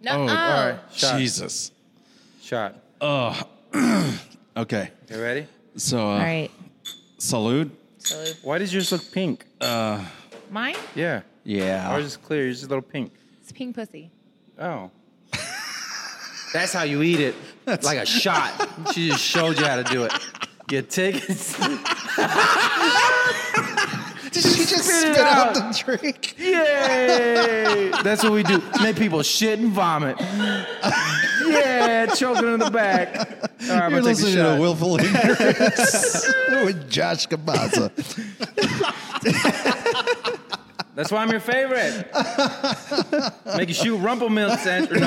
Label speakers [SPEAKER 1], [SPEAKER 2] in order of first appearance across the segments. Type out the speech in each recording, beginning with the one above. [SPEAKER 1] No.
[SPEAKER 2] Oh, all right.
[SPEAKER 3] Shot.
[SPEAKER 2] Jesus.
[SPEAKER 3] Shot.
[SPEAKER 2] Okay.
[SPEAKER 3] You ready?
[SPEAKER 2] So, uh,
[SPEAKER 1] All right.
[SPEAKER 2] salute.
[SPEAKER 1] So
[SPEAKER 3] Why does yours look pink?
[SPEAKER 1] mine?
[SPEAKER 3] Yeah.
[SPEAKER 2] Yeah.
[SPEAKER 3] Ours is clear. Yours is a little pink.
[SPEAKER 1] It's pink pussy.
[SPEAKER 3] Oh.
[SPEAKER 4] That's how you eat it. like a shot.
[SPEAKER 3] She just showed you how to do it. You take it.
[SPEAKER 4] Did you just spit, out. the drink?
[SPEAKER 3] Yay! That's what we do. Make people shit and vomit. yeah, choking in the back. All right, I'm
[SPEAKER 2] You're
[SPEAKER 3] gonna take a
[SPEAKER 2] listening to
[SPEAKER 3] shot.
[SPEAKER 2] Willful Ignorance with Josh Kabaza.
[SPEAKER 3] That's why I'm your favorite. Make you shoot Rumpelmilk's at your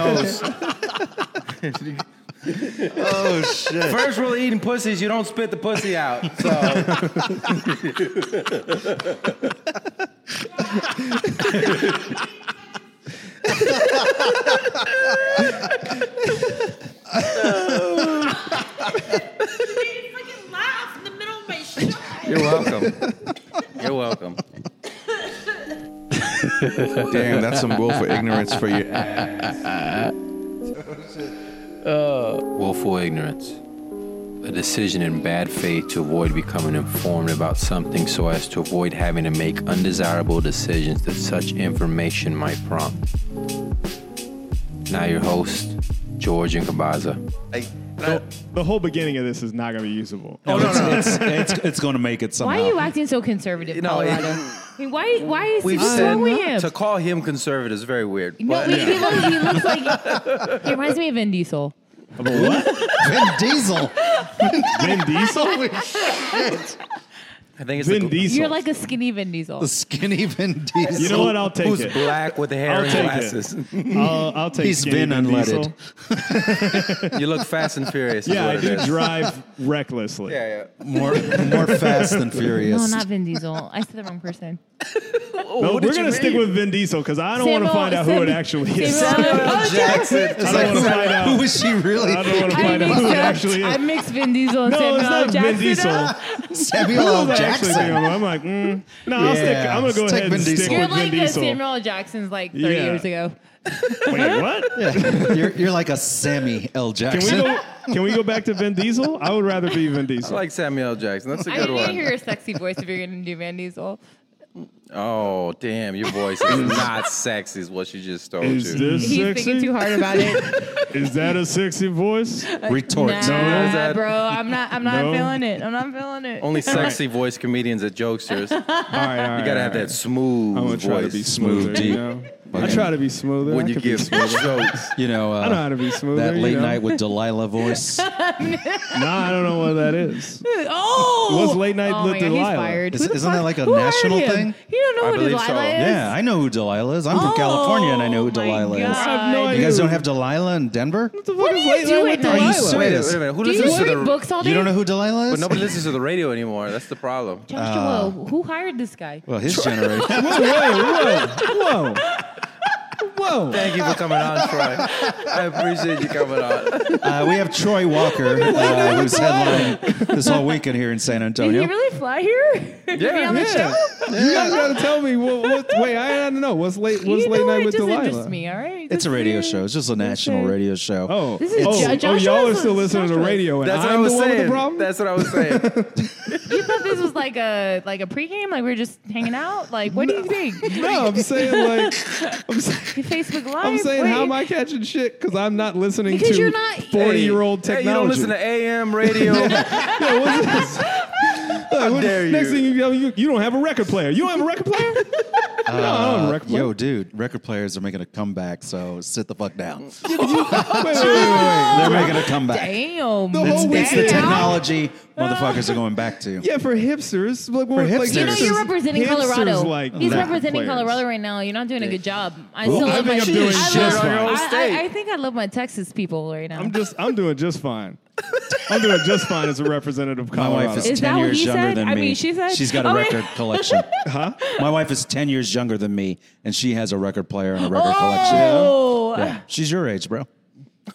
[SPEAKER 3] nose.
[SPEAKER 2] Oh, shit.
[SPEAKER 3] First rule of eating pussies, you don't spit the pussy out. So
[SPEAKER 1] Fucking laugh in the middle of my show.
[SPEAKER 3] you're welcome. You're welcome.
[SPEAKER 2] Damn, that's some Willful Ignorance for you.
[SPEAKER 5] Willful ignorance. A decision in bad faith to avoid becoming informed about something so as to avoid having to make undesirable decisions that such information might prompt. Now, your host, George and Kabaza.
[SPEAKER 6] The whole beginning of this is not going to be usable.
[SPEAKER 2] Oh, no, no. It's, it's, it's going to make it somehow.
[SPEAKER 1] Why are you acting so conservative,
[SPEAKER 3] You know, it-
[SPEAKER 1] Colorado? I mean, why? Why is
[SPEAKER 3] We've
[SPEAKER 1] what's
[SPEAKER 3] said
[SPEAKER 1] wrong with him?
[SPEAKER 3] to call him conservative is very weird.
[SPEAKER 1] no, he, he looks, he looks like he reminds me of Vin Diesel.
[SPEAKER 4] Vin Diesel.
[SPEAKER 6] Vin Diesel?
[SPEAKER 3] I think it's
[SPEAKER 6] Vin
[SPEAKER 3] the,
[SPEAKER 6] Diesel.
[SPEAKER 1] You're like a skinny Vin Diesel.
[SPEAKER 4] The skinny Vin Diesel.
[SPEAKER 6] you know what? I'll take
[SPEAKER 3] who's
[SPEAKER 6] it.
[SPEAKER 3] black with the hair
[SPEAKER 6] I'll
[SPEAKER 3] and
[SPEAKER 6] take it.
[SPEAKER 3] glasses.
[SPEAKER 6] I'll, I'll take
[SPEAKER 4] He's
[SPEAKER 6] skinny
[SPEAKER 4] Vin
[SPEAKER 6] Vin
[SPEAKER 4] unleaded.
[SPEAKER 6] Diesel.
[SPEAKER 3] You look fast and furious. is
[SPEAKER 6] Yeah,
[SPEAKER 3] what
[SPEAKER 6] I
[SPEAKER 3] it
[SPEAKER 6] do
[SPEAKER 3] is.
[SPEAKER 6] drive recklessly.
[SPEAKER 3] Yeah, yeah.
[SPEAKER 2] More, more fast than
[SPEAKER 1] No,
[SPEAKER 2] furious.
[SPEAKER 1] not Vin Diesel. I said the wrong person.
[SPEAKER 6] No, we're going to stick with Vin Diesel because I don't want to
[SPEAKER 1] Samuel-
[SPEAKER 6] find out who it
[SPEAKER 1] Sam-
[SPEAKER 6] actually is.
[SPEAKER 1] Samuel L.
[SPEAKER 3] Jackson.
[SPEAKER 6] I don't want to find out.
[SPEAKER 2] Who is she really?
[SPEAKER 6] I don't want to
[SPEAKER 1] I
[SPEAKER 6] find out
[SPEAKER 1] mixed
[SPEAKER 6] who it
[SPEAKER 1] up-
[SPEAKER 6] actually
[SPEAKER 1] I
[SPEAKER 6] is.
[SPEAKER 1] mixed Vin Diesel and
[SPEAKER 6] No,
[SPEAKER 1] Samuel
[SPEAKER 6] it's
[SPEAKER 1] L.
[SPEAKER 6] not Vin
[SPEAKER 1] Jackson.
[SPEAKER 6] Diesel.
[SPEAKER 1] up.
[SPEAKER 2] Samuel
[SPEAKER 6] Who
[SPEAKER 2] L.
[SPEAKER 6] was I actually thinking
[SPEAKER 2] Jackson.
[SPEAKER 6] of? I'm like, mm, no, I'll stick.
[SPEAKER 2] Yeah.
[SPEAKER 6] I'm gonna go
[SPEAKER 2] Let's take
[SPEAKER 6] ahead and
[SPEAKER 2] Vin
[SPEAKER 6] stick
[SPEAKER 2] Diesel.
[SPEAKER 1] You're
[SPEAKER 6] with
[SPEAKER 1] like
[SPEAKER 6] Vin
[SPEAKER 1] the
[SPEAKER 6] Diesel.
[SPEAKER 1] Samuel L. Jackson's like 30
[SPEAKER 6] Yeah.
[SPEAKER 1] years ago.
[SPEAKER 6] Wait, what?
[SPEAKER 2] You're, you're like a Sammy L.
[SPEAKER 6] Can we
[SPEAKER 2] Jackson.
[SPEAKER 6] go? Can we go back to Vin Diesel? I would rather be Vin
[SPEAKER 3] I
[SPEAKER 6] Diesel.
[SPEAKER 3] like Samuel L. Jackson. That's a
[SPEAKER 1] I
[SPEAKER 3] good
[SPEAKER 1] didn't
[SPEAKER 3] one.
[SPEAKER 1] want to hear your sexy voice if you're going to do Vin Diesel.
[SPEAKER 3] Oh, damn, your voice is not sexy, is what you just told
[SPEAKER 6] Is
[SPEAKER 3] you.
[SPEAKER 6] this
[SPEAKER 1] He's thinking
[SPEAKER 6] sexy?
[SPEAKER 1] too hard about it.
[SPEAKER 6] Is that a sexy voice?
[SPEAKER 2] Retort.
[SPEAKER 1] Nah,
[SPEAKER 3] is that-
[SPEAKER 1] bro, I'm not. I'm not
[SPEAKER 6] No.
[SPEAKER 1] feeling it. I'm not feeling it.
[SPEAKER 3] Only sexy voice comedians are jokesters. you
[SPEAKER 6] All right, all right.
[SPEAKER 3] gotta have that smooth
[SPEAKER 6] I'm gonna
[SPEAKER 3] voice.
[SPEAKER 6] try to be smoother.
[SPEAKER 2] Smooth,
[SPEAKER 6] you
[SPEAKER 2] deep.
[SPEAKER 6] know? I try to be smoother.
[SPEAKER 3] when
[SPEAKER 6] I
[SPEAKER 3] you
[SPEAKER 6] could be
[SPEAKER 3] give
[SPEAKER 6] smoother.
[SPEAKER 3] jokes.
[SPEAKER 2] You know, uh,
[SPEAKER 6] I know how to be smoother.
[SPEAKER 2] that late
[SPEAKER 6] you know?
[SPEAKER 2] night with Delilah voice.
[SPEAKER 6] No, I don't know what that is.
[SPEAKER 1] oh,
[SPEAKER 6] What's late night
[SPEAKER 1] oh
[SPEAKER 6] with
[SPEAKER 1] my God,
[SPEAKER 6] Delilah?
[SPEAKER 1] He's fired.
[SPEAKER 2] Is-
[SPEAKER 1] Who the
[SPEAKER 2] isn't
[SPEAKER 1] fuck-
[SPEAKER 2] that like a
[SPEAKER 1] who hired
[SPEAKER 2] national
[SPEAKER 1] him?
[SPEAKER 2] thing?
[SPEAKER 1] You don't know
[SPEAKER 3] I
[SPEAKER 1] who
[SPEAKER 3] believe so.
[SPEAKER 1] Delilah is?
[SPEAKER 2] yeah, I know who Delilah is. I'm from California and I know who
[SPEAKER 1] Oh, my
[SPEAKER 2] Delilah
[SPEAKER 1] God.
[SPEAKER 2] is.
[SPEAKER 6] I have no
[SPEAKER 1] God.
[SPEAKER 6] idea.
[SPEAKER 2] You guys don't have Delilah in Denver?
[SPEAKER 6] What the fuck is
[SPEAKER 1] do you
[SPEAKER 6] late
[SPEAKER 1] do
[SPEAKER 6] night
[SPEAKER 1] at
[SPEAKER 6] with
[SPEAKER 1] night?
[SPEAKER 6] Delilah?
[SPEAKER 2] He's so-
[SPEAKER 3] Wait, wait, wait a minute. Who
[SPEAKER 1] Do you
[SPEAKER 3] listens to
[SPEAKER 1] just read
[SPEAKER 3] the
[SPEAKER 1] books all day?
[SPEAKER 2] You don't know who Delilah is?
[SPEAKER 3] But nobody listens to the radio anymore. That's the problem.
[SPEAKER 1] Joshua,
[SPEAKER 2] uh,
[SPEAKER 1] who hired this guy?
[SPEAKER 2] Well, his generation.
[SPEAKER 6] Whoa, whoa, whoa, whoa!
[SPEAKER 3] Thank you for coming on, Troy. I appreciate you coming on.
[SPEAKER 2] uh, we have Troy Walker, uh, who's headlining this whole weekend here in San
[SPEAKER 1] Did he
[SPEAKER 2] Antonio.
[SPEAKER 1] really fly here? Yeah, be on the show?
[SPEAKER 6] You guys gotta tell me what, what wait, I don't know. What's late what's
[SPEAKER 1] you
[SPEAKER 6] late
[SPEAKER 1] know
[SPEAKER 6] night
[SPEAKER 1] it
[SPEAKER 6] with
[SPEAKER 1] doesn't
[SPEAKER 6] Delilah?
[SPEAKER 1] interest me. All right,
[SPEAKER 2] It's a
[SPEAKER 1] This
[SPEAKER 2] radio
[SPEAKER 1] is-
[SPEAKER 2] show. It's just a national
[SPEAKER 1] it.
[SPEAKER 2] radio show.
[SPEAKER 6] Oh,
[SPEAKER 1] This is
[SPEAKER 6] oh,
[SPEAKER 1] Jo-
[SPEAKER 6] oh,
[SPEAKER 1] Joshua's
[SPEAKER 6] y'all are still
[SPEAKER 1] on-
[SPEAKER 6] listening to the
[SPEAKER 1] Joshua's-
[SPEAKER 6] radio, and
[SPEAKER 3] That's what
[SPEAKER 6] I'm
[SPEAKER 3] I was
[SPEAKER 6] the one with the
[SPEAKER 3] saying.
[SPEAKER 6] problem.
[SPEAKER 3] That's what I was saying.
[SPEAKER 1] You thought this was like a like a pregame, like we are just hanging out. Like, what do you think?
[SPEAKER 6] no, I'm saying like I'm, sa-
[SPEAKER 1] Your Facebook Live.
[SPEAKER 6] I'm saying how am
[SPEAKER 1] Wait.
[SPEAKER 6] I catching shit because I'm not listening
[SPEAKER 1] Because
[SPEAKER 6] to
[SPEAKER 1] you're not-
[SPEAKER 6] forty year old
[SPEAKER 3] Hey,
[SPEAKER 6] technology.
[SPEAKER 3] you don't listen to AM radio.
[SPEAKER 6] yeah, what's this? Like, what-
[SPEAKER 3] dare
[SPEAKER 6] next
[SPEAKER 3] you.
[SPEAKER 6] thing you, know, you you don't have a record player. You don't have a record player? no, I don't have a record player.
[SPEAKER 2] Uh, Yo, dude, record players are making a comeback, so sit the fuck down.
[SPEAKER 6] Wait, wait, wait, wait.
[SPEAKER 2] They're making a comeback.
[SPEAKER 1] Damn.
[SPEAKER 6] The
[SPEAKER 2] It's,
[SPEAKER 6] whole
[SPEAKER 2] it's the
[SPEAKER 6] weekend.
[SPEAKER 2] technology motherfuckers are going back to.
[SPEAKER 6] Yeah, for hipsters. Like, for
[SPEAKER 2] hipsters.
[SPEAKER 1] You know you're representing
[SPEAKER 6] hipsters
[SPEAKER 1] Colorado.
[SPEAKER 6] Like
[SPEAKER 1] He's
[SPEAKER 6] that
[SPEAKER 1] representing
[SPEAKER 6] players.
[SPEAKER 1] Colorado right now. You're not doing a good job. I
[SPEAKER 6] Well,
[SPEAKER 1] still
[SPEAKER 6] I
[SPEAKER 1] love my
[SPEAKER 6] think I'm doing
[SPEAKER 1] I
[SPEAKER 6] just
[SPEAKER 1] love-
[SPEAKER 6] fine.
[SPEAKER 1] I-
[SPEAKER 3] State.
[SPEAKER 1] I, I think I love my Texas people right now.
[SPEAKER 6] I'm just I'm doing just fine. I'm doing just fine as a representative of
[SPEAKER 2] My
[SPEAKER 6] Colorado.
[SPEAKER 2] wife is,
[SPEAKER 1] Is
[SPEAKER 2] 10
[SPEAKER 1] that what
[SPEAKER 2] years
[SPEAKER 1] he
[SPEAKER 2] younger
[SPEAKER 1] said?
[SPEAKER 2] than me.
[SPEAKER 1] I mean, she said- Oh,
[SPEAKER 2] She's got a
[SPEAKER 1] Okay.
[SPEAKER 2] record collection. huh? My wife is 10 years younger than me, and she has a record player and a record collection.
[SPEAKER 1] oh,
[SPEAKER 2] Yeah. She's your age, bro.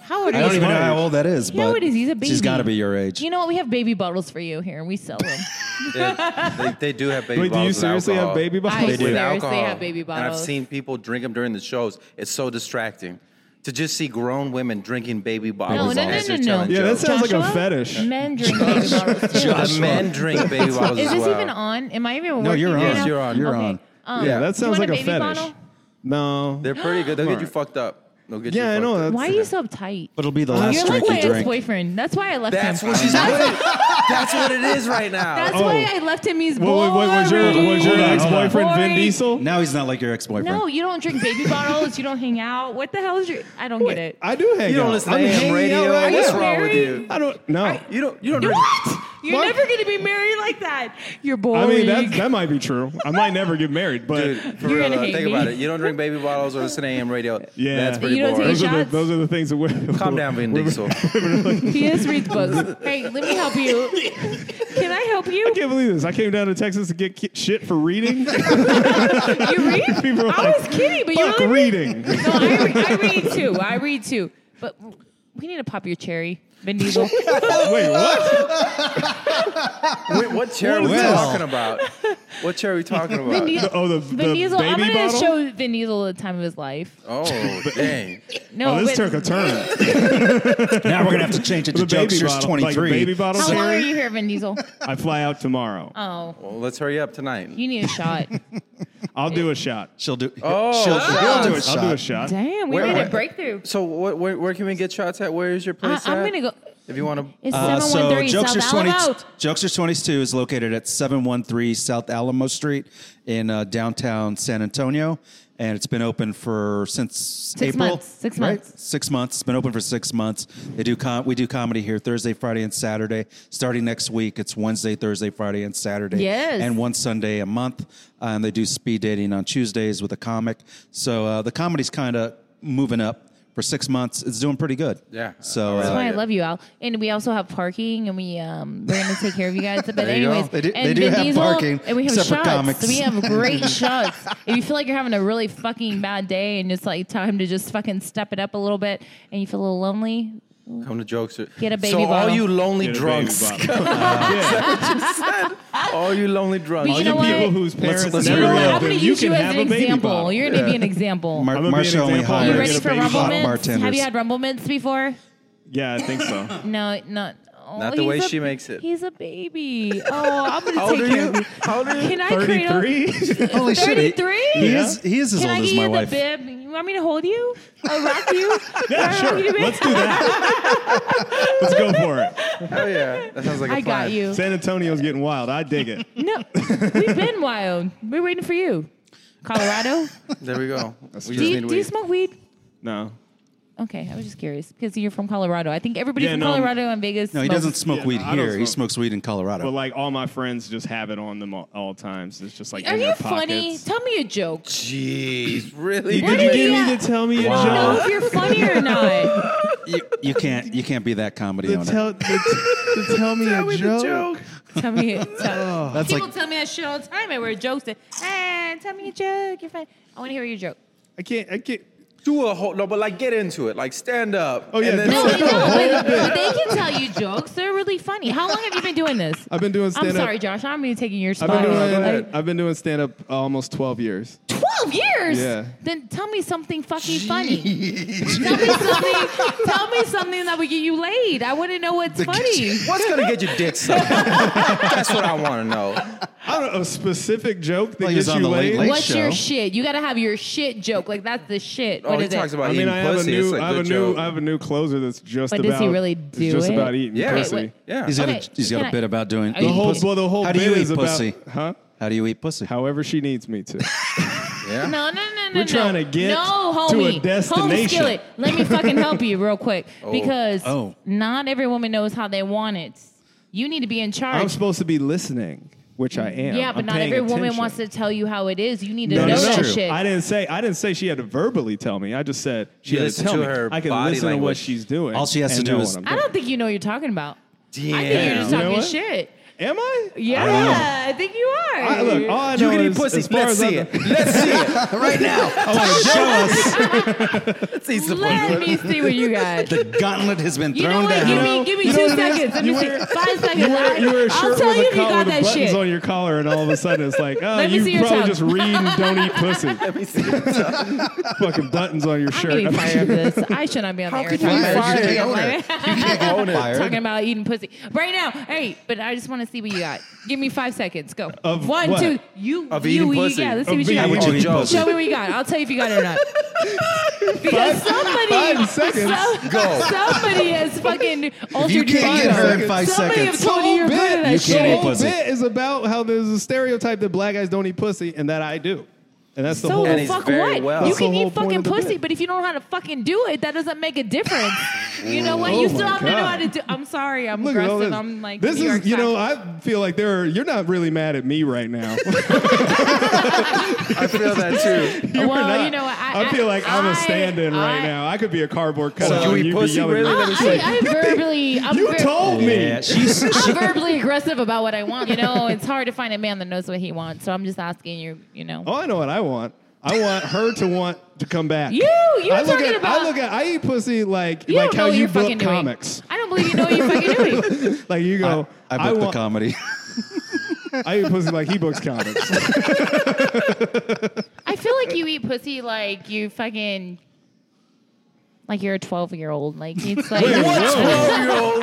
[SPEAKER 1] how old
[SPEAKER 2] I
[SPEAKER 1] are
[SPEAKER 2] don't
[SPEAKER 1] you?
[SPEAKER 2] even know how old that is,
[SPEAKER 1] You know
[SPEAKER 2] but
[SPEAKER 1] what it is? He's a baby.
[SPEAKER 2] she's got to be your age.
[SPEAKER 1] You know what? We have baby bottles for you here. We sell them.
[SPEAKER 3] Yeah, they, they do have baby
[SPEAKER 6] Wait, do
[SPEAKER 3] bottles
[SPEAKER 6] you
[SPEAKER 3] with
[SPEAKER 6] seriously
[SPEAKER 3] alcohol.
[SPEAKER 6] have baby
[SPEAKER 1] I
[SPEAKER 6] bottles?
[SPEAKER 1] seriously
[SPEAKER 3] With alcohol.
[SPEAKER 1] have baby
[SPEAKER 3] And I've
[SPEAKER 1] bottles.
[SPEAKER 3] seen people drink them during the shows. It's so distracting. to just see grown women drinking baby
[SPEAKER 1] No, no,
[SPEAKER 3] bottles.
[SPEAKER 1] no, no,
[SPEAKER 3] as they're
[SPEAKER 1] no.
[SPEAKER 3] telling
[SPEAKER 6] Yeah, that
[SPEAKER 3] jokes.
[SPEAKER 6] sounds like a
[SPEAKER 1] Joshua,
[SPEAKER 6] fetish.
[SPEAKER 1] Men drink baby bottles too.
[SPEAKER 3] The men drink baby bottles
[SPEAKER 1] Is
[SPEAKER 3] as
[SPEAKER 1] this
[SPEAKER 3] well.
[SPEAKER 1] even on? Am I even working
[SPEAKER 2] uh, No, you're on.
[SPEAKER 1] right now?
[SPEAKER 2] You're on. You're
[SPEAKER 1] Okay.
[SPEAKER 2] on.
[SPEAKER 1] Um,
[SPEAKER 6] yeah, that
[SPEAKER 1] do you want
[SPEAKER 6] sounds like a,
[SPEAKER 1] baby
[SPEAKER 6] fetish.
[SPEAKER 1] bottle?
[SPEAKER 6] No.
[SPEAKER 3] They're pretty good. They'll get you fucked up. They'll get
[SPEAKER 6] Yeah,
[SPEAKER 3] you
[SPEAKER 6] I know.
[SPEAKER 3] fucked up.
[SPEAKER 6] That's,
[SPEAKER 1] Why are you so uptight?
[SPEAKER 2] But it'll be the last
[SPEAKER 1] You're like
[SPEAKER 2] drink
[SPEAKER 1] my
[SPEAKER 2] you drink.
[SPEAKER 1] ex-boyfriend. That's why I left
[SPEAKER 3] That's
[SPEAKER 1] him.
[SPEAKER 3] what she's doing. That's what it is right now.
[SPEAKER 1] That's why I left him. He's
[SPEAKER 6] Oh. What, what,
[SPEAKER 1] boring.
[SPEAKER 6] what was your, was your
[SPEAKER 2] Hold on, hold on.
[SPEAKER 6] ex-boyfriend Vin
[SPEAKER 1] Boring.
[SPEAKER 6] Diesel?
[SPEAKER 2] Now he's not like your ex-boyfriend.
[SPEAKER 1] No, you don't drink baby bottles. You don't hang out. What the hell is your? I don't get it.
[SPEAKER 6] I do hang
[SPEAKER 3] You don't
[SPEAKER 6] out.
[SPEAKER 3] listen
[SPEAKER 6] I'm
[SPEAKER 3] to
[SPEAKER 6] hanging
[SPEAKER 3] AM
[SPEAKER 6] out
[SPEAKER 3] radio.
[SPEAKER 6] right
[SPEAKER 1] Are
[SPEAKER 3] What's
[SPEAKER 1] you
[SPEAKER 6] now.
[SPEAKER 3] wrong with
[SPEAKER 1] married?
[SPEAKER 3] you?
[SPEAKER 6] I don't know.
[SPEAKER 3] You don't. You don't. drink-
[SPEAKER 1] what? You're
[SPEAKER 6] What?
[SPEAKER 1] never gonna be married like that. You're
[SPEAKER 6] I
[SPEAKER 1] boring.
[SPEAKER 6] mean, that, that might be true. I might never get married, but
[SPEAKER 3] Dude, for
[SPEAKER 1] You're
[SPEAKER 3] real,
[SPEAKER 1] gonna
[SPEAKER 3] though,
[SPEAKER 1] hate
[SPEAKER 3] think
[SPEAKER 1] me.
[SPEAKER 3] about it. You don't drink baby bottles or listen to AM radio.
[SPEAKER 6] Yeah.
[SPEAKER 3] that's pretty
[SPEAKER 1] You don't
[SPEAKER 3] boring.
[SPEAKER 1] take
[SPEAKER 6] those, are the,
[SPEAKER 1] shots?
[SPEAKER 6] those are the things that we
[SPEAKER 3] Calm down, Vin Diesel.
[SPEAKER 1] he just reads books. hey, let me help you. Can I help you?
[SPEAKER 6] I can't believe this. I came down to Texas to get ki- shit for reading.
[SPEAKER 1] You read?
[SPEAKER 6] People are
[SPEAKER 1] I
[SPEAKER 6] like,
[SPEAKER 1] was kidding, but you
[SPEAKER 6] Fuck
[SPEAKER 1] really
[SPEAKER 6] reading.
[SPEAKER 1] No, I, re- I read too. I read too. But we need to pop your cherry, Vin Diesel.
[SPEAKER 6] Wait, what?
[SPEAKER 3] Wait, what chair are we
[SPEAKER 2] Well.
[SPEAKER 3] talking about? What chair are we talking about?
[SPEAKER 1] Diesel-
[SPEAKER 6] Oh, the,
[SPEAKER 1] Vin
[SPEAKER 6] the
[SPEAKER 1] Diesel. I'm
[SPEAKER 6] baby
[SPEAKER 1] gonna
[SPEAKER 6] bottle?
[SPEAKER 1] show Vin Diesel the time of his life.
[SPEAKER 3] Oh, dang.
[SPEAKER 1] No,
[SPEAKER 6] oh, this
[SPEAKER 1] but
[SPEAKER 6] took a turn.
[SPEAKER 2] Now we're gonna have to change it to
[SPEAKER 6] The baby
[SPEAKER 2] Jokesters
[SPEAKER 6] bottle. Like the
[SPEAKER 2] 23.
[SPEAKER 6] baby bottle
[SPEAKER 1] how long are
[SPEAKER 6] cherry?
[SPEAKER 1] you here, Vin Diesel?
[SPEAKER 6] I fly out tomorrow.
[SPEAKER 1] Oh,
[SPEAKER 3] Well, let's hurry up tonight.
[SPEAKER 1] you need a shot.
[SPEAKER 6] I'll do a shot.
[SPEAKER 2] She'll do.
[SPEAKER 3] Oh,
[SPEAKER 2] she'll,
[SPEAKER 3] shots.
[SPEAKER 2] she'll do a
[SPEAKER 6] I'll do a
[SPEAKER 2] shot.
[SPEAKER 6] shot.
[SPEAKER 1] Damn, we
[SPEAKER 3] Where-
[SPEAKER 1] made
[SPEAKER 3] where-
[SPEAKER 1] a breakthrough.
[SPEAKER 3] So, what, where, where can we get shots at? Where is your
[SPEAKER 1] I,
[SPEAKER 3] place?
[SPEAKER 1] Uh, I'm
[SPEAKER 3] at?
[SPEAKER 1] gonna go.
[SPEAKER 3] If you want to,
[SPEAKER 1] It's
[SPEAKER 2] Uh, so
[SPEAKER 1] 713
[SPEAKER 2] Jokesters
[SPEAKER 1] South
[SPEAKER 2] 20,
[SPEAKER 1] Alamo.
[SPEAKER 2] Jokesters 22 is located at 713 South Alamo Street in uh, downtown San Antonio, and it's been open for since
[SPEAKER 1] Six
[SPEAKER 2] April.
[SPEAKER 1] months. Six
[SPEAKER 2] right?
[SPEAKER 1] months.
[SPEAKER 2] Six months. It's been open for six months. They do com- we do comedy here Thursday, Friday, and Saturday. Starting next week, it's Wednesday, Thursday, Friday, and Saturday.
[SPEAKER 1] Yes.
[SPEAKER 2] And one Sunday a month. Uh, and they do speed dating on Tuesdays with a comic. So uh, the comedy's kind of moving up. For six months, it's doing pretty good.
[SPEAKER 3] Yeah.
[SPEAKER 2] So
[SPEAKER 1] That's
[SPEAKER 2] uh,
[SPEAKER 1] why I love you, Al. And we also have parking, and we um, we're gonna take care of you guys. But anyways,
[SPEAKER 2] They do-
[SPEAKER 1] and
[SPEAKER 2] they do
[SPEAKER 1] Vin
[SPEAKER 2] have
[SPEAKER 1] Diesel,
[SPEAKER 2] parking,
[SPEAKER 1] and we have
[SPEAKER 2] except for
[SPEAKER 1] shots.
[SPEAKER 2] comics.
[SPEAKER 1] We have great shots. If you feel like you're having a really fucking bad day, and it's like time to just fucking step it up a little bit, and you feel a little lonely,
[SPEAKER 3] come to jokes.
[SPEAKER 1] Get a baby
[SPEAKER 3] So, all
[SPEAKER 1] bottle.
[SPEAKER 3] you lonely
[SPEAKER 6] Get a baby
[SPEAKER 3] drunks,
[SPEAKER 6] bottle.
[SPEAKER 3] all you lonely drunks,
[SPEAKER 1] But you
[SPEAKER 6] The
[SPEAKER 1] know what?
[SPEAKER 6] people whose parents
[SPEAKER 2] let's
[SPEAKER 6] never
[SPEAKER 2] be real.
[SPEAKER 1] Well,
[SPEAKER 2] Yeah,
[SPEAKER 1] I'm
[SPEAKER 6] loved
[SPEAKER 1] gonna
[SPEAKER 6] them, you
[SPEAKER 1] use you
[SPEAKER 6] can
[SPEAKER 1] as
[SPEAKER 6] have
[SPEAKER 1] an
[SPEAKER 6] a baby
[SPEAKER 1] example.
[SPEAKER 6] bottle.
[SPEAKER 1] You're gonna be an example.
[SPEAKER 2] Mar-
[SPEAKER 6] I'm gonna be
[SPEAKER 2] Marsha
[SPEAKER 6] an
[SPEAKER 2] only
[SPEAKER 6] example.
[SPEAKER 1] Are
[SPEAKER 6] I'm
[SPEAKER 1] you
[SPEAKER 2] hollers.
[SPEAKER 6] gonna
[SPEAKER 1] ready
[SPEAKER 6] get a
[SPEAKER 1] for
[SPEAKER 6] baby
[SPEAKER 1] rumble
[SPEAKER 6] bottle.
[SPEAKER 2] Hot
[SPEAKER 1] mints? Have
[SPEAKER 2] bartenders.
[SPEAKER 1] you had rumble mints before?
[SPEAKER 6] Yeah, I think so.
[SPEAKER 1] No, no. Oh,
[SPEAKER 3] Not the
[SPEAKER 1] he's
[SPEAKER 3] way
[SPEAKER 1] a-
[SPEAKER 3] she makes it.
[SPEAKER 1] He's a baby. Oh, I'm gonna
[SPEAKER 3] How
[SPEAKER 1] take
[SPEAKER 3] old are
[SPEAKER 1] care
[SPEAKER 3] you?
[SPEAKER 1] of you.
[SPEAKER 3] How old are you?
[SPEAKER 1] Can I cradle?
[SPEAKER 6] Thirty-three.
[SPEAKER 2] Holy shit.
[SPEAKER 1] 33?
[SPEAKER 2] He, he is, he is as
[SPEAKER 1] Can
[SPEAKER 2] old
[SPEAKER 1] I
[SPEAKER 2] as
[SPEAKER 1] get
[SPEAKER 2] my
[SPEAKER 1] you
[SPEAKER 2] wife.
[SPEAKER 1] the bib? You want me to hold you? I'll rock you.
[SPEAKER 6] yeah,
[SPEAKER 1] I'll
[SPEAKER 6] sure.
[SPEAKER 1] rock you, babe.
[SPEAKER 6] Let's do that. Let's go for it.
[SPEAKER 3] Hell Oh, yeah, that sounds like a
[SPEAKER 1] I got
[SPEAKER 3] plan.
[SPEAKER 1] you.
[SPEAKER 6] San Antonio's getting wild. I dig it.
[SPEAKER 1] No, we've been wild. We're waiting for you. Colorado.
[SPEAKER 3] There we go. We
[SPEAKER 1] do
[SPEAKER 3] just
[SPEAKER 1] you
[SPEAKER 3] need
[SPEAKER 1] do you
[SPEAKER 3] weed.
[SPEAKER 1] smoke weed?
[SPEAKER 6] No.
[SPEAKER 1] Okay, I was just curious because you're from Colorado. I think everybody
[SPEAKER 6] Yeah,
[SPEAKER 1] from
[SPEAKER 6] no, I'm-
[SPEAKER 1] Colorado and Vegas.
[SPEAKER 2] No, he
[SPEAKER 1] smokes.
[SPEAKER 2] doesn't smoke
[SPEAKER 6] Yeah,
[SPEAKER 2] weed
[SPEAKER 6] I don't
[SPEAKER 2] here. He
[SPEAKER 6] smoke.
[SPEAKER 2] smokes weed in Colorado.
[SPEAKER 6] But like all my friends just have it on them all, all times. It's just like
[SPEAKER 1] Are
[SPEAKER 6] in
[SPEAKER 1] you
[SPEAKER 6] their
[SPEAKER 1] funny?
[SPEAKER 6] pockets.
[SPEAKER 1] Tell me a joke.
[SPEAKER 3] Jeez, really?
[SPEAKER 1] What
[SPEAKER 6] Did
[SPEAKER 1] do
[SPEAKER 6] you
[SPEAKER 1] you
[SPEAKER 6] get me
[SPEAKER 1] mean?
[SPEAKER 6] to tell me
[SPEAKER 1] I don't know if you're funny or not.
[SPEAKER 2] you, you can't you can't be that comedy
[SPEAKER 6] a
[SPEAKER 2] on
[SPEAKER 6] joke?
[SPEAKER 2] it.
[SPEAKER 6] To tell, to, to tell me a joke.
[SPEAKER 1] Tell me. A, tell,
[SPEAKER 2] That's
[SPEAKER 1] people
[SPEAKER 2] like
[SPEAKER 1] tell me that shit all the time. I wear jokes. That, hey, Eh, tell me a joke. You're fine. I want to hear your joke.
[SPEAKER 6] I can't. I can't.
[SPEAKER 3] Do a whole no, but like get into it. Like stand up.
[SPEAKER 6] Oh, yeah,
[SPEAKER 3] And then
[SPEAKER 1] No,
[SPEAKER 6] do
[SPEAKER 1] they don't. But, but they can tell you jokes. They're really funny. How long have you been doing this?
[SPEAKER 6] I've been doing
[SPEAKER 1] I'm
[SPEAKER 6] stand-up.
[SPEAKER 1] sorry, Josh. I'm gonna be taking your
[SPEAKER 6] I've
[SPEAKER 1] spot.
[SPEAKER 6] been doing.
[SPEAKER 1] Like,
[SPEAKER 6] I've been doing stand up almost twelve years.
[SPEAKER 1] Twelve years.
[SPEAKER 6] Yeah.
[SPEAKER 1] Then tell me something fucking funny. tell me something. Tell me something that would get you laid. I want to know what's funny.
[SPEAKER 3] What's gonna get your dick sucked? That's what I want to know.
[SPEAKER 6] I don't know, a specific joke that
[SPEAKER 2] Like he was on
[SPEAKER 6] gets
[SPEAKER 2] the
[SPEAKER 6] you
[SPEAKER 2] Late
[SPEAKER 6] laid.
[SPEAKER 2] Late
[SPEAKER 1] What's your
[SPEAKER 2] show.
[SPEAKER 1] shit? You gotta have your shit joke. Like that's the shit.
[SPEAKER 3] Oh,
[SPEAKER 1] What
[SPEAKER 3] he
[SPEAKER 1] is
[SPEAKER 3] talks
[SPEAKER 1] it?
[SPEAKER 3] about
[SPEAKER 6] I mean,
[SPEAKER 3] eating
[SPEAKER 6] I have
[SPEAKER 3] pussy.
[SPEAKER 6] a
[SPEAKER 3] it's
[SPEAKER 6] new,
[SPEAKER 3] a
[SPEAKER 6] I have a
[SPEAKER 3] good
[SPEAKER 6] new,
[SPEAKER 3] joke.
[SPEAKER 6] I have a new closer that's just
[SPEAKER 1] But
[SPEAKER 6] about.
[SPEAKER 1] does he really do
[SPEAKER 6] it's just
[SPEAKER 1] it?
[SPEAKER 6] about eating
[SPEAKER 3] Yeah. Wait,
[SPEAKER 6] pussy.
[SPEAKER 1] wait.
[SPEAKER 3] yeah.
[SPEAKER 2] he's got
[SPEAKER 1] Okay,
[SPEAKER 2] a he's got
[SPEAKER 1] can
[SPEAKER 2] a
[SPEAKER 1] I-
[SPEAKER 2] bit about doing
[SPEAKER 1] The
[SPEAKER 2] eating
[SPEAKER 6] The whole,
[SPEAKER 2] pussy.
[SPEAKER 6] well, the whole
[SPEAKER 2] How do
[SPEAKER 6] bit
[SPEAKER 2] you eat
[SPEAKER 6] is about,
[SPEAKER 2] pussy?
[SPEAKER 6] huh?
[SPEAKER 2] How do you eat pussy?
[SPEAKER 6] However she needs me to.
[SPEAKER 3] yeah.
[SPEAKER 1] No, no, no, no.
[SPEAKER 6] We're
[SPEAKER 1] no.
[SPEAKER 6] trying to get
[SPEAKER 1] no,
[SPEAKER 6] to a
[SPEAKER 1] homie. Home
[SPEAKER 6] destination.
[SPEAKER 1] skillet. Let me fucking help you real quick because
[SPEAKER 2] Oh.
[SPEAKER 1] not every woman knows how they want it. You need to be in charge.
[SPEAKER 6] I'm supposed to be listening, which I am.
[SPEAKER 1] yeah, but
[SPEAKER 6] I'm
[SPEAKER 1] not
[SPEAKER 6] paying
[SPEAKER 1] every woman
[SPEAKER 6] attention.
[SPEAKER 1] wants to tell you how it is. You need to
[SPEAKER 6] No,
[SPEAKER 1] know
[SPEAKER 6] no,
[SPEAKER 1] that
[SPEAKER 6] no.
[SPEAKER 1] shit.
[SPEAKER 6] I didn't say I didn't say she had to verbally tell me. I just said she
[SPEAKER 3] You
[SPEAKER 6] had to
[SPEAKER 3] listen
[SPEAKER 6] tell
[SPEAKER 3] to
[SPEAKER 6] me.
[SPEAKER 3] her
[SPEAKER 6] I can
[SPEAKER 3] body
[SPEAKER 6] listen to what
[SPEAKER 3] language.
[SPEAKER 6] she's doing.
[SPEAKER 2] All she has to
[SPEAKER 6] and
[SPEAKER 2] do
[SPEAKER 6] know
[SPEAKER 2] is-
[SPEAKER 6] what I'm
[SPEAKER 1] I don't think you know what you're talking about. I think you're
[SPEAKER 3] Damn.
[SPEAKER 1] just
[SPEAKER 6] You know
[SPEAKER 1] talking
[SPEAKER 6] what?
[SPEAKER 1] shit.
[SPEAKER 6] Am I?
[SPEAKER 1] Yeah,
[SPEAKER 6] I don't know.
[SPEAKER 1] I, think you are.
[SPEAKER 6] I, look, all I
[SPEAKER 7] You
[SPEAKER 6] know
[SPEAKER 7] can eat
[SPEAKER 6] is,
[SPEAKER 7] pussy.
[SPEAKER 6] As far
[SPEAKER 7] Let's
[SPEAKER 6] as I
[SPEAKER 7] see
[SPEAKER 6] know-
[SPEAKER 7] it. Let's see it.
[SPEAKER 2] right now. I want to show us.
[SPEAKER 7] Let's eat some
[SPEAKER 1] Let
[SPEAKER 7] pussy.
[SPEAKER 1] me see what you got.
[SPEAKER 2] The gauntlet has been
[SPEAKER 1] You know
[SPEAKER 2] thrown
[SPEAKER 1] what?
[SPEAKER 2] down.
[SPEAKER 1] Give me, give me
[SPEAKER 6] You know
[SPEAKER 1] two
[SPEAKER 6] what it is?
[SPEAKER 1] seconds. Let
[SPEAKER 6] You
[SPEAKER 1] me see.
[SPEAKER 6] wear-
[SPEAKER 1] Five seconds.
[SPEAKER 6] You wear, you wear a
[SPEAKER 1] I'll
[SPEAKER 6] shirt
[SPEAKER 1] tell
[SPEAKER 6] with
[SPEAKER 1] you
[SPEAKER 6] a
[SPEAKER 1] if you
[SPEAKER 6] collar
[SPEAKER 1] got
[SPEAKER 6] with
[SPEAKER 1] that
[SPEAKER 6] buttons
[SPEAKER 1] shit.
[SPEAKER 6] on your collar, and all of a sudden it's like, oh,
[SPEAKER 1] Let me
[SPEAKER 6] you
[SPEAKER 1] see your
[SPEAKER 6] probably
[SPEAKER 1] tongue.
[SPEAKER 6] just read and don't eat pussy. Fucking buttons on your
[SPEAKER 1] I'm
[SPEAKER 6] shirt.
[SPEAKER 1] getting fired for this. I should not be on the air
[SPEAKER 7] could you
[SPEAKER 1] talking
[SPEAKER 7] be
[SPEAKER 1] about
[SPEAKER 7] fired?
[SPEAKER 1] shit.
[SPEAKER 2] You
[SPEAKER 1] I'm
[SPEAKER 2] can't
[SPEAKER 1] like-
[SPEAKER 2] Get
[SPEAKER 1] talking
[SPEAKER 2] fired.
[SPEAKER 1] about eating pussy right now. Hey, but I just want to see what you got. Give me five seconds. Go.
[SPEAKER 6] Of
[SPEAKER 1] One,
[SPEAKER 6] what?
[SPEAKER 1] two. You.
[SPEAKER 7] Of
[SPEAKER 1] you
[SPEAKER 7] eating
[SPEAKER 1] eat-
[SPEAKER 7] pussy.
[SPEAKER 1] Yeah, let's see what
[SPEAKER 6] Of
[SPEAKER 1] you
[SPEAKER 6] being-
[SPEAKER 1] got.
[SPEAKER 6] How would
[SPEAKER 7] you eat
[SPEAKER 2] Joe.
[SPEAKER 7] pussy?
[SPEAKER 1] Show me what you got. I'll tell you if you got it or not. Because somebody,
[SPEAKER 6] Five seconds.
[SPEAKER 1] some- somebody has fucking altered
[SPEAKER 2] you
[SPEAKER 1] your
[SPEAKER 2] can't get her in
[SPEAKER 1] ego.
[SPEAKER 2] five
[SPEAKER 1] somebody
[SPEAKER 2] seconds.
[SPEAKER 1] have told you you're good at that
[SPEAKER 2] You
[SPEAKER 1] shit.
[SPEAKER 2] can't eat
[SPEAKER 6] the whole
[SPEAKER 2] pussy.
[SPEAKER 6] bit is about how there's a stereotype that black guys don't eat pussy, and that I do, and that's the
[SPEAKER 1] So
[SPEAKER 6] whole.
[SPEAKER 1] the
[SPEAKER 7] And he's
[SPEAKER 1] fuck
[SPEAKER 7] very
[SPEAKER 1] what?
[SPEAKER 7] well.
[SPEAKER 1] You
[SPEAKER 6] That's
[SPEAKER 1] can
[SPEAKER 6] the whole
[SPEAKER 1] eat
[SPEAKER 6] point
[SPEAKER 1] fucking
[SPEAKER 6] of the
[SPEAKER 1] pussy,
[SPEAKER 6] bit.
[SPEAKER 1] but if you don't know how to fucking do it, that doesn't make a difference. you know what? You
[SPEAKER 6] Oh
[SPEAKER 1] still
[SPEAKER 6] my
[SPEAKER 1] have to know
[SPEAKER 6] God.
[SPEAKER 1] how to do. I'm sorry, I'm
[SPEAKER 6] Look at all
[SPEAKER 1] aggressive.
[SPEAKER 6] this.
[SPEAKER 1] I'm like
[SPEAKER 6] this
[SPEAKER 1] New York
[SPEAKER 6] is, you know,
[SPEAKER 1] style.
[SPEAKER 6] I feel like there are, you're not really mad at me right now.
[SPEAKER 7] I feel that too.
[SPEAKER 6] You are
[SPEAKER 1] Well,
[SPEAKER 6] not.
[SPEAKER 1] you know what, I-
[SPEAKER 6] I, feel like I, am
[SPEAKER 1] I-
[SPEAKER 6] a stand-in right
[SPEAKER 1] I-
[SPEAKER 6] now. I could be a cardboard cutout.
[SPEAKER 7] you
[SPEAKER 6] and
[SPEAKER 7] eat
[SPEAKER 6] you'd be
[SPEAKER 7] pussy,
[SPEAKER 6] yelling,
[SPEAKER 7] really? Let me see.
[SPEAKER 1] I, I verbally. I'm
[SPEAKER 6] You
[SPEAKER 1] ver-
[SPEAKER 6] told me.
[SPEAKER 2] Yeah, she's
[SPEAKER 1] I'm verbally aggressive about what I want. You know, it's hard to find a man that knows what he wants. So I'm just asking you. You know,
[SPEAKER 6] Oh, I know what I want. I want her to want to come back.
[SPEAKER 1] You- you're
[SPEAKER 6] I look
[SPEAKER 1] talking
[SPEAKER 6] at,
[SPEAKER 1] about-
[SPEAKER 6] I look at. I eat pussy like
[SPEAKER 1] you
[SPEAKER 6] like
[SPEAKER 1] don't
[SPEAKER 6] how
[SPEAKER 1] know what
[SPEAKER 6] you
[SPEAKER 1] you're
[SPEAKER 6] book
[SPEAKER 1] fucking
[SPEAKER 6] comics.
[SPEAKER 1] doing. I don't believe you know what you're fucking doing.
[SPEAKER 6] Like you go.
[SPEAKER 2] I booked the
[SPEAKER 6] want-
[SPEAKER 2] comedy.
[SPEAKER 6] I eat pussy like he books comics.
[SPEAKER 1] I feel like you eat pussy like you fucking like you're a 12 year old. Like it's like
[SPEAKER 6] Whoa!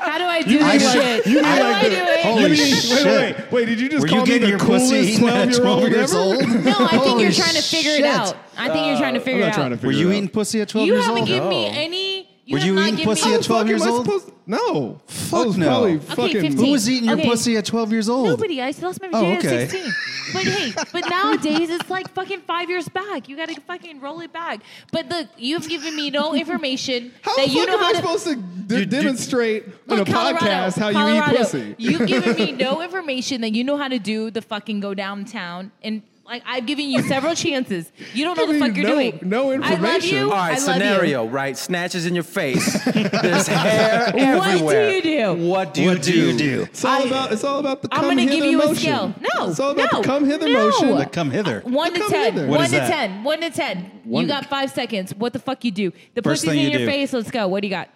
[SPEAKER 1] how do I do
[SPEAKER 2] mean
[SPEAKER 1] this
[SPEAKER 2] like-
[SPEAKER 1] shit?
[SPEAKER 6] you mean
[SPEAKER 1] how
[SPEAKER 6] like
[SPEAKER 1] do
[SPEAKER 6] the-
[SPEAKER 1] I do it?
[SPEAKER 2] Holy
[SPEAKER 6] You mean-
[SPEAKER 2] shit!
[SPEAKER 6] Wait, wait, wait! Did you just
[SPEAKER 2] Were
[SPEAKER 6] call
[SPEAKER 2] you
[SPEAKER 6] me
[SPEAKER 2] getting
[SPEAKER 6] the
[SPEAKER 2] your pussy
[SPEAKER 6] coolest
[SPEAKER 2] eaten at
[SPEAKER 6] twelve-year-old
[SPEAKER 2] 12
[SPEAKER 6] ever?
[SPEAKER 2] years old?
[SPEAKER 1] No, I think
[SPEAKER 2] Holy
[SPEAKER 1] you're trying to figure
[SPEAKER 2] shit.
[SPEAKER 1] it out. I think you're trying to
[SPEAKER 6] I'm
[SPEAKER 1] figure
[SPEAKER 6] not
[SPEAKER 1] it
[SPEAKER 6] trying to
[SPEAKER 1] out.
[SPEAKER 6] figure
[SPEAKER 2] Were
[SPEAKER 6] it
[SPEAKER 2] you
[SPEAKER 6] out.
[SPEAKER 2] eating pussy at 12
[SPEAKER 1] You
[SPEAKER 2] years
[SPEAKER 1] haven't
[SPEAKER 2] old?
[SPEAKER 1] given me any. You
[SPEAKER 2] Were
[SPEAKER 1] have
[SPEAKER 2] you
[SPEAKER 1] not
[SPEAKER 2] eating
[SPEAKER 1] given
[SPEAKER 2] pussy
[SPEAKER 1] me, Oh,
[SPEAKER 2] at 12
[SPEAKER 6] Fuck,
[SPEAKER 2] years
[SPEAKER 6] am I
[SPEAKER 2] old?
[SPEAKER 6] supposed- No.
[SPEAKER 2] Fuck
[SPEAKER 6] I was
[SPEAKER 2] no.
[SPEAKER 6] Probably
[SPEAKER 2] Okay,
[SPEAKER 6] fucking
[SPEAKER 1] 15.
[SPEAKER 2] Who was eating
[SPEAKER 1] Okay.
[SPEAKER 2] your pussy at 12 years old?
[SPEAKER 1] Nobody. I lost my
[SPEAKER 2] Oh,
[SPEAKER 1] virginity
[SPEAKER 2] okay.
[SPEAKER 1] at 16. But hey, but nowadays it's like fucking five years back. You gotta fucking roll it back. But look, you've given me no information
[SPEAKER 6] How
[SPEAKER 1] that
[SPEAKER 6] the
[SPEAKER 1] you
[SPEAKER 6] fuck
[SPEAKER 1] know
[SPEAKER 6] am
[SPEAKER 1] how
[SPEAKER 6] I
[SPEAKER 1] to.
[SPEAKER 6] supposed to d-
[SPEAKER 7] You- you-
[SPEAKER 6] demonstrate on a
[SPEAKER 1] Look, Colorado,
[SPEAKER 6] podcast how
[SPEAKER 1] Colorado,
[SPEAKER 6] you eat pussy?
[SPEAKER 1] You've given me no information that you know how to do the fucking go downtown and. Like I've given you several chances. You don't know the
[SPEAKER 6] Giving
[SPEAKER 1] fuck
[SPEAKER 6] you
[SPEAKER 1] you're
[SPEAKER 6] no-
[SPEAKER 1] doing.
[SPEAKER 6] no
[SPEAKER 1] I love
[SPEAKER 6] information.
[SPEAKER 1] you.
[SPEAKER 7] All
[SPEAKER 1] I
[SPEAKER 7] right,
[SPEAKER 1] love
[SPEAKER 7] scenario, right? Snatches in your face. There's hair everywhere.
[SPEAKER 1] you do?
[SPEAKER 7] What do you
[SPEAKER 2] What do you do?
[SPEAKER 6] It's all
[SPEAKER 1] I-
[SPEAKER 6] about it's all about the
[SPEAKER 1] I'm
[SPEAKER 6] come
[SPEAKER 1] gonna
[SPEAKER 6] hither
[SPEAKER 1] give you a
[SPEAKER 6] motion.
[SPEAKER 1] scale. No,
[SPEAKER 6] it's all about
[SPEAKER 1] no,
[SPEAKER 6] the come hither
[SPEAKER 1] no.
[SPEAKER 6] motion.
[SPEAKER 2] The come hither.
[SPEAKER 1] you. One
[SPEAKER 6] Look,
[SPEAKER 1] to
[SPEAKER 6] come
[SPEAKER 1] ten.
[SPEAKER 6] hither.
[SPEAKER 2] What
[SPEAKER 1] One
[SPEAKER 2] is
[SPEAKER 1] to
[SPEAKER 2] that?
[SPEAKER 1] ten. One to ten.
[SPEAKER 2] One-
[SPEAKER 1] You got five seconds. What the fuck you do? The
[SPEAKER 2] First
[SPEAKER 1] pussy's
[SPEAKER 2] thing
[SPEAKER 1] in
[SPEAKER 2] you
[SPEAKER 1] your
[SPEAKER 2] do.
[SPEAKER 1] face. Let's go. What do you got?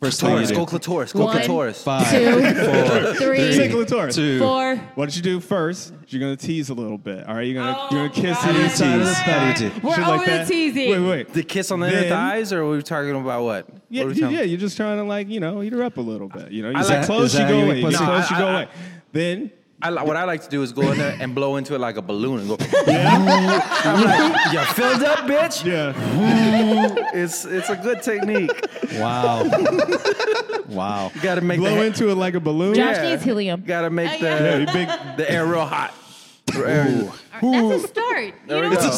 [SPEAKER 2] First thing you
[SPEAKER 7] Taurus,
[SPEAKER 2] do.
[SPEAKER 7] go clitoris, go
[SPEAKER 1] One.
[SPEAKER 7] clitoris.
[SPEAKER 2] Five,
[SPEAKER 1] Two,
[SPEAKER 2] four,
[SPEAKER 1] three,
[SPEAKER 6] Take a little tour.
[SPEAKER 2] two.
[SPEAKER 1] Four.
[SPEAKER 6] What did you do first? is You're gonna tease a little bit. All right, you're gonna
[SPEAKER 1] Oh,
[SPEAKER 6] you're gonna kiss
[SPEAKER 1] God.
[SPEAKER 6] the inside of the
[SPEAKER 2] Tease,
[SPEAKER 6] thigh.
[SPEAKER 2] tease.
[SPEAKER 1] We're
[SPEAKER 6] shit like
[SPEAKER 1] over the
[SPEAKER 6] that.
[SPEAKER 1] teasing.
[SPEAKER 6] Wait, wait.
[SPEAKER 7] The kiss on the
[SPEAKER 6] Then-
[SPEAKER 7] inner thighs?
[SPEAKER 3] Eyes, or were we talking about what?
[SPEAKER 6] Yeah,
[SPEAKER 3] What are we
[SPEAKER 6] you-
[SPEAKER 3] talking-
[SPEAKER 6] yeah, you're just trying to like you know interrupt a little bit. You know, you
[SPEAKER 7] I
[SPEAKER 6] get
[SPEAKER 7] like-
[SPEAKER 2] is
[SPEAKER 6] close,
[SPEAKER 2] that
[SPEAKER 6] you go
[SPEAKER 2] how you
[SPEAKER 6] away. You
[SPEAKER 2] eat
[SPEAKER 6] get
[SPEAKER 2] pussy?
[SPEAKER 6] close, you
[SPEAKER 7] No,
[SPEAKER 6] go
[SPEAKER 7] I- I-
[SPEAKER 6] away. Then
[SPEAKER 3] I, li- what I like to do is go in there and blow into it like a balloon and go.
[SPEAKER 7] You filled up, bitch?
[SPEAKER 6] yeah,
[SPEAKER 3] It's it's a good technique.
[SPEAKER 2] Wow. wow.
[SPEAKER 3] You gotta make
[SPEAKER 6] blow
[SPEAKER 3] the
[SPEAKER 6] into it like a balloon.
[SPEAKER 1] Josh
[SPEAKER 3] Yeah.
[SPEAKER 1] needs helium.
[SPEAKER 3] gotta
[SPEAKER 1] Oh,
[SPEAKER 3] make
[SPEAKER 1] yeah.
[SPEAKER 6] Yeah,
[SPEAKER 3] the
[SPEAKER 6] you big.
[SPEAKER 3] the air real hot.
[SPEAKER 1] That's a start. You
[SPEAKER 3] There
[SPEAKER 1] know
[SPEAKER 3] we go.
[SPEAKER 1] what?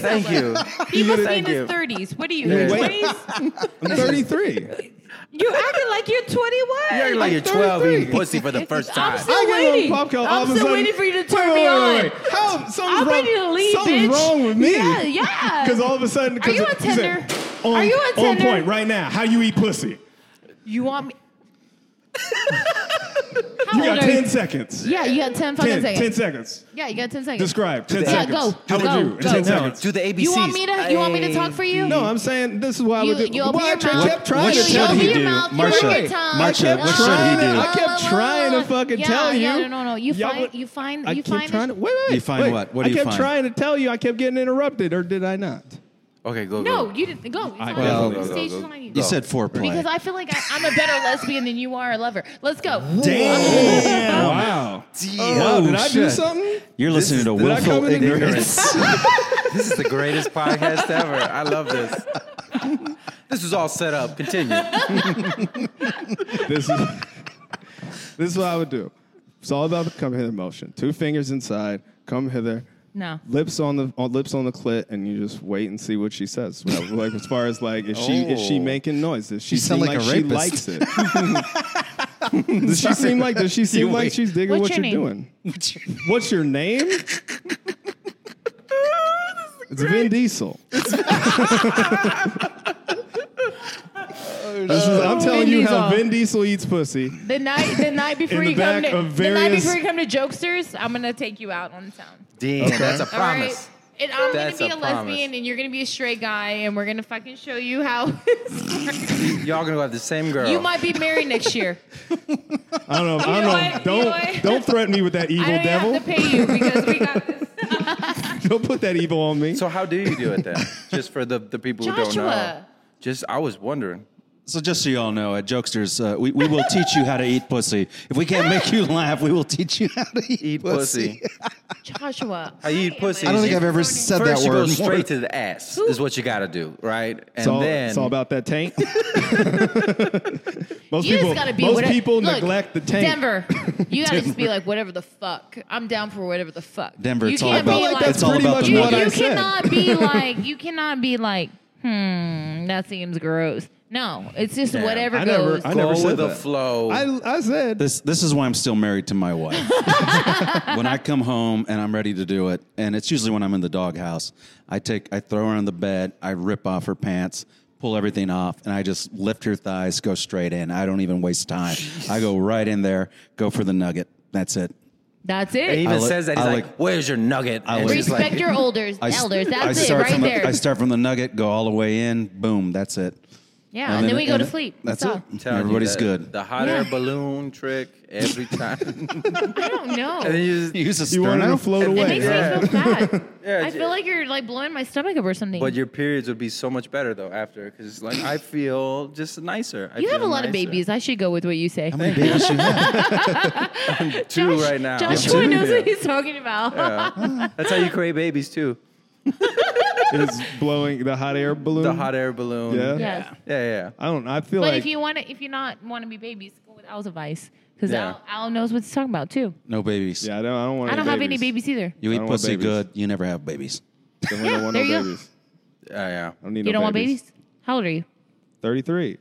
[SPEAKER 3] Thank you.
[SPEAKER 1] He must be in
[SPEAKER 3] Thank you.
[SPEAKER 1] his 30s. What are you,
[SPEAKER 6] Yeah.
[SPEAKER 1] 20s?
[SPEAKER 6] I'm 33.
[SPEAKER 1] You acting like you're 21.
[SPEAKER 3] You're acting like you're 12
[SPEAKER 6] 33.
[SPEAKER 3] eating pussy for the first
[SPEAKER 1] I'm
[SPEAKER 3] time.
[SPEAKER 1] still
[SPEAKER 6] I get a
[SPEAKER 1] waiting.
[SPEAKER 6] little pop call. all
[SPEAKER 1] I'm
[SPEAKER 6] of a
[SPEAKER 1] still
[SPEAKER 6] sudden-
[SPEAKER 1] waiting for you to turn
[SPEAKER 6] wait,
[SPEAKER 1] me
[SPEAKER 6] wait,
[SPEAKER 1] on.
[SPEAKER 6] wait, wait. How? Something's
[SPEAKER 1] I'm
[SPEAKER 6] wrong.
[SPEAKER 1] ready to leave,
[SPEAKER 6] Something's
[SPEAKER 1] bitch.
[SPEAKER 6] wrong with me.
[SPEAKER 1] Yeah, yeah.
[SPEAKER 6] Because all of a sudden, 'cause
[SPEAKER 1] you
[SPEAKER 6] it-
[SPEAKER 1] on
[SPEAKER 6] you said,
[SPEAKER 1] Tinder?
[SPEAKER 6] On,
[SPEAKER 1] Are you on Tinder?
[SPEAKER 6] On point right now. How you eat pussy?
[SPEAKER 1] You want me? How
[SPEAKER 6] You
[SPEAKER 1] old
[SPEAKER 6] got
[SPEAKER 1] are you?
[SPEAKER 6] 10 seconds.
[SPEAKER 1] Yeah, you got 10 fucking
[SPEAKER 6] 10, 10
[SPEAKER 1] seconds.
[SPEAKER 6] seconds.
[SPEAKER 1] Yeah, you got 10 seconds.
[SPEAKER 6] Describe. 10
[SPEAKER 1] Yeah,
[SPEAKER 6] seconds.
[SPEAKER 1] go, go,
[SPEAKER 6] How would you? in
[SPEAKER 1] go.
[SPEAKER 6] 10
[SPEAKER 1] No,
[SPEAKER 6] seconds.
[SPEAKER 3] Do the ABCs.
[SPEAKER 1] You want me to? You want me to talk for you?
[SPEAKER 6] No, I'm saying this is why I
[SPEAKER 1] You,
[SPEAKER 6] would do
[SPEAKER 1] you open
[SPEAKER 6] Why I
[SPEAKER 1] your
[SPEAKER 6] try-
[SPEAKER 1] mouth.
[SPEAKER 6] kept trying
[SPEAKER 2] What
[SPEAKER 1] you,
[SPEAKER 6] to
[SPEAKER 2] should
[SPEAKER 1] you
[SPEAKER 6] tell
[SPEAKER 1] open
[SPEAKER 2] he
[SPEAKER 1] your
[SPEAKER 2] do?
[SPEAKER 1] Mouth,
[SPEAKER 2] Marsha,
[SPEAKER 1] you work your tongue.
[SPEAKER 2] Marsha, what should he do?
[SPEAKER 6] I kept trying to fucking
[SPEAKER 1] yeah,
[SPEAKER 6] tell
[SPEAKER 1] Yeah,
[SPEAKER 6] you.
[SPEAKER 1] no, no, no. You
[SPEAKER 6] Y'all
[SPEAKER 1] find,
[SPEAKER 6] would-
[SPEAKER 1] you find,
[SPEAKER 6] I
[SPEAKER 1] you
[SPEAKER 6] keep
[SPEAKER 1] find.
[SPEAKER 6] trying to. Wait, wait.
[SPEAKER 2] You find
[SPEAKER 6] wait.
[SPEAKER 2] what? What do you
[SPEAKER 6] I kept
[SPEAKER 2] find?
[SPEAKER 6] trying to tell you. I kept getting interrupted, or did I not?
[SPEAKER 3] Okay, go.
[SPEAKER 1] no,
[SPEAKER 3] go.
[SPEAKER 1] you didn't go. It's on
[SPEAKER 2] Well,
[SPEAKER 1] you.
[SPEAKER 2] go,
[SPEAKER 1] The
[SPEAKER 3] go,
[SPEAKER 1] stage is
[SPEAKER 3] go.
[SPEAKER 1] on you.
[SPEAKER 2] You said foreplay.
[SPEAKER 1] because I feel like I, I'm a better lesbian than you are a lover. Let's go.
[SPEAKER 2] Damn.
[SPEAKER 6] Wow.
[SPEAKER 2] Wow, Oh,
[SPEAKER 6] Did I do
[SPEAKER 2] shit.
[SPEAKER 6] something?
[SPEAKER 2] You're listening to
[SPEAKER 6] did I come
[SPEAKER 2] willful
[SPEAKER 6] in ignorant?
[SPEAKER 2] ignorance.
[SPEAKER 3] This is the greatest podcast ever. I love this. This was all set up. Continue.
[SPEAKER 6] this is this is what I would do. It's all about the come hither motion. Two fingers inside, come hither.
[SPEAKER 1] No.
[SPEAKER 6] Lips on the on, lips on the clit, and you just wait and see what she says. Well, like as far as like, is she is she making noise? Does she
[SPEAKER 2] Oh. You sound
[SPEAKER 6] seem
[SPEAKER 2] like
[SPEAKER 6] like,
[SPEAKER 2] a
[SPEAKER 6] she
[SPEAKER 2] rapist.
[SPEAKER 6] likes it? does she seem like does she seem
[SPEAKER 2] You
[SPEAKER 6] like
[SPEAKER 2] wait.
[SPEAKER 6] she's digging
[SPEAKER 1] What's
[SPEAKER 6] what
[SPEAKER 1] your
[SPEAKER 6] you're
[SPEAKER 1] name?
[SPEAKER 6] doing? What's your name? it's
[SPEAKER 1] Oh,
[SPEAKER 6] Vin Diesel. This is- I'm telling
[SPEAKER 1] Vin
[SPEAKER 6] you how
[SPEAKER 1] Diesel.
[SPEAKER 6] Vin Diesel eats pussy.
[SPEAKER 1] The night, the night before
[SPEAKER 6] the
[SPEAKER 1] you come
[SPEAKER 6] back
[SPEAKER 1] to,
[SPEAKER 6] of
[SPEAKER 1] the night
[SPEAKER 6] various-
[SPEAKER 1] before you come to Jokesters, I'm gonna take you out on town.
[SPEAKER 3] Damn, that's a promise.
[SPEAKER 1] And I'm
[SPEAKER 3] That's
[SPEAKER 1] gonna be
[SPEAKER 3] a
[SPEAKER 1] a,
[SPEAKER 3] promise.
[SPEAKER 1] lesbian, and you're gonna be a straight guy, and we're gonna fucking show you how.
[SPEAKER 3] Y'all gonna go have the same girl.
[SPEAKER 1] you might be married next year.
[SPEAKER 6] I don't know. I
[SPEAKER 1] know
[SPEAKER 6] don't
[SPEAKER 1] what?
[SPEAKER 6] know.
[SPEAKER 1] You know
[SPEAKER 6] Don't
[SPEAKER 1] what?
[SPEAKER 6] don't threaten me with that
[SPEAKER 1] I
[SPEAKER 6] evil
[SPEAKER 1] don't
[SPEAKER 6] devil.
[SPEAKER 1] have to pay you because we got this.
[SPEAKER 6] Don't put that evil on me.
[SPEAKER 3] so how do you do it then? Just for the, the people who don't know.
[SPEAKER 1] Joshua.
[SPEAKER 3] Just I was wondering.
[SPEAKER 2] So just so you all know, at Jokesters, uh, we, we will teach you how to eat pussy. If we can't make you laugh, we will teach you how to eat,
[SPEAKER 3] Eat pussy.
[SPEAKER 1] Joshua.
[SPEAKER 3] I eat
[SPEAKER 1] am
[SPEAKER 3] pussy.
[SPEAKER 1] a-
[SPEAKER 3] I don't think I've
[SPEAKER 2] ever said that
[SPEAKER 3] First you go
[SPEAKER 2] word.
[SPEAKER 3] straight to the ass is what you gotta do, right? And
[SPEAKER 6] It's all,
[SPEAKER 3] then
[SPEAKER 6] it's all about that tank. most
[SPEAKER 1] You
[SPEAKER 6] people,
[SPEAKER 1] just gotta be
[SPEAKER 6] most
[SPEAKER 1] whatever-
[SPEAKER 6] people
[SPEAKER 1] Look,
[SPEAKER 6] neglect the tank.
[SPEAKER 1] Denver, you gotta just be like whatever the fuck. I'm down for whatever the fuck.
[SPEAKER 2] Denver,
[SPEAKER 1] you
[SPEAKER 2] it's all
[SPEAKER 1] can't
[SPEAKER 2] about
[SPEAKER 1] be
[SPEAKER 6] like
[SPEAKER 1] like,
[SPEAKER 6] that's
[SPEAKER 2] it's all
[SPEAKER 6] pretty
[SPEAKER 2] about
[SPEAKER 6] much
[SPEAKER 2] the
[SPEAKER 1] you,
[SPEAKER 6] what I
[SPEAKER 1] you
[SPEAKER 2] nuggets.
[SPEAKER 6] said.
[SPEAKER 1] cannot be like you cannot be like hmm that seems gross. No, it's just whatever
[SPEAKER 6] I never,
[SPEAKER 1] goes.
[SPEAKER 6] I never
[SPEAKER 3] Go
[SPEAKER 6] said
[SPEAKER 3] with the
[SPEAKER 6] that.
[SPEAKER 3] flow.
[SPEAKER 6] I, I said
[SPEAKER 2] This this is why I'm still married to my wife. when I come home and I'm ready to do it, and it's usually when I'm in the doghouse, I take I throw her on the bed, I rip off her pants, pull everything off, and I just lift her thighs, go straight in. I don't even waste time. I go right in there, go for the nugget. That's it.
[SPEAKER 1] that's
[SPEAKER 3] and he
[SPEAKER 1] it.
[SPEAKER 3] even
[SPEAKER 2] I look-
[SPEAKER 3] says that he's
[SPEAKER 2] I
[SPEAKER 3] like,
[SPEAKER 2] look-
[SPEAKER 3] "Where's your nugget?"
[SPEAKER 2] I
[SPEAKER 3] and
[SPEAKER 2] look-
[SPEAKER 3] she's like,
[SPEAKER 1] Respect your elders,
[SPEAKER 2] I s-
[SPEAKER 1] elders.
[SPEAKER 2] I
[SPEAKER 1] That's it,
[SPEAKER 2] start
[SPEAKER 1] right
[SPEAKER 2] from
[SPEAKER 1] there.
[SPEAKER 2] The, I start from the nugget, go all the way in, boom, that's it.
[SPEAKER 1] yeah, and, then, we go
[SPEAKER 2] and
[SPEAKER 1] to
[SPEAKER 2] it-
[SPEAKER 1] sleep.
[SPEAKER 2] That's
[SPEAKER 1] So,
[SPEAKER 2] it.
[SPEAKER 3] telling you
[SPEAKER 2] Everybody's
[SPEAKER 3] that
[SPEAKER 2] good.
[SPEAKER 3] The hot air
[SPEAKER 1] Yeah.
[SPEAKER 3] balloon trick every time.
[SPEAKER 1] I don't know.
[SPEAKER 3] and
[SPEAKER 1] It
[SPEAKER 3] you just,
[SPEAKER 2] You use a
[SPEAKER 6] you wanted
[SPEAKER 2] sterno?
[SPEAKER 6] to float away.
[SPEAKER 1] makes me feel bad.
[SPEAKER 3] Yeah,
[SPEAKER 1] I feel like you're like blowing my stomach up or something.
[SPEAKER 3] but your periods would be so much better though after because it's like I feel just nicer. I
[SPEAKER 1] you have a
[SPEAKER 3] feel
[SPEAKER 1] lot of
[SPEAKER 3] nicer.
[SPEAKER 1] babies. I should go with what you say.
[SPEAKER 2] How many babies you have?
[SPEAKER 3] Two
[SPEAKER 1] Josh-
[SPEAKER 3] right now.
[SPEAKER 1] Joshua
[SPEAKER 3] Yeah.
[SPEAKER 1] knows what he's talking about.
[SPEAKER 3] That's how you create babies too.
[SPEAKER 6] is blowing the hot air balloon.
[SPEAKER 3] The hot air balloon.
[SPEAKER 6] Yeah.
[SPEAKER 1] Yes.
[SPEAKER 3] Mm-hmm. Yeah, yeah.
[SPEAKER 6] I don't. know. I feel
[SPEAKER 1] But
[SPEAKER 6] like
[SPEAKER 1] if you want to, if you not want to be babies, go with Al's advice because
[SPEAKER 3] Yeah. Oh,
[SPEAKER 1] Al, Al knows what he's talking about too.
[SPEAKER 2] No babies.
[SPEAKER 6] yeah, I don't. I don't want.
[SPEAKER 1] I don't have any babies either.
[SPEAKER 2] You
[SPEAKER 6] I
[SPEAKER 2] eat
[SPEAKER 6] don't want
[SPEAKER 2] pussy
[SPEAKER 6] babies.
[SPEAKER 2] good, you never have babies.
[SPEAKER 6] Definitely
[SPEAKER 1] Yeah,
[SPEAKER 6] don't want
[SPEAKER 1] there
[SPEAKER 6] no
[SPEAKER 1] you go.
[SPEAKER 6] babies.
[SPEAKER 3] Yeah,
[SPEAKER 6] I don't need
[SPEAKER 1] You
[SPEAKER 6] no
[SPEAKER 1] don't want babies? How old are you?
[SPEAKER 6] Thirty-three.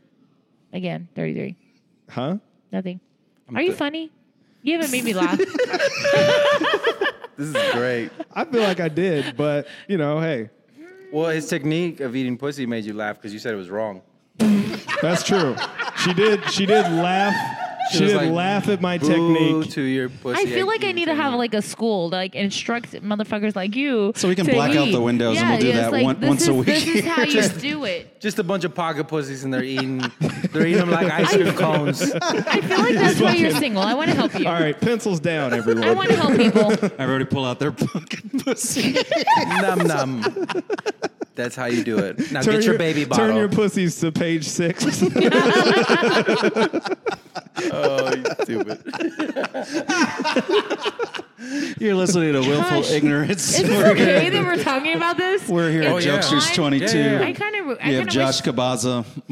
[SPEAKER 1] Again, thirty-three.
[SPEAKER 6] Huh?
[SPEAKER 1] Nothing. are you
[SPEAKER 3] th-
[SPEAKER 1] funny? You haven't made me laugh.
[SPEAKER 3] yeah. This is great.
[SPEAKER 6] I feel like I did, but you know, hey,
[SPEAKER 3] well, his technique of eating pussy made you laugh because you said it was wrong.
[SPEAKER 6] that's true. She did. She did laugh. She,
[SPEAKER 3] was
[SPEAKER 6] did
[SPEAKER 3] like,
[SPEAKER 6] laugh at my
[SPEAKER 3] Boo
[SPEAKER 6] technique.
[SPEAKER 3] to your pussy.
[SPEAKER 1] I feel like I
[SPEAKER 3] eating
[SPEAKER 1] need to have
[SPEAKER 3] technique.
[SPEAKER 1] like a school to, like instruct motherfuckers like you.
[SPEAKER 2] So we can
[SPEAKER 1] to
[SPEAKER 2] black out
[SPEAKER 1] eat.
[SPEAKER 2] the windows and
[SPEAKER 1] Yeah,
[SPEAKER 2] we'll do
[SPEAKER 1] yeah, it's
[SPEAKER 2] that
[SPEAKER 1] like,
[SPEAKER 2] one-
[SPEAKER 1] this
[SPEAKER 2] once a
[SPEAKER 1] is-
[SPEAKER 2] week.
[SPEAKER 1] This is how you do it.
[SPEAKER 3] just a bunch of pocket pussies and they're eating. they're eating them like ice cream cones.
[SPEAKER 1] I feel like that's why you're single. I want to help you.
[SPEAKER 6] All right, pencils down, everyone.
[SPEAKER 1] I want to help people.
[SPEAKER 2] I already pull out their fucking pussy.
[SPEAKER 3] num num. That's how you do it. Now get your, baby bottle.
[SPEAKER 6] Turn your pussies to page six.
[SPEAKER 3] oh, you stupid.
[SPEAKER 2] You're listening to willful
[SPEAKER 1] Gosh.
[SPEAKER 2] ignorance.
[SPEAKER 1] Is this
[SPEAKER 2] We're here-
[SPEAKER 1] okay that we're talking about this?
[SPEAKER 2] We're here at
[SPEAKER 3] Oh, yeah.
[SPEAKER 2] Jokesters
[SPEAKER 1] Fine.
[SPEAKER 2] 22.
[SPEAKER 3] Yeah, yeah, yeah.
[SPEAKER 1] I kind of. I
[SPEAKER 2] We have
[SPEAKER 1] kinda
[SPEAKER 2] Josh
[SPEAKER 1] Wish,
[SPEAKER 2] Kabaza,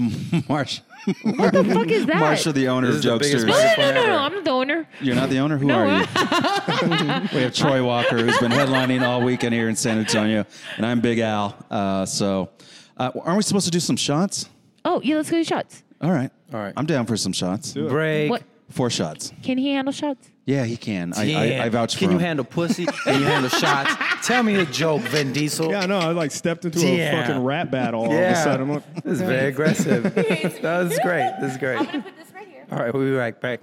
[SPEAKER 2] Marsha,
[SPEAKER 1] what the fuck is that?
[SPEAKER 2] Marsha, the owner of
[SPEAKER 3] This is the biggest
[SPEAKER 1] no,
[SPEAKER 2] Jokesters.
[SPEAKER 3] motherfucker.
[SPEAKER 1] no, no, no,
[SPEAKER 3] Whatever.
[SPEAKER 1] no. I'm the owner.
[SPEAKER 2] You're not the owner? Who
[SPEAKER 1] No, uh,
[SPEAKER 2] are
[SPEAKER 1] I-
[SPEAKER 2] you? we have Troy Walker, who's been headlining all weekend here in San Antonio, and I'm Big Al. Uh, so, uh, aren't we supposed to do some shots?
[SPEAKER 1] Oh yeah, let's go to shots.
[SPEAKER 2] All right.
[SPEAKER 3] All right.
[SPEAKER 2] I'm down for some shots.
[SPEAKER 3] Break.
[SPEAKER 1] What?
[SPEAKER 2] Four shots.
[SPEAKER 1] Can he handle shots?
[SPEAKER 2] Yeah, he can. I, I, I vouch for
[SPEAKER 3] Can
[SPEAKER 2] him.
[SPEAKER 3] you handle pussy? Can you handle shots? Tell me a joke, Vin Diesel.
[SPEAKER 6] yeah, I know. I like stepped into a
[SPEAKER 3] Yeah.
[SPEAKER 6] fucking rap battle all of a
[SPEAKER 3] Yeah.
[SPEAKER 6] sudden. I'm like,
[SPEAKER 3] This is very aggressive. that was great. This is great.
[SPEAKER 1] put this right here.
[SPEAKER 3] All right, we'll be right back.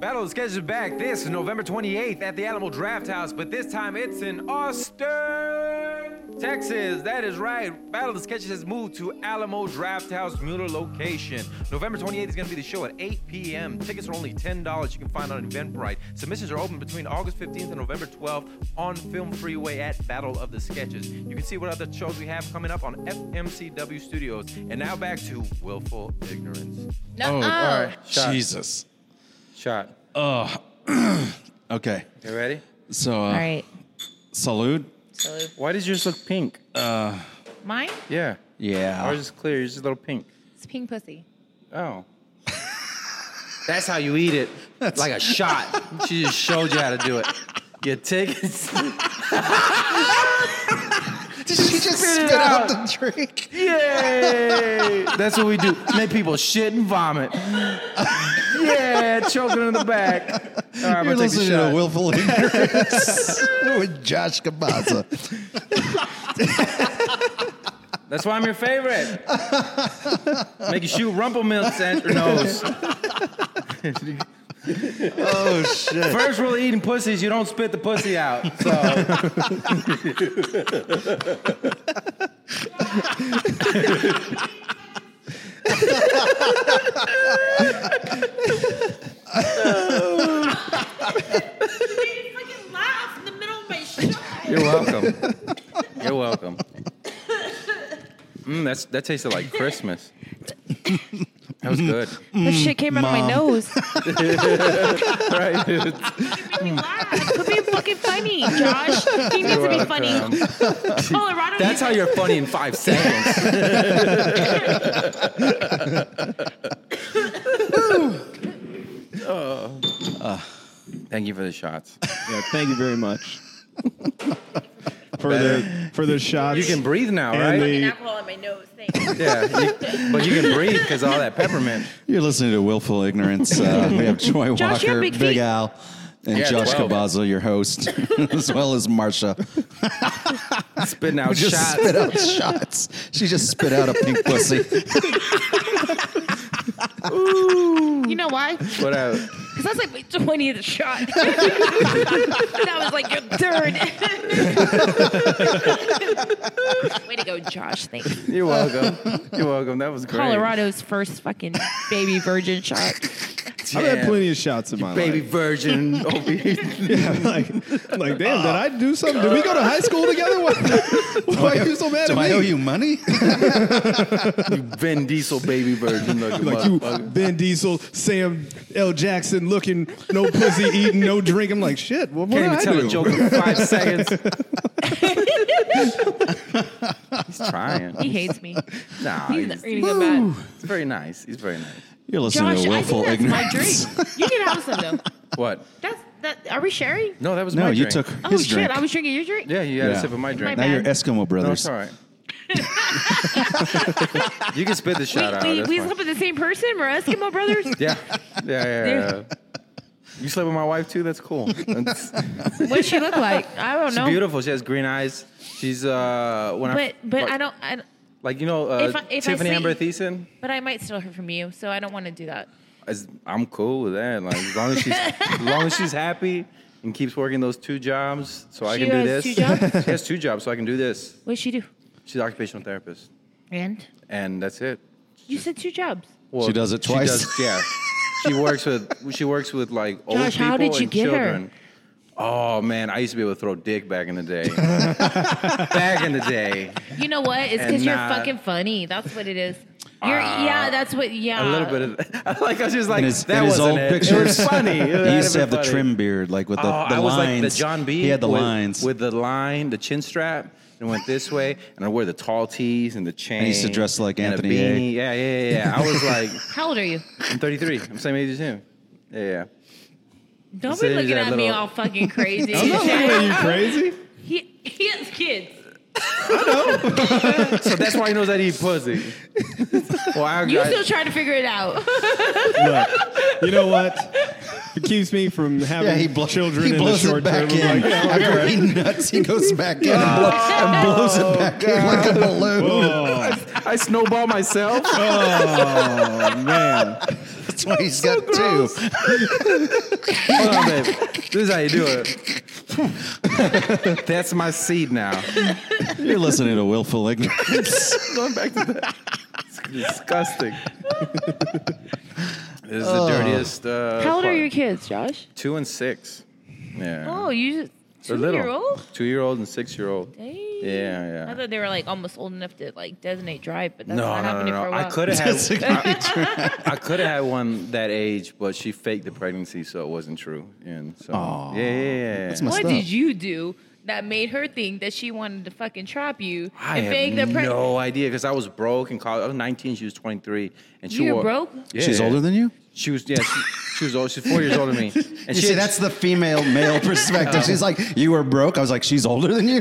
[SPEAKER 8] Battle is scheduled back this November 28th at the Alamo Draft House, but this time it's in Austin, Texas. That is right. Battle of the Sketches has moved to Alamo Draft House Mueller location. November 28th is going to be the show at 8 p.m. Tickets are only $10. You can find on Eventbrite. Submissions are open between August 15th and November 12th on Film Freeway at Battle of the Sketches. You can see what other shows we have coming up on FMCW Studios. And now back to Willful Ignorance.
[SPEAKER 1] No.
[SPEAKER 3] Oh, all right. Shot.
[SPEAKER 2] Jesus.
[SPEAKER 3] Shot.
[SPEAKER 2] Okay.
[SPEAKER 3] You ready?
[SPEAKER 2] So, uh,
[SPEAKER 1] All right.
[SPEAKER 2] salute.
[SPEAKER 1] So
[SPEAKER 3] Why does yours look pink?
[SPEAKER 1] mine.
[SPEAKER 3] Yeah.
[SPEAKER 2] Yeah.
[SPEAKER 3] Ours is clear. Yours is a little pink.
[SPEAKER 1] It's pink pussy.
[SPEAKER 3] Oh. That's how you eat it. like a shot. She just showed you how to do it. You take it.
[SPEAKER 2] she just spit out the drink.
[SPEAKER 7] Yay! That's what we do. Make people shit and vomit. Yeah, choking in the back. All right, I'm
[SPEAKER 2] You're
[SPEAKER 7] gonna take the
[SPEAKER 2] listening to
[SPEAKER 7] shot.
[SPEAKER 2] Willful Ignorance with Josh Kabaza.
[SPEAKER 3] That's why I'm your favorite. Make you shoot Rumpelmilk's at your nose.
[SPEAKER 2] Oh shit!
[SPEAKER 3] First rule of eating pussy is you don't spit the pussy out. So
[SPEAKER 9] fucking laugh in the middle of my show.
[SPEAKER 3] you're welcome. You're welcome. Mm, that's that tasted like Christmas. That was good.
[SPEAKER 1] This shit came out of my nose.
[SPEAKER 3] Right.
[SPEAKER 9] It made me laugh. Could be fucking funny, Josh. He needs to be funny.
[SPEAKER 1] Oh,
[SPEAKER 9] Colorado.
[SPEAKER 3] That's how you're funny in five seconds. Thank you for the shots.
[SPEAKER 6] Yeah, thank you very much. for the for the shots.
[SPEAKER 3] You can breathe now,
[SPEAKER 6] and
[SPEAKER 3] right?
[SPEAKER 9] fucking
[SPEAKER 6] the-
[SPEAKER 9] alcohol in my nose. Thanks.
[SPEAKER 3] Yeah, you- but you can breathe because all that peppermint.
[SPEAKER 2] You're listening to Willful Ignorance. Uh, we have Joy
[SPEAKER 1] Josh, you have
[SPEAKER 2] Walker,
[SPEAKER 1] big
[SPEAKER 2] Big,
[SPEAKER 1] feet.
[SPEAKER 2] Al, and
[SPEAKER 3] Yeah,
[SPEAKER 2] Josh
[SPEAKER 3] twelve.
[SPEAKER 2] Cavazzo, your host, as well as Marsha.
[SPEAKER 3] Spitting out
[SPEAKER 2] Just
[SPEAKER 3] shots.
[SPEAKER 2] spit out shots. She just spit out a pink pussy.
[SPEAKER 1] You know why? Because
[SPEAKER 3] What up?
[SPEAKER 1] I was like, wait, 20 of the shot. that was like your third. Way to go, Josh. Thank you.
[SPEAKER 3] You're welcome. You're welcome. That was great.
[SPEAKER 1] Colorado's first fucking baby virgin shot.
[SPEAKER 6] I've had
[SPEAKER 3] Damn.
[SPEAKER 6] plenty of shots in my
[SPEAKER 3] Baby
[SPEAKER 6] life.
[SPEAKER 3] virgin over here.
[SPEAKER 6] like, like, damn,
[SPEAKER 3] Oh.
[SPEAKER 6] did I do something? Did we go to high school together? Why, why are you so mad
[SPEAKER 2] Do
[SPEAKER 6] at
[SPEAKER 2] I owe
[SPEAKER 6] me?
[SPEAKER 2] you money?
[SPEAKER 3] Vin Diesel baby virgin looking
[SPEAKER 6] like you,
[SPEAKER 3] motherfucker.
[SPEAKER 6] Ben Diesel, Sam L. Jackson, looking no pussy, eating no drink. I'm like, shit. What, what
[SPEAKER 3] Can't even
[SPEAKER 6] did I
[SPEAKER 3] tell
[SPEAKER 6] do?
[SPEAKER 3] a joke in five seconds. He's trying.
[SPEAKER 1] He hates me.
[SPEAKER 3] Nah,
[SPEAKER 1] He's
[SPEAKER 3] he's,
[SPEAKER 1] not gonna go back.
[SPEAKER 3] he's very nice. He's very nice.
[SPEAKER 2] You're listening
[SPEAKER 1] Josh,
[SPEAKER 2] to
[SPEAKER 1] I think
[SPEAKER 2] Willful
[SPEAKER 1] that's my
[SPEAKER 2] Ignorance.
[SPEAKER 1] drink. You can have some though.
[SPEAKER 3] What?
[SPEAKER 1] That's that. Are we sharing?
[SPEAKER 3] No, that was
[SPEAKER 2] No,
[SPEAKER 3] my
[SPEAKER 2] you
[SPEAKER 3] drink.
[SPEAKER 2] took
[SPEAKER 1] Oh
[SPEAKER 2] his
[SPEAKER 1] shit!
[SPEAKER 2] drink.
[SPEAKER 1] I was drinking your drink.
[SPEAKER 3] Yeah, you had
[SPEAKER 2] Yeah.
[SPEAKER 3] a sip of my drink.
[SPEAKER 2] now
[SPEAKER 1] bad.
[SPEAKER 2] you're Eskimo
[SPEAKER 3] No,
[SPEAKER 2] brothers.
[SPEAKER 3] it's all right. you can spit the shot out.
[SPEAKER 1] we
[SPEAKER 3] that's
[SPEAKER 1] we
[SPEAKER 3] fine.
[SPEAKER 1] slept with the same person. We're Eskimo brothers.
[SPEAKER 3] yeah. yeah, yeah, yeah, yeah. You slept with my wife too. That's cool. That's,
[SPEAKER 1] What does she look like? I don't
[SPEAKER 3] she's
[SPEAKER 1] know.
[SPEAKER 3] beautiful. She has green eyes. She's uh when I
[SPEAKER 1] But but
[SPEAKER 3] like,
[SPEAKER 1] I don't. I, don't-
[SPEAKER 3] like you know uh,
[SPEAKER 1] If I- if I
[SPEAKER 3] Tiffany
[SPEAKER 1] see-
[SPEAKER 3] Amber Thiessen.
[SPEAKER 1] but I might steal her from you, so I don't want to do that.
[SPEAKER 3] as, I'm cool with that. Like as long as she's as long as she's happy and keeps working those two jobs, so I
[SPEAKER 1] She
[SPEAKER 3] can do
[SPEAKER 1] has
[SPEAKER 3] this.
[SPEAKER 1] two jobs?
[SPEAKER 3] she has two jobs, so I can do this.
[SPEAKER 1] What'd she do?
[SPEAKER 3] She's an occupational therapist,
[SPEAKER 1] And
[SPEAKER 3] and that's it.
[SPEAKER 1] you said two jobs.
[SPEAKER 3] Well,
[SPEAKER 2] She does it twice?
[SPEAKER 3] yeah, she works with she works with like old
[SPEAKER 1] Josh,
[SPEAKER 3] people
[SPEAKER 1] how did you
[SPEAKER 3] and
[SPEAKER 1] get her?
[SPEAKER 3] children. Oh man, I used to be able to throw dick back in the day. back in the day,
[SPEAKER 1] You know what? It's because
[SPEAKER 3] And
[SPEAKER 1] you're
[SPEAKER 3] not- Uh,
[SPEAKER 1] fucking funny. That's what it is. You're, yeah, that's what. Yeah,
[SPEAKER 3] a little bit of I like I was just like
[SPEAKER 2] In his,
[SPEAKER 3] that
[SPEAKER 2] in his
[SPEAKER 3] wasn't
[SPEAKER 2] old
[SPEAKER 3] it.
[SPEAKER 2] pictures,
[SPEAKER 3] It was funny. It
[SPEAKER 2] he used to
[SPEAKER 3] been
[SPEAKER 2] have the
[SPEAKER 3] funny.
[SPEAKER 2] trim beard, like with the,
[SPEAKER 3] oh,
[SPEAKER 2] the
[SPEAKER 3] I was
[SPEAKER 2] lines.
[SPEAKER 3] like the John B.
[SPEAKER 2] He had the
[SPEAKER 3] with,
[SPEAKER 2] lines.
[SPEAKER 3] with the line, the chin strap, and went this way, and I wear the tall tees and the chain.
[SPEAKER 2] used to dress like
[SPEAKER 3] and
[SPEAKER 2] Anthony
[SPEAKER 3] A
[SPEAKER 2] A.
[SPEAKER 3] beanie. Yeah, yeah, yeah, yeah. I was like,
[SPEAKER 1] How old are you?
[SPEAKER 3] I'm 33. I'm same age as him. Yeah, yeah.
[SPEAKER 1] Don't
[SPEAKER 3] Say
[SPEAKER 1] be looking
[SPEAKER 3] that
[SPEAKER 1] at me
[SPEAKER 3] little-
[SPEAKER 1] all fucking crazy.
[SPEAKER 6] Are you crazy?
[SPEAKER 1] he, he has kids.
[SPEAKER 3] So that's why he knows that he pussy. well, I,
[SPEAKER 1] You
[SPEAKER 3] I-
[SPEAKER 1] still trying to figure it out.
[SPEAKER 6] Look, you know what? It keeps me from having
[SPEAKER 2] yeah, he blo-
[SPEAKER 6] children
[SPEAKER 2] he
[SPEAKER 6] in the
[SPEAKER 2] blows
[SPEAKER 6] short
[SPEAKER 2] it back
[SPEAKER 6] term. I'm
[SPEAKER 2] in.
[SPEAKER 6] like, yeah,
[SPEAKER 2] After he nuts, he goes back in and, blow, and blows it back in like a balloon.
[SPEAKER 6] oh,
[SPEAKER 3] I snowball myself.
[SPEAKER 6] man.
[SPEAKER 2] That's why he's got two.
[SPEAKER 3] Hold on, babe. This is how you do it. that's my seed now.
[SPEAKER 2] You're listening to Willful Ignorance.
[SPEAKER 3] Going back to that. It's disgusting. this is the dirtiest. Uh,
[SPEAKER 1] How old are
[SPEAKER 3] part.
[SPEAKER 1] your kids, Josh?
[SPEAKER 3] Two and six. Yeah.
[SPEAKER 1] Oh, you just two
[SPEAKER 3] They're little.
[SPEAKER 1] year old?
[SPEAKER 3] Two year old and six year old. Yeah,
[SPEAKER 1] I
[SPEAKER 3] yeah.
[SPEAKER 1] thought they were like almost old enough to like designate drive, but that's
[SPEAKER 3] No,
[SPEAKER 1] not
[SPEAKER 3] no,
[SPEAKER 1] happening
[SPEAKER 3] no,
[SPEAKER 1] for a
[SPEAKER 3] no.
[SPEAKER 1] while.
[SPEAKER 3] I could have had I could have had one that age, but she faked the pregnancy, so it wasn't true. And so,
[SPEAKER 2] Aw.
[SPEAKER 3] yeah, yeah, yeah. yeah.
[SPEAKER 2] messed
[SPEAKER 1] What
[SPEAKER 2] up.
[SPEAKER 1] did you do that made her think that she wanted to fucking trap you
[SPEAKER 3] I
[SPEAKER 1] and
[SPEAKER 3] have
[SPEAKER 1] fake the pre-
[SPEAKER 3] no idea because I was broke in college. I was 19, she was 23, and she
[SPEAKER 1] You were
[SPEAKER 3] wore-
[SPEAKER 1] broke?
[SPEAKER 3] Yeah,
[SPEAKER 2] She's
[SPEAKER 3] yeah.
[SPEAKER 2] older than you?
[SPEAKER 3] She was, yeah, she, she was old. She's four years older than me. And
[SPEAKER 2] you
[SPEAKER 3] she
[SPEAKER 2] see,
[SPEAKER 3] had-
[SPEAKER 2] that's the female male perspective. She's like, you were broke. I was like, she's older than you.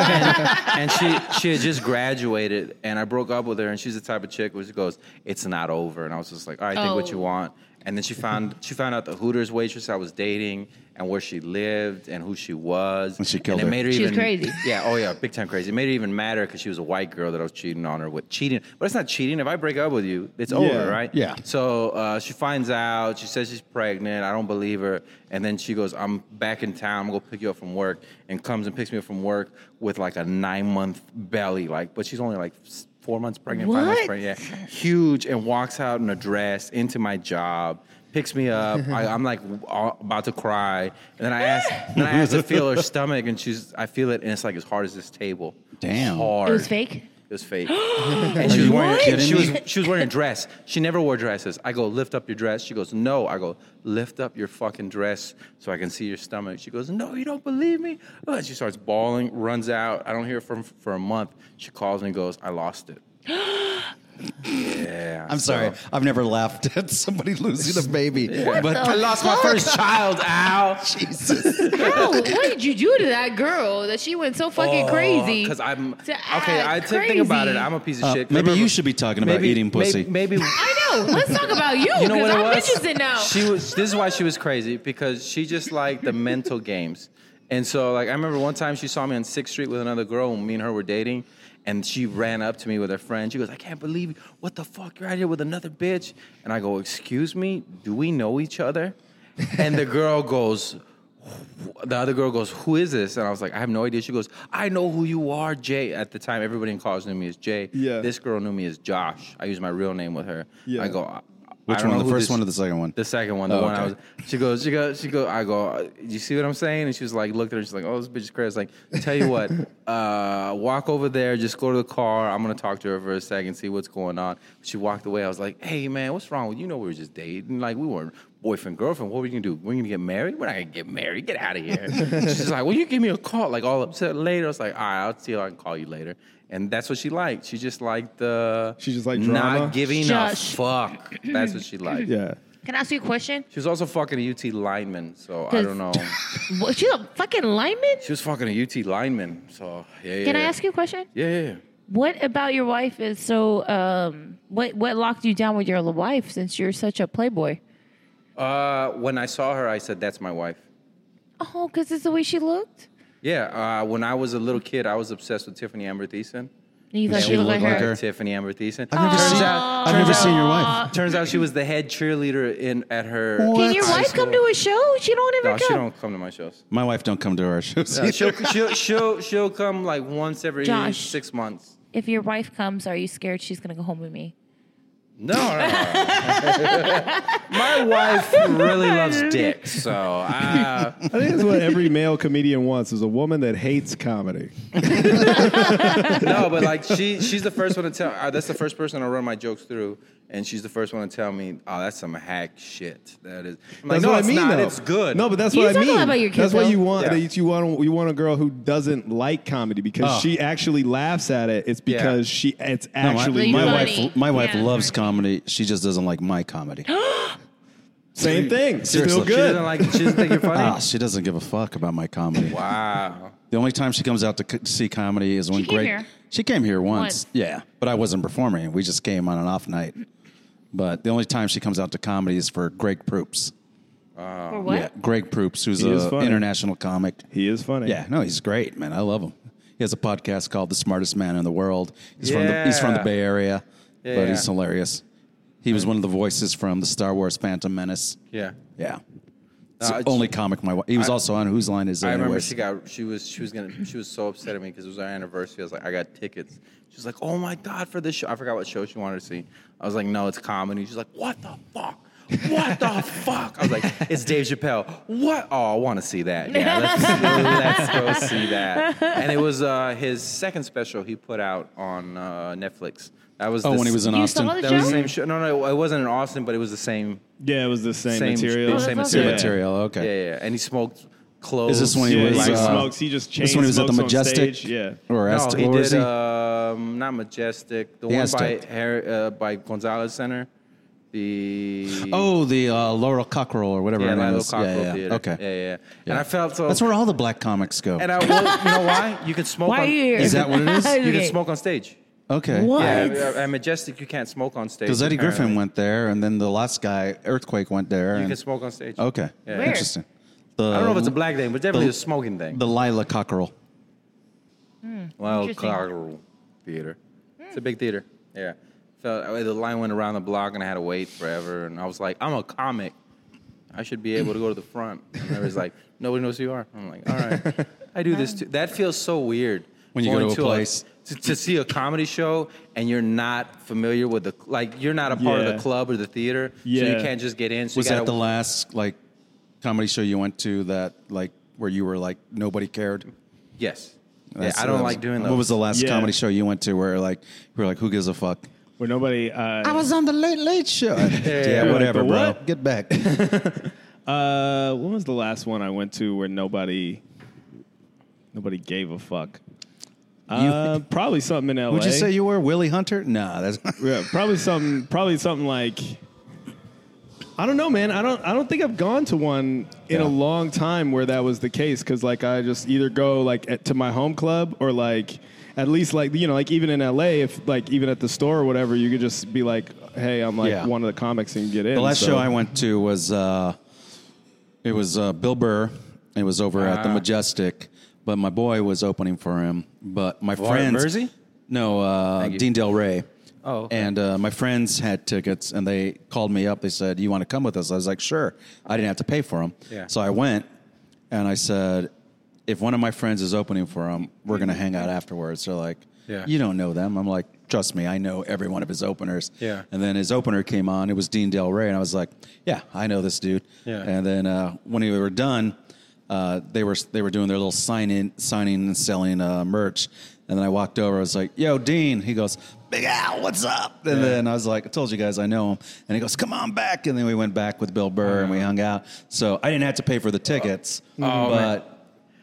[SPEAKER 3] and she she had just graduated, and I broke up with her, and she's the type of chick who just goes, "It's not over," and I was just like, "All right, think what
[SPEAKER 1] Oh.
[SPEAKER 3] you want." And then she found she found out the Hooters waitress I was dating and where she lived and who she was.
[SPEAKER 2] And she killed
[SPEAKER 3] it
[SPEAKER 2] her.
[SPEAKER 3] made her
[SPEAKER 1] She was
[SPEAKER 3] even
[SPEAKER 1] crazy.
[SPEAKER 3] Yeah, oh yeah, big time crazy. It made it even madder because she was a white girl that I was cheating on her with. Cheating, but it's not cheating. If I break up with you, it's over, right?
[SPEAKER 2] yeah.
[SPEAKER 3] So uh, she finds out. She says she's pregnant. I don't believe her. And then she goes, "I'm back in town. I'm gonna go pick you up from work." And comes and picks me up from work with like a nine month belly, like, but she's only like s- four months pregnant, five months
[SPEAKER 1] What?
[SPEAKER 3] pregnant. Yeah, huge. And walks out in a dress into my job. Picks me up. I, I'm like all, about to cry, and then I ask, then I ask to feel her stomach, and she's, I feel it, and it's like as hard as this table.
[SPEAKER 2] Damn.
[SPEAKER 3] hard.
[SPEAKER 1] It was fake.
[SPEAKER 3] It was fake. and she was
[SPEAKER 2] you
[SPEAKER 3] wearing
[SPEAKER 2] kidding
[SPEAKER 3] she was
[SPEAKER 2] me?
[SPEAKER 3] she was wearing a dress. She never wore dresses. I go, lift up your dress. She goes, no. I go, lift up your fucking dress so I can see your stomach. She goes, no, you don't believe me. Oh, and she starts bawling, runs out. I don't hear from for a month. She calls me and goes, I lost it. yeah.
[SPEAKER 2] I'm sorry. I've never laughed at somebody losing a baby. But
[SPEAKER 3] I lost my first child, Al.
[SPEAKER 2] Jesus.
[SPEAKER 9] How? What did you do to that girl that she went so fucking crazy?
[SPEAKER 3] Because Oh, I'm
[SPEAKER 9] To
[SPEAKER 3] okay. I
[SPEAKER 9] act
[SPEAKER 3] think, think about it.
[SPEAKER 9] crazy.
[SPEAKER 3] I'm a piece of
[SPEAKER 2] Uh,
[SPEAKER 3] shit. 'Cause
[SPEAKER 2] maybe
[SPEAKER 3] I
[SPEAKER 2] you should be talking about eating pussy.
[SPEAKER 3] Maybe, maybe
[SPEAKER 9] I know. Let's talk about you.
[SPEAKER 3] You know what it
[SPEAKER 9] I'm
[SPEAKER 3] was?
[SPEAKER 9] interested now.
[SPEAKER 3] She was. This is why she was crazy because she just liked the mental games. And so, like, I remember one time she saw me on Sixth Street with another girl, and me and her were dating. And she ran up to me with her friend. She goes, "I can't believe you! What the fuck? You're out here with another bitch?" And I go, "Excuse me, do we know each other?" And the girl goes, the other girl goes, "Who is this?" And I was like, "I have no idea." She goes, "I know who you are, Jay." At the time, everybody in college knew me as Jay.
[SPEAKER 6] Yeah.
[SPEAKER 3] This girl knew me as Josh. I used my real name with her.
[SPEAKER 6] Yeah.
[SPEAKER 3] I go, I,
[SPEAKER 2] Which
[SPEAKER 3] I don't
[SPEAKER 2] one? The
[SPEAKER 3] know who
[SPEAKER 2] first
[SPEAKER 3] this-
[SPEAKER 2] one or the second one?
[SPEAKER 3] The second one. The
[SPEAKER 2] Oh,
[SPEAKER 3] one I was.
[SPEAKER 2] okay.
[SPEAKER 3] She goes. She goes. She goes. I go. You see what I'm saying? And she was like, looked at her. She's like, oh, this bitch is crazy. I was like, tell you what, uh, walk over there. Just go to the car. I'm gonna talk to her for a second, see what's going on. She walked away. I was like, hey man, what's wrong with you? You know we were just dating. Like we weren't boyfriend girlfriend. What were you gonna do? We're gonna get married? We're not gonna get married. Get out of here. She's like, well, you give me a call. Like all upset later. I was like, all right, I'll see. you. I can call you later. And that's what she liked. She just liked the.
[SPEAKER 6] She just liked drama?
[SPEAKER 3] not giving
[SPEAKER 1] Josh.
[SPEAKER 3] a fuck. That's what she liked.
[SPEAKER 6] Yeah.
[SPEAKER 9] Can I ask you a question?
[SPEAKER 3] She was also fucking a UT lineman, so I don't know.
[SPEAKER 9] What, she's a fucking lineman?
[SPEAKER 3] She was fucking a UT lineman, so yeah. yeah
[SPEAKER 1] Can I
[SPEAKER 3] yeah.
[SPEAKER 1] ask you a question?
[SPEAKER 3] Yeah, yeah, yeah.
[SPEAKER 1] What about your wife is so? Um, what what locked you down with your wife since you're such a playboy?
[SPEAKER 3] Uh, when I saw her, I said, "That's my wife."
[SPEAKER 1] Oh, because it's the way she looked.
[SPEAKER 3] Yeah. Uh, when I was a little kid, I was obsessed with Tiffany Amber Thiessen.
[SPEAKER 1] And you thought
[SPEAKER 2] she
[SPEAKER 1] she looked like
[SPEAKER 2] looked like
[SPEAKER 1] her.
[SPEAKER 2] her.
[SPEAKER 3] Tiffany Amber Thiessen.
[SPEAKER 2] I've never, seen, I've never seen your wife.
[SPEAKER 3] Turns out she was the head cheerleader in at her.
[SPEAKER 1] Can your wife come to a show? She don't ever
[SPEAKER 3] No,
[SPEAKER 1] come.
[SPEAKER 3] she don't come to my shows.
[SPEAKER 2] My wife don't come to our shows.
[SPEAKER 3] No, she'll, she'll she'll she'll come like once every
[SPEAKER 1] Josh.
[SPEAKER 3] six months.
[SPEAKER 1] If your wife comes, are you scared she's gonna go home with me?
[SPEAKER 3] No, no, no. my wife really loves dick, so uh,
[SPEAKER 6] I think that's what every male comedian wants is a woman that hates comedy.
[SPEAKER 3] no, but like she, she's the first one to tell. Uh, that's the first person I run my jokes through, and she's the first one to tell me, "Oh, that's some hack shit." That is. I'm like,
[SPEAKER 6] That's
[SPEAKER 3] no,
[SPEAKER 6] what
[SPEAKER 3] it's
[SPEAKER 6] I mean,
[SPEAKER 3] not.
[SPEAKER 6] though.
[SPEAKER 3] It's good.
[SPEAKER 6] No, but that's
[SPEAKER 1] You
[SPEAKER 6] what I
[SPEAKER 1] talk a
[SPEAKER 6] mean.
[SPEAKER 1] lot about your kids,
[SPEAKER 6] that's what
[SPEAKER 1] though.
[SPEAKER 6] you want.
[SPEAKER 3] Yeah.
[SPEAKER 6] that You want. You want a girl who doesn't like comedy because
[SPEAKER 2] Oh.
[SPEAKER 6] she actually laughs at it. It's
[SPEAKER 3] Yeah.
[SPEAKER 6] because she. It's
[SPEAKER 2] No, my,
[SPEAKER 6] actually
[SPEAKER 2] my
[SPEAKER 1] Funny.
[SPEAKER 2] wife, my wife
[SPEAKER 9] Yeah.
[SPEAKER 2] loves comedy. She just doesn't like my comedy.
[SPEAKER 6] same thing.
[SPEAKER 2] Seriously.
[SPEAKER 6] Still
[SPEAKER 3] she
[SPEAKER 6] good.
[SPEAKER 3] doesn't
[SPEAKER 6] Ah.
[SPEAKER 3] like. She doesn't think you're
[SPEAKER 2] Ah,
[SPEAKER 3] funny.
[SPEAKER 2] she doesn't give a fuck about my comedy.
[SPEAKER 3] wow.
[SPEAKER 2] The only time she comes out to c- see comedy is when
[SPEAKER 9] She came
[SPEAKER 2] great.
[SPEAKER 9] here.
[SPEAKER 2] She came here once.
[SPEAKER 1] Once.
[SPEAKER 2] Yeah, but I wasn't performing. We just came on an off night. But the only time she comes out to comedy is for Greg Proops.
[SPEAKER 9] Or what?
[SPEAKER 2] Yeah, Greg Proops, who's
[SPEAKER 6] He is
[SPEAKER 2] an
[SPEAKER 6] funny.
[SPEAKER 2] international comic.
[SPEAKER 6] He is funny.
[SPEAKER 2] Yeah, no, he's great, man. I love him. He has a podcast called The Smartest Man in the World. He's from the he's from the
[SPEAKER 3] Yeah.
[SPEAKER 2] Bay Area,
[SPEAKER 3] Yeah,
[SPEAKER 2] but he's
[SPEAKER 3] yeah.
[SPEAKER 2] hilarious. He was one of the voices from the Star Wars Phantom Menace.
[SPEAKER 3] Yeah.
[SPEAKER 2] Yeah. It's
[SPEAKER 3] Uh,
[SPEAKER 2] the only comic my wife. He was also on Whose Line Is It
[SPEAKER 3] I remember
[SPEAKER 2] Anyways?
[SPEAKER 3] she got she was she was gonna she was so upset at me because it was our anniversary. I was like, I got tickets. She was like, Oh my god, for this show. I forgot what show she wanted to see. I was like, No, it's comedy. She's like, What the fuck? What the fuck? I was like, It's Dave Chappelle. What? Oh, I want to see that. Yeah, let's, let's go see that. And it was uh, his second special he put out on uh, Netflix. That was
[SPEAKER 2] oh,
[SPEAKER 3] the
[SPEAKER 2] when he was in
[SPEAKER 1] You
[SPEAKER 2] Austin.
[SPEAKER 1] saw the
[SPEAKER 3] that was
[SPEAKER 1] show?
[SPEAKER 3] the same show. No, no, it wasn't in Austin, but it was the same
[SPEAKER 6] Yeah, it was the same,
[SPEAKER 3] same
[SPEAKER 6] material.
[SPEAKER 3] Same
[SPEAKER 1] Oh, that's
[SPEAKER 3] material.
[SPEAKER 1] awesome.
[SPEAKER 2] material.
[SPEAKER 3] Yeah,
[SPEAKER 2] Okay.
[SPEAKER 3] yeah, yeah. And he smoked clothes.
[SPEAKER 2] Is this when he
[SPEAKER 6] Yeah,
[SPEAKER 2] was?
[SPEAKER 6] he
[SPEAKER 2] uh,
[SPEAKER 6] smokes. He just
[SPEAKER 2] this when he was at the
[SPEAKER 6] chain smokes on
[SPEAKER 2] Majestic.
[SPEAKER 6] stage, yeah.
[SPEAKER 2] Or
[SPEAKER 3] No,
[SPEAKER 2] Aztec-
[SPEAKER 3] he
[SPEAKER 2] or was
[SPEAKER 3] did
[SPEAKER 2] he?
[SPEAKER 3] um, not majestic. The
[SPEAKER 2] The
[SPEAKER 3] one
[SPEAKER 2] Aztec.
[SPEAKER 3] by Har- uh, by Gonzalez Center. The
[SPEAKER 2] oh, the uh, Laurel Cockrell or whatever.
[SPEAKER 3] yeah,
[SPEAKER 2] her name
[SPEAKER 3] Lilo
[SPEAKER 2] is.
[SPEAKER 3] Cockrell
[SPEAKER 2] yeah, yeah.
[SPEAKER 3] Theater.
[SPEAKER 2] Okay.
[SPEAKER 3] yeah, yeah. And
[SPEAKER 2] Yeah.
[SPEAKER 3] I felt so.
[SPEAKER 2] That's where all the black comics go.
[SPEAKER 3] And I, well, you know why? You could smoke.
[SPEAKER 1] Why
[SPEAKER 3] on,
[SPEAKER 1] are you here?
[SPEAKER 2] Is that what it is?
[SPEAKER 3] You
[SPEAKER 1] Okay.
[SPEAKER 3] can smoke on stage.
[SPEAKER 2] Okay.
[SPEAKER 1] What?
[SPEAKER 3] Yeah, at- at Majestic, you can't smoke on stage.
[SPEAKER 2] Because Eddie Griffin
[SPEAKER 3] apparently.
[SPEAKER 2] went there, and then the last guy, Earthquake, went there.
[SPEAKER 3] You
[SPEAKER 2] and-
[SPEAKER 3] can smoke on stage.
[SPEAKER 2] Okay.
[SPEAKER 3] Yeah. Where?
[SPEAKER 2] Interesting. The,
[SPEAKER 3] I don't know if it's a black thing, but definitely
[SPEAKER 2] The-
[SPEAKER 3] a smoking thing.
[SPEAKER 2] The Lila Cockerel.
[SPEAKER 3] Well,
[SPEAKER 9] Interesting.
[SPEAKER 3] Cockerel Theater. It's a big theater. Yeah. So uh, the line went around the block, and I had to wait forever. And I was like, I'm a comic. I should be able to go to the front. And everybody's like, nobody knows who you are. I'm like, all right. I do this too. That feels so weird.
[SPEAKER 2] When you go
[SPEAKER 3] Going
[SPEAKER 2] to a place.
[SPEAKER 3] to, to see a comedy show and you're not familiar with the like you're not a part of
[SPEAKER 6] Yeah.
[SPEAKER 3] the club or the theater so
[SPEAKER 6] Yeah.
[SPEAKER 3] you can't just get in so
[SPEAKER 2] Was
[SPEAKER 3] you gotta,
[SPEAKER 2] that the last like comedy show you went to that like where you were like nobody cared?
[SPEAKER 3] yes yeah,
[SPEAKER 2] That's-
[SPEAKER 3] I
[SPEAKER 2] that was-
[SPEAKER 3] don't like doing those
[SPEAKER 2] What was the last
[SPEAKER 6] Yeah.
[SPEAKER 2] comedy show you went to where like you were like who gives a fuck?
[SPEAKER 6] Where nobody. Uh,
[SPEAKER 2] was on the Late Late Show. yeah,
[SPEAKER 6] You're like,
[SPEAKER 2] whatever,
[SPEAKER 6] "The
[SPEAKER 2] bro.
[SPEAKER 6] what?"
[SPEAKER 2] Get back.
[SPEAKER 6] uh, when was the last one I went to where nobody, nobody gave a fuck? Uh, probably something in L.A.
[SPEAKER 2] Would you say you were Willie Hunter? Nah, that's
[SPEAKER 6] Yeah, probably something. Probably something like. I don't know, man. I don't. I don't think I've gone to one in
[SPEAKER 2] Yeah.
[SPEAKER 6] a long time where that was the case. Because like I just either go like at, to my home club or like at least like you know like even in L.A. if like even at the store or whatever you could just be like, hey, I'm like
[SPEAKER 2] Yeah.
[SPEAKER 6] one of the comics and get in.
[SPEAKER 2] The last
[SPEAKER 6] So-
[SPEAKER 2] show I went to was uh, it was uh, Bill Burr. It was over at
[SPEAKER 3] Ah.
[SPEAKER 2] the Majestic, but my boy was opening for him. But my friends,
[SPEAKER 3] Verzi?
[SPEAKER 2] no, uh,
[SPEAKER 3] you.
[SPEAKER 2] Dean Del Rey.
[SPEAKER 3] Oh, okay.
[SPEAKER 2] and uh, my friends had tickets, and they called me up. They said, "You want to come with us?" I was like, "Sure." I didn't have to pay for them,
[SPEAKER 3] Yeah.
[SPEAKER 2] so I went, and I said, "If one of my friends is opening for him, we're gonna hang out afterwards." They're like,
[SPEAKER 3] Yeah.
[SPEAKER 2] "You don't know them." I'm like, "Trust me, I know every one of his openers."
[SPEAKER 3] Yeah.
[SPEAKER 2] And then his opener came on. It was Dean Del Rey, and I was like, "Yeah, I know this dude."
[SPEAKER 3] Yeah.
[SPEAKER 2] And then uh, when we were done, uh, they were they were doing their little sign in, signing and selling uh, merch. And then I walked over. I was like, "Yo, Dean." He goes, "Big Al, what's up?" And then I was like, "I told you guys I know him." And he goes, "Come on back." And then we went back with Bill Burr and we hung out. So I didn't have to pay for the tickets, but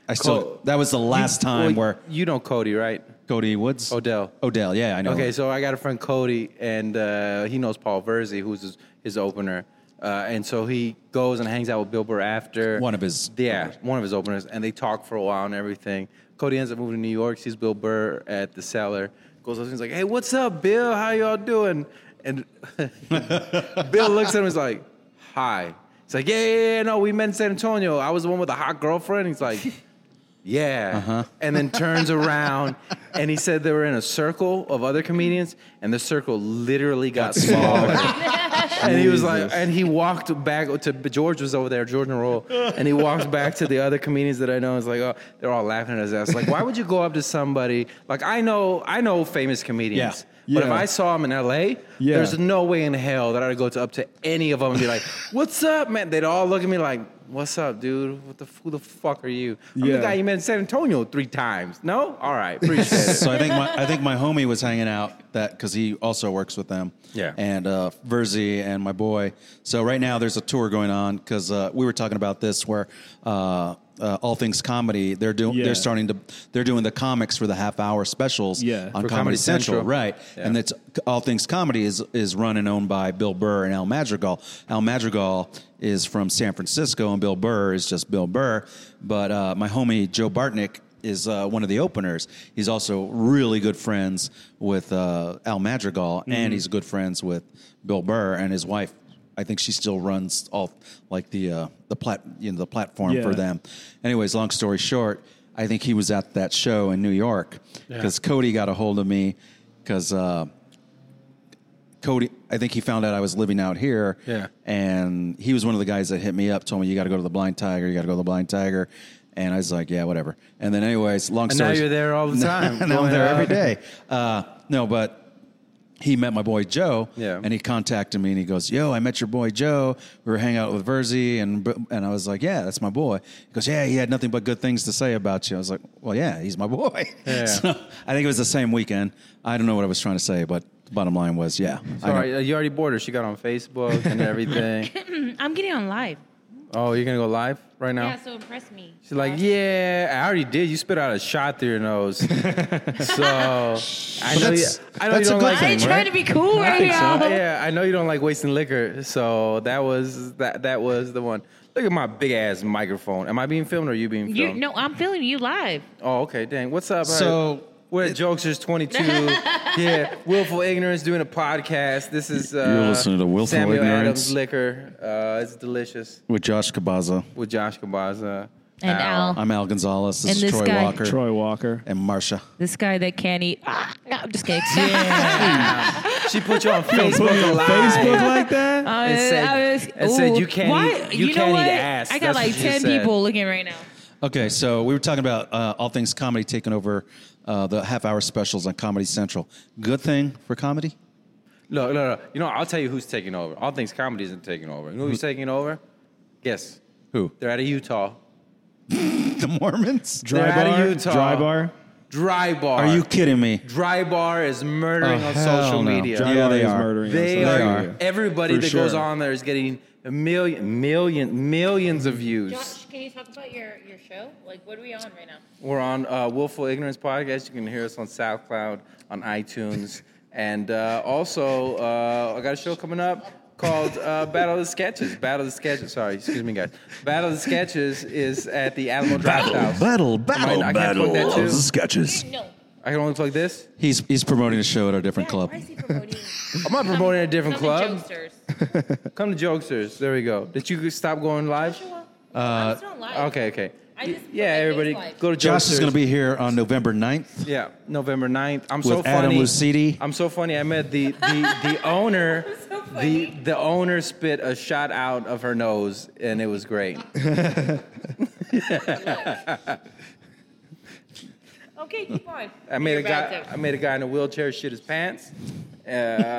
[SPEAKER 2] I still
[SPEAKER 3] Oh, Cole-
[SPEAKER 2] that was the last time
[SPEAKER 3] Well,
[SPEAKER 2] where
[SPEAKER 3] you know Cody right
[SPEAKER 2] Cody Woods,
[SPEAKER 3] Odell.
[SPEAKER 2] Odell, yeah, I know.
[SPEAKER 3] Okay,
[SPEAKER 2] him.
[SPEAKER 3] so I got a friend Cody, and uh, he knows Paul Verzi, who's his, his opener, uh, and so he goes and hangs out with Bill Burr after
[SPEAKER 2] One of his
[SPEAKER 3] yeah,
[SPEAKER 2] openers.
[SPEAKER 3] one of his openers, and they talk for a while and everything. Cody ends up moving to New York, sees Bill Burr at the cellar, goes up to him, he's like, "Hey, what's up, Bill? How y'all doing?" And Bill looks at him, he's like, "Hi." He's like, "Yeah, yeah, yeah, no, we met in San Antonio. I was the one with a hot girlfriend." He's like. Yeah.
[SPEAKER 6] Uh-huh.
[SPEAKER 3] And then turns around and he said they were in a circle of other comedians and the circle literally got smaller. and he was like, and he walked back to George was over there, Jordan Roll, and he walked back to the other comedians that I know. It's like, oh, they're all laughing at his ass. Like, why would you go up to somebody? Like, I know, I know famous comedians.
[SPEAKER 6] Yeah.
[SPEAKER 3] But if
[SPEAKER 6] Yeah.
[SPEAKER 3] I saw him in LA,
[SPEAKER 6] Yeah.
[SPEAKER 3] there's no way in hell that I'd go to, up to any of them and be like, "What's up, man?" They'd all look at me like, "What's up, dude? What the who the fuck are you?" I'm
[SPEAKER 6] Yeah.
[SPEAKER 3] the guy you met in San Antonio three times. No, all right, appreciate it.
[SPEAKER 2] so I think my I think my homie was hanging out that because he also works with them.
[SPEAKER 3] Yeah.
[SPEAKER 2] And uh, Verzi and my boy. So right now there's a tour going on because uh, we were talking about this where uh, uh, all things comedy they're doing
[SPEAKER 6] Yeah.
[SPEAKER 2] they're starting to they're doing the comics for the half hour specials on
[SPEAKER 6] Yeah. For
[SPEAKER 2] Comedy,
[SPEAKER 3] Comedy
[SPEAKER 2] Central,
[SPEAKER 3] Central.
[SPEAKER 2] right?
[SPEAKER 3] Yeah.
[SPEAKER 2] And that's all things comedy is is run and owned by Bill Burr and Al Madrigal. Al Madrigal is from San Francisco and Bill Burr is just Bill Burr. But uh, my homie Joe Bartnick is uh, one of the openers. He's also really good friends with uh, Al Madrigal, and he's good friends with Bill Burr and his wife. I think she still runs all like the uh, the plat you know the platform for
[SPEAKER 6] Yeah.
[SPEAKER 2] them. Anyways, long story short, I think he was at that show in New York because Cody got a hold of me because uh, Cody, I think he found out I was living out here.
[SPEAKER 3] Yeah.
[SPEAKER 2] And he was one of the guys that hit me up, told me, you got to go to the Blind Tiger, you got to go to the Blind Tiger. And I was like, yeah, whatever. And then, anyways, long
[SPEAKER 3] And
[SPEAKER 2] story.
[SPEAKER 3] now you're there all the time.
[SPEAKER 2] now I'm
[SPEAKER 3] going
[SPEAKER 2] there
[SPEAKER 3] out.
[SPEAKER 2] every day. Uh, no, but he met my boy Joe,
[SPEAKER 3] Yeah.
[SPEAKER 2] and he contacted me and he goes, "Yo, I met your boy Joe. We were hanging out with Verzi, and and I was like, yeah, that's my boy." He goes, "Yeah, he had nothing but good things to say about you." I was like, "Well, yeah, he's my boy."
[SPEAKER 3] Yeah.
[SPEAKER 2] So I think it was the same weekend. I don't know what I was trying to say, but the bottom line was, yeah. I know.
[SPEAKER 3] Sorry, uh, you already bored her. She got on Facebook and everything.
[SPEAKER 1] Mm,
[SPEAKER 9] I'm getting on live.
[SPEAKER 3] oh, you're gonna go live right now?
[SPEAKER 9] Yeah, so impress me.
[SPEAKER 3] She's like, yeah, I already did. You spit out a shot through your nose. so I know, you,
[SPEAKER 2] that's-
[SPEAKER 3] I know you
[SPEAKER 2] that's a
[SPEAKER 3] don't
[SPEAKER 2] good
[SPEAKER 3] like
[SPEAKER 9] I ain't
[SPEAKER 2] thing,
[SPEAKER 9] trying to be cool right
[SPEAKER 3] think
[SPEAKER 9] now.
[SPEAKER 3] so. Yeah, I know you don't like wasting liquor, so that was that that was the one. Look at my big ass microphone. Am I being filmed or are you being
[SPEAKER 9] You
[SPEAKER 3] filmed?
[SPEAKER 9] no, I'm feeling you live.
[SPEAKER 3] Oh, okay, dang. What's up?
[SPEAKER 2] So
[SPEAKER 3] We're at Jokesters 22. yeah, Willful Ignorance doing a podcast. This is uh,
[SPEAKER 2] You're listening to Willful
[SPEAKER 3] Samuel
[SPEAKER 2] Ignorance.
[SPEAKER 3] Adams Liquor. Uh, it's delicious
[SPEAKER 2] with Josh Cabaza.
[SPEAKER 3] with Josh Cabaza.
[SPEAKER 1] And Al.
[SPEAKER 2] I'm Al Gonzalez. This
[SPEAKER 1] And
[SPEAKER 2] is
[SPEAKER 1] this
[SPEAKER 2] Troy
[SPEAKER 1] guy.
[SPEAKER 2] Walker
[SPEAKER 6] Troy Walker.
[SPEAKER 2] and Marsha.
[SPEAKER 1] This guy that can't eat. Ah, no, I'm just kidding.
[SPEAKER 3] She put you on
[SPEAKER 6] Put me
[SPEAKER 3] Facebook
[SPEAKER 6] on
[SPEAKER 3] Live.
[SPEAKER 6] Facebook like that?
[SPEAKER 1] I
[SPEAKER 3] And
[SPEAKER 1] was-
[SPEAKER 3] said-
[SPEAKER 1] I was-
[SPEAKER 3] and said,
[SPEAKER 1] ooh,
[SPEAKER 3] "You can't
[SPEAKER 1] why-
[SPEAKER 3] eat- you
[SPEAKER 1] know
[SPEAKER 3] can't eat
[SPEAKER 1] what?
[SPEAKER 3] ass."
[SPEAKER 1] I
[SPEAKER 3] That's
[SPEAKER 1] got like
[SPEAKER 3] what she
[SPEAKER 1] ten
[SPEAKER 3] said.
[SPEAKER 1] people looking right now.
[SPEAKER 2] Okay, so we were talking about uh, all things comedy taking over uh, the half hour specials on Comedy Central. Good thing for comedy?
[SPEAKER 3] No, no, no. You know, I'll tell you who's taking over. All things comedy isn't taking over. You know who's taking over? Guess.
[SPEAKER 2] Who?
[SPEAKER 3] They're out of Utah.
[SPEAKER 2] The Mormons?
[SPEAKER 3] They're
[SPEAKER 6] Dry
[SPEAKER 3] out
[SPEAKER 6] bar?
[SPEAKER 3] of Utah.
[SPEAKER 6] Dry bar?
[SPEAKER 3] Dry bar.
[SPEAKER 2] Are you kidding me?
[SPEAKER 3] Dry bar is murdering
[SPEAKER 2] Oh,
[SPEAKER 3] on
[SPEAKER 2] hell
[SPEAKER 3] social
[SPEAKER 2] no.
[SPEAKER 3] media.
[SPEAKER 6] Dry
[SPEAKER 2] Yeah,
[SPEAKER 6] bar
[SPEAKER 2] they
[SPEAKER 6] is
[SPEAKER 2] are.
[SPEAKER 6] murdering. us.
[SPEAKER 3] They
[SPEAKER 6] So
[SPEAKER 3] are,
[SPEAKER 6] there
[SPEAKER 2] are.
[SPEAKER 6] you go.
[SPEAKER 3] everybody
[SPEAKER 6] For
[SPEAKER 3] that
[SPEAKER 6] sure.
[SPEAKER 3] goes on there is getting a million, million, millions of views.
[SPEAKER 1] can you talk about your, your show? Like, what are we on right now?
[SPEAKER 3] We're on uh, Willful Ignorance podcast. You can hear us on SoundCloud, on iTunes, and uh, also uh, I got a show coming up called uh, Battle of the Sketches. Battle of the Sketches. Sorry, excuse me, guys. Battle of the Sketches is at the Alamo Draft House.
[SPEAKER 2] battle,
[SPEAKER 3] battle, I can't battle plug that too. of the
[SPEAKER 2] sketches.
[SPEAKER 1] No.
[SPEAKER 3] I can only plug this.
[SPEAKER 2] He's he's promoting a show at a different club.
[SPEAKER 3] I'm not promoting a different club. Come to Jokesters. There we go. Did you could stop going live?
[SPEAKER 1] Uh,
[SPEAKER 3] Okay, okay.
[SPEAKER 1] I just put
[SPEAKER 3] yeah,
[SPEAKER 1] my face
[SPEAKER 3] everybody,
[SPEAKER 1] live.
[SPEAKER 3] go to Jokesters.
[SPEAKER 2] Josh is going to be here on November 9th.
[SPEAKER 3] Yeah, November 9th. I'm so
[SPEAKER 2] With Adam
[SPEAKER 3] funny.
[SPEAKER 2] Lucidi.
[SPEAKER 3] I'm so funny. I met the the, the owner.
[SPEAKER 1] so
[SPEAKER 3] the
[SPEAKER 1] funny.
[SPEAKER 3] the owner spit a shot out of her nose, and it was great.
[SPEAKER 1] Okay, keep on.
[SPEAKER 3] I made a guy. I made a guy in a wheelchair shit his pants. Uh,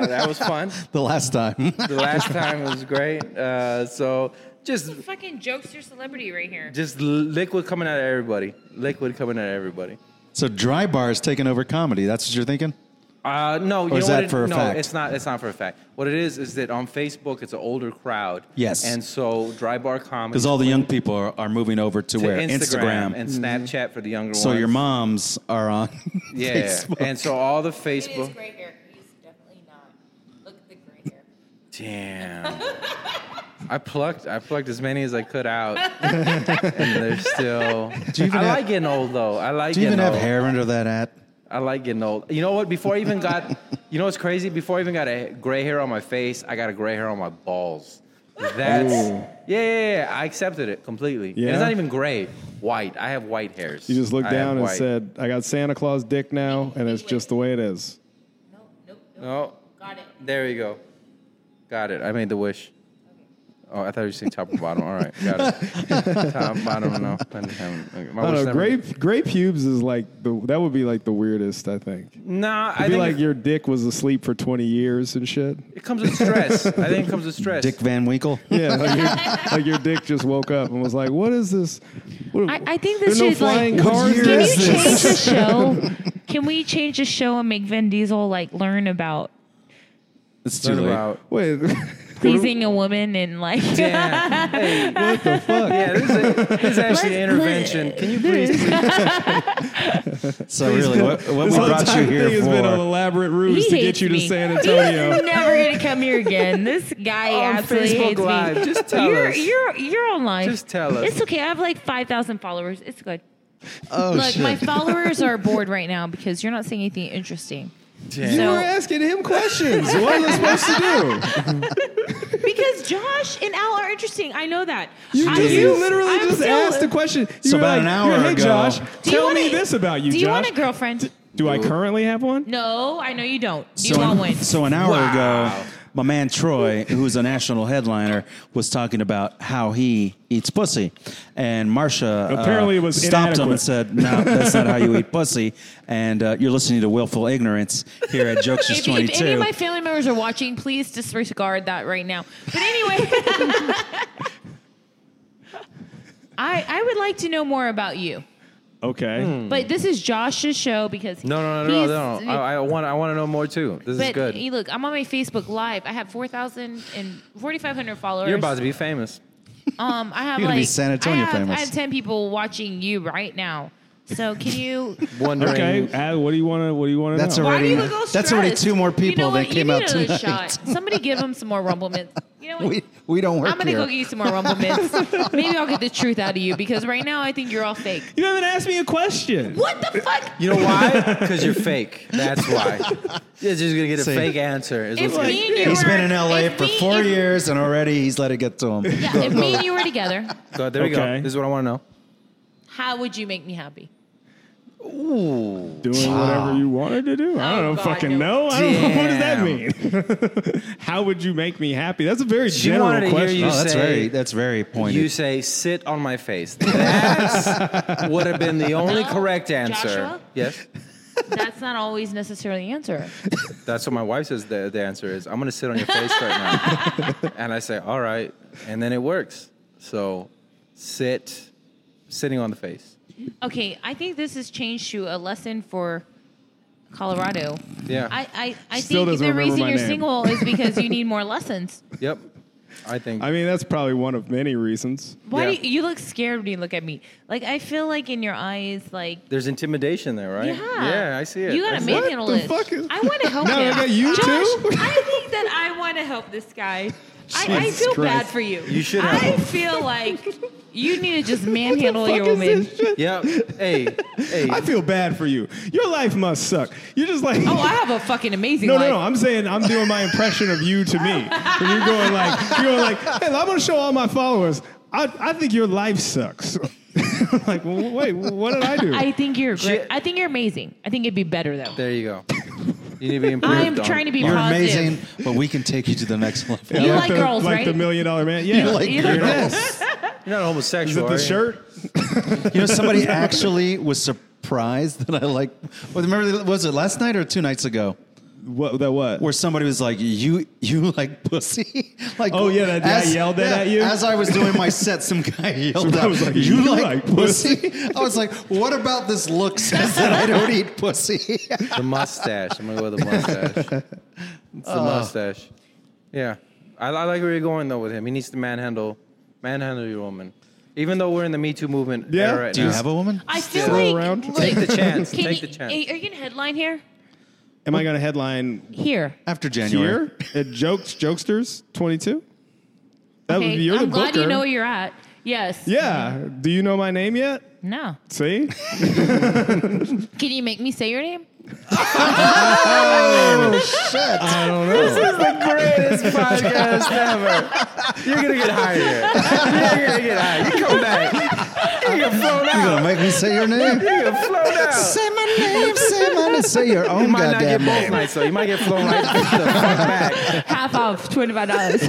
[SPEAKER 3] that was fun.
[SPEAKER 2] The last time.
[SPEAKER 3] The last time was great. Uh, so just
[SPEAKER 1] Fucking jokester celebrity right here.
[SPEAKER 3] just liquid coming out of everybody. Liquid coming out of everybody.
[SPEAKER 2] so Dry Bar is taking over comedy. That's what you're thinking?
[SPEAKER 3] Uh, no, you know
[SPEAKER 2] is
[SPEAKER 3] what
[SPEAKER 2] that
[SPEAKER 3] it-
[SPEAKER 2] for a
[SPEAKER 3] no,
[SPEAKER 2] fact?
[SPEAKER 3] it's not. It's not for a fact. What it is is that on Facebook, it's an older crowd.
[SPEAKER 2] Yes.
[SPEAKER 3] and so dry bar comedy.
[SPEAKER 2] Because all the young people are, are moving over to,
[SPEAKER 3] to
[SPEAKER 2] where? Mm-hmm.
[SPEAKER 3] Instagram, and Snapchat for the younger ones.
[SPEAKER 2] so your moms are on
[SPEAKER 3] yeah,
[SPEAKER 2] Facebook.
[SPEAKER 3] and so all the
[SPEAKER 1] It is
[SPEAKER 3] Facebook.
[SPEAKER 1] gray hair. He's definitely not. Look at the gray hair.
[SPEAKER 3] Damn, I plucked, I plucked as many as I could out, and they're still.
[SPEAKER 2] Do you even
[SPEAKER 3] I
[SPEAKER 2] have-
[SPEAKER 3] like getting old though. I like.
[SPEAKER 2] Do you even have
[SPEAKER 3] getting old.
[SPEAKER 2] hair under that hat?
[SPEAKER 3] I like getting old. You know what? Before I even got, you know what's crazy? Before I even got a gray hair on my face, I got a gray hair on my balls. That's yeah, yeah, yeah. I accepted it completely. And
[SPEAKER 6] Yeah?
[SPEAKER 3] it's not even gray, white. I have white hairs.
[SPEAKER 6] You just looked
[SPEAKER 3] I have
[SPEAKER 6] down and
[SPEAKER 3] white.
[SPEAKER 6] said, I got Santa Claus dick now, and it's just the way it is.
[SPEAKER 1] No, nope, nope.
[SPEAKER 3] "No,
[SPEAKER 1] Got it.
[SPEAKER 3] There you go. Got it. I made the wish. Oh, I thought you were saying top and bottom. All right, got it. top, bottom, no. I didn't have- okay, my
[SPEAKER 6] I
[SPEAKER 3] wish
[SPEAKER 6] don't know.
[SPEAKER 3] never-
[SPEAKER 6] Gray, gray pubes is like, the, that would be like the weirdest, I think. It'd
[SPEAKER 3] Nah, I
[SPEAKER 6] be
[SPEAKER 3] think
[SPEAKER 6] like
[SPEAKER 3] it-
[SPEAKER 6] your dick was asleep for 20 years and shit.
[SPEAKER 3] it comes with stress. I think it comes with stress.
[SPEAKER 2] Dick Van Winkle?
[SPEAKER 6] Yeah, like your, like your dick just woke up and was like, what is this? What-
[SPEAKER 1] I, I think this
[SPEAKER 6] there are no
[SPEAKER 1] should
[SPEAKER 6] flying
[SPEAKER 1] like.
[SPEAKER 6] cars.
[SPEAKER 1] Can you
[SPEAKER 6] There's
[SPEAKER 1] change the show? Can we change the show and make Vin Diesel like learn about
[SPEAKER 2] It's too
[SPEAKER 3] Learn
[SPEAKER 2] late.
[SPEAKER 3] about.
[SPEAKER 6] Wait,
[SPEAKER 1] pleasing a woman and like?
[SPEAKER 3] Yeah. Hey, what the fuck? Yeah, this is, this is actually
[SPEAKER 1] Let's-
[SPEAKER 3] intervention. Can you please?
[SPEAKER 2] So really, what, what we
[SPEAKER 6] this whole
[SPEAKER 2] brought you
[SPEAKER 6] entire
[SPEAKER 2] here
[SPEAKER 6] thing has
[SPEAKER 2] for?
[SPEAKER 6] been an elaborate ruse
[SPEAKER 1] He
[SPEAKER 6] to get
[SPEAKER 1] hates
[SPEAKER 6] you to
[SPEAKER 1] me.
[SPEAKER 6] San Antonio.
[SPEAKER 1] Never gonna come here again. This guy
[SPEAKER 3] On
[SPEAKER 1] absolutely
[SPEAKER 3] Facebook
[SPEAKER 1] hates
[SPEAKER 3] Live,
[SPEAKER 1] me.
[SPEAKER 3] just tell
[SPEAKER 1] you're,
[SPEAKER 3] us.
[SPEAKER 1] You're you're online.
[SPEAKER 3] Just tell us.
[SPEAKER 1] It's okay. I have like five thousand followers. It's good.
[SPEAKER 2] oh,
[SPEAKER 1] Look,
[SPEAKER 2] shit.
[SPEAKER 1] my followers are bored right now because you're not saying anything interesting.
[SPEAKER 6] You
[SPEAKER 1] So-
[SPEAKER 6] were asking him questions. What am I supposed to
[SPEAKER 9] Because Josh and Al are interesting. I know that.
[SPEAKER 6] do? You,
[SPEAKER 9] I-
[SPEAKER 6] just, you literally
[SPEAKER 9] I'm
[SPEAKER 6] just
[SPEAKER 9] so-
[SPEAKER 6] asked a question. You
[SPEAKER 2] So
[SPEAKER 6] were
[SPEAKER 2] about
[SPEAKER 6] like,
[SPEAKER 2] an hour
[SPEAKER 6] hey,
[SPEAKER 2] ago-
[SPEAKER 6] Josh,
[SPEAKER 1] Do you
[SPEAKER 6] tell
[SPEAKER 1] wanna-
[SPEAKER 6] me this about you,
[SPEAKER 1] Do you
[SPEAKER 6] Josh.
[SPEAKER 1] want a girlfriend?
[SPEAKER 6] Do I currently have
[SPEAKER 1] Hmm.
[SPEAKER 6] one?
[SPEAKER 1] No, I know you don't. Do you
[SPEAKER 2] so,
[SPEAKER 1] want
[SPEAKER 2] an,
[SPEAKER 1] one?
[SPEAKER 2] so an hour ago, my man Troy, who's a national headliner, was talking about how he eats pussy, and Marsha uh,
[SPEAKER 6] Apparently it was
[SPEAKER 2] stopped him
[SPEAKER 6] inadequate.
[SPEAKER 2] and said, "No, that's not how you eat pussy." And uh, you're listening to Willful Ignorance here at Jokesters
[SPEAKER 1] if, if any
[SPEAKER 2] 22.
[SPEAKER 1] of my family members are watching, please disregard that right now. But anyway, I I would like to know more about you.
[SPEAKER 6] Okay.
[SPEAKER 1] But this is Josh's show because
[SPEAKER 3] No, no, no, no,
[SPEAKER 1] he's-
[SPEAKER 3] no.
[SPEAKER 2] Oh,
[SPEAKER 3] I, I want, I want to know more too. This
[SPEAKER 1] but
[SPEAKER 3] is good.
[SPEAKER 1] hey, look, I'm on my Facebook Live. I have 4,000 and 4,500 followers.
[SPEAKER 3] You're about to be famous.
[SPEAKER 1] Um, I have
[SPEAKER 2] You're gonna
[SPEAKER 1] like
[SPEAKER 2] be San Antonio
[SPEAKER 1] I have,
[SPEAKER 2] famous.
[SPEAKER 1] I have 10 people watching you right now. So can you?
[SPEAKER 3] Wondering.
[SPEAKER 6] Okay. Al, what do you want to? What do you want to
[SPEAKER 2] that's
[SPEAKER 6] know?
[SPEAKER 9] Why do
[SPEAKER 2] already
[SPEAKER 9] you look all
[SPEAKER 2] that's already
[SPEAKER 9] stressed?
[SPEAKER 2] two more people
[SPEAKER 1] you know
[SPEAKER 2] that
[SPEAKER 1] what?
[SPEAKER 2] came
[SPEAKER 1] you
[SPEAKER 2] out
[SPEAKER 1] need another
[SPEAKER 2] tonight.
[SPEAKER 1] shot. Somebody give him some more rumblements.
[SPEAKER 10] You know what?
[SPEAKER 2] We, we don't work
[SPEAKER 1] I'm gonna
[SPEAKER 2] here.
[SPEAKER 1] go get you some more rumble mints. Maybe I'll get the truth out of you because right now I think you're all fake.
[SPEAKER 6] You haven't asked me a question.
[SPEAKER 1] What the fuck?
[SPEAKER 3] You know why? Because you're fake. That's why. You're just gonna get a fake answer. Is
[SPEAKER 1] If
[SPEAKER 3] what's-
[SPEAKER 1] me and you
[SPEAKER 2] He's
[SPEAKER 1] were,
[SPEAKER 2] been in LA
[SPEAKER 1] if
[SPEAKER 2] for
[SPEAKER 1] me-
[SPEAKER 2] four
[SPEAKER 1] if-
[SPEAKER 2] years, and already he's let it get to him.
[SPEAKER 1] Yeah, if me and you were together,
[SPEAKER 3] God, there we
[SPEAKER 6] Okay.
[SPEAKER 3] go. This is what I want to know.
[SPEAKER 1] how would you make me happy?
[SPEAKER 6] Doing whatever you wanted to do. I don't
[SPEAKER 1] Oh,
[SPEAKER 6] know.
[SPEAKER 1] God,
[SPEAKER 6] fucking
[SPEAKER 1] no.
[SPEAKER 6] no. I don't know. What does that mean? How would you make me happy? That's a very
[SPEAKER 3] She wanted to
[SPEAKER 6] general
[SPEAKER 3] hear
[SPEAKER 6] question.
[SPEAKER 3] you
[SPEAKER 11] oh, that's
[SPEAKER 3] say-
[SPEAKER 11] very that's very pointed.
[SPEAKER 3] You say sit on my face. That would have been the only
[SPEAKER 1] No,
[SPEAKER 3] correct answer.
[SPEAKER 1] Joshua?
[SPEAKER 3] Yes,
[SPEAKER 1] That's not always necessarily the answer.
[SPEAKER 3] that's what my wife says. The, the answer is I'm gonna sit on your face right now, and I say all right, and then it works. So sit, sitting on the face.
[SPEAKER 1] Okay, I think this has changed to a lesson for Colorado.
[SPEAKER 3] Yeah.
[SPEAKER 1] I, I, I
[SPEAKER 6] Still
[SPEAKER 1] think
[SPEAKER 6] doesn't
[SPEAKER 1] the
[SPEAKER 6] remember
[SPEAKER 1] reason
[SPEAKER 6] my
[SPEAKER 1] you're
[SPEAKER 6] name.
[SPEAKER 1] single is because you need more lessons.
[SPEAKER 3] Yep. I think.
[SPEAKER 6] I mean, that's probably one of many reasons.
[SPEAKER 1] Why
[SPEAKER 3] Yeah.
[SPEAKER 1] do you, you look scared when you look at me? Like I feel like in your eyes, like
[SPEAKER 3] there's intimidation there, right?
[SPEAKER 1] yeah,
[SPEAKER 3] I see it.
[SPEAKER 1] You gotta
[SPEAKER 3] I see
[SPEAKER 1] man
[SPEAKER 3] it.
[SPEAKER 1] handle
[SPEAKER 6] the
[SPEAKER 1] it.
[SPEAKER 6] fuck is-
[SPEAKER 1] I want to help
[SPEAKER 6] Now I
[SPEAKER 1] him.
[SPEAKER 6] got you
[SPEAKER 1] Josh,
[SPEAKER 6] too?
[SPEAKER 1] I think that I want to help this guy. I, I
[SPEAKER 6] Jesus
[SPEAKER 1] feel bad
[SPEAKER 6] Christ.
[SPEAKER 1] for you.
[SPEAKER 3] You should help
[SPEAKER 1] I
[SPEAKER 3] him.
[SPEAKER 1] feel like you need to just manhandle your woman.
[SPEAKER 3] Yeah. Hey, hey.
[SPEAKER 6] I feel bad for you. Your life must suck. You're just like.
[SPEAKER 1] Oh, I have a fucking amazing
[SPEAKER 6] No,
[SPEAKER 1] life.
[SPEAKER 6] no, no. I'm saying I'm doing my impression of you to me. When you're going like, you're going like, hey, I'm gonna show all my followers. I, I think your life sucks. like, well, wait, what did I do?
[SPEAKER 1] I think you're great.
[SPEAKER 3] Shit.
[SPEAKER 1] I think you're amazing. I think it'd be better though.
[SPEAKER 3] there you go. You need to be improved.
[SPEAKER 1] I'm
[SPEAKER 3] on.
[SPEAKER 1] trying to be
[SPEAKER 2] You're
[SPEAKER 1] positive.
[SPEAKER 2] amazing, but we can take you to the next level.
[SPEAKER 1] You like
[SPEAKER 6] the,
[SPEAKER 1] girls,
[SPEAKER 6] like
[SPEAKER 1] right?
[SPEAKER 6] the million dollar man. Yeah.
[SPEAKER 2] like
[SPEAKER 1] You
[SPEAKER 2] girls.
[SPEAKER 1] like girls.
[SPEAKER 3] You're not
[SPEAKER 6] Is
[SPEAKER 3] homosexual.
[SPEAKER 6] it the
[SPEAKER 3] are you?
[SPEAKER 6] shirt?
[SPEAKER 2] You know, somebody actually was surprised that I like. Well, remember, was it last night or two nights ago?
[SPEAKER 6] What that what?
[SPEAKER 2] Where somebody was like, "You, you like pussy?" like,
[SPEAKER 6] Oh, yeah, that guy yelled that at you?
[SPEAKER 2] As I was doing my set, some guy yelled
[SPEAKER 6] Somebody
[SPEAKER 2] out,
[SPEAKER 6] was like,
[SPEAKER 2] "You,
[SPEAKER 6] "You
[SPEAKER 2] like,
[SPEAKER 6] like
[SPEAKER 2] pussy? I was like, "What about this look says that I don't eat pussy?"
[SPEAKER 3] The mustache. I'm gonna go with the mustache. It's the mustache. Yeah, I, I like where you're going though with him. He needs to manhandle, manhandle your woman. Even though we're in the Me Too movement
[SPEAKER 6] Yeah.
[SPEAKER 3] era right
[SPEAKER 2] Do you
[SPEAKER 3] now.
[SPEAKER 2] have a woman?
[SPEAKER 1] I feel
[SPEAKER 6] Still
[SPEAKER 1] like
[SPEAKER 6] around?
[SPEAKER 1] Look,
[SPEAKER 3] Take the chance.
[SPEAKER 1] can
[SPEAKER 3] Take
[SPEAKER 1] you,
[SPEAKER 3] the chance.
[SPEAKER 1] Are you gonna headline here?
[SPEAKER 6] Am I gonna headline
[SPEAKER 1] Here.
[SPEAKER 2] After January,
[SPEAKER 6] here at Jokes Jokesters 22? That
[SPEAKER 1] okay.
[SPEAKER 6] you're
[SPEAKER 1] I'm
[SPEAKER 6] the
[SPEAKER 1] glad you
[SPEAKER 6] booker.
[SPEAKER 1] know where you're at. Yes.
[SPEAKER 6] Yeah. Do you know my name yet?
[SPEAKER 1] No.
[SPEAKER 6] See?
[SPEAKER 1] Can you make me say your name?
[SPEAKER 3] greatest podcast ever. You're gonna get hired. You're gonna get hired. You come back. You get flown
[SPEAKER 2] you're
[SPEAKER 3] out.
[SPEAKER 2] gonna make me say your name.
[SPEAKER 3] You get flown out.
[SPEAKER 2] say my name. Say my name. Say your
[SPEAKER 3] You
[SPEAKER 2] own
[SPEAKER 3] might not
[SPEAKER 2] goddamn
[SPEAKER 3] get both
[SPEAKER 2] name.
[SPEAKER 3] nights though. You might get flown right the fuck back.
[SPEAKER 1] Half off, twenty five dollars.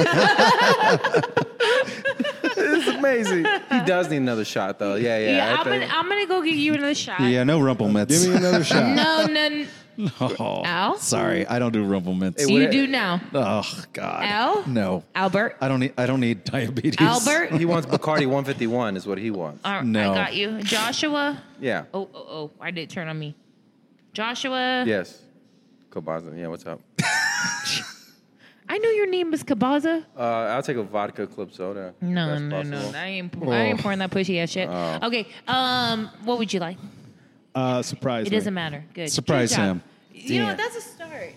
[SPEAKER 3] It's amazing. He does need another shot though. Yeah, yeah.
[SPEAKER 1] yeah,
[SPEAKER 3] I
[SPEAKER 1] I'm gonna,
[SPEAKER 3] think-
[SPEAKER 1] I'm gonna go give you another shot.
[SPEAKER 2] Yeah, no rumple mitts.
[SPEAKER 6] Give me another shot.
[SPEAKER 1] No, no, n- Al?
[SPEAKER 2] Sorry, I don't do rumple mints.
[SPEAKER 3] Hey, what-
[SPEAKER 1] you
[SPEAKER 3] it-
[SPEAKER 1] do now,
[SPEAKER 2] oh God.
[SPEAKER 1] Al?
[SPEAKER 2] No.
[SPEAKER 1] Albert.
[SPEAKER 2] I don't need. I don't need diabetes.
[SPEAKER 1] Albert.
[SPEAKER 3] he wants Bacardi 151 is what he wants.
[SPEAKER 1] All right,
[SPEAKER 2] No.
[SPEAKER 1] I got you, Joshua.
[SPEAKER 3] Yeah.
[SPEAKER 1] Oh, oh, oh! Why did it turn on me? Joshua.
[SPEAKER 3] Yes. Kobazin. Yeah, what's up?
[SPEAKER 1] I know your name is Kabaza.
[SPEAKER 3] Uh, I'll take a vodka club soda. if
[SPEAKER 1] No,
[SPEAKER 3] that's
[SPEAKER 1] no, no,
[SPEAKER 3] possible.
[SPEAKER 1] I ain't, pour- I
[SPEAKER 2] Oh.
[SPEAKER 1] ain't pouring that pushy ass shit. Okay, um, what would you like?
[SPEAKER 6] Uh, surprise.
[SPEAKER 1] It
[SPEAKER 6] me.
[SPEAKER 1] doesn't matter. Good.
[SPEAKER 2] Surprise
[SPEAKER 1] Good job.
[SPEAKER 2] him.
[SPEAKER 1] You know what?
[SPEAKER 3] Damn.
[SPEAKER 1] That's a start.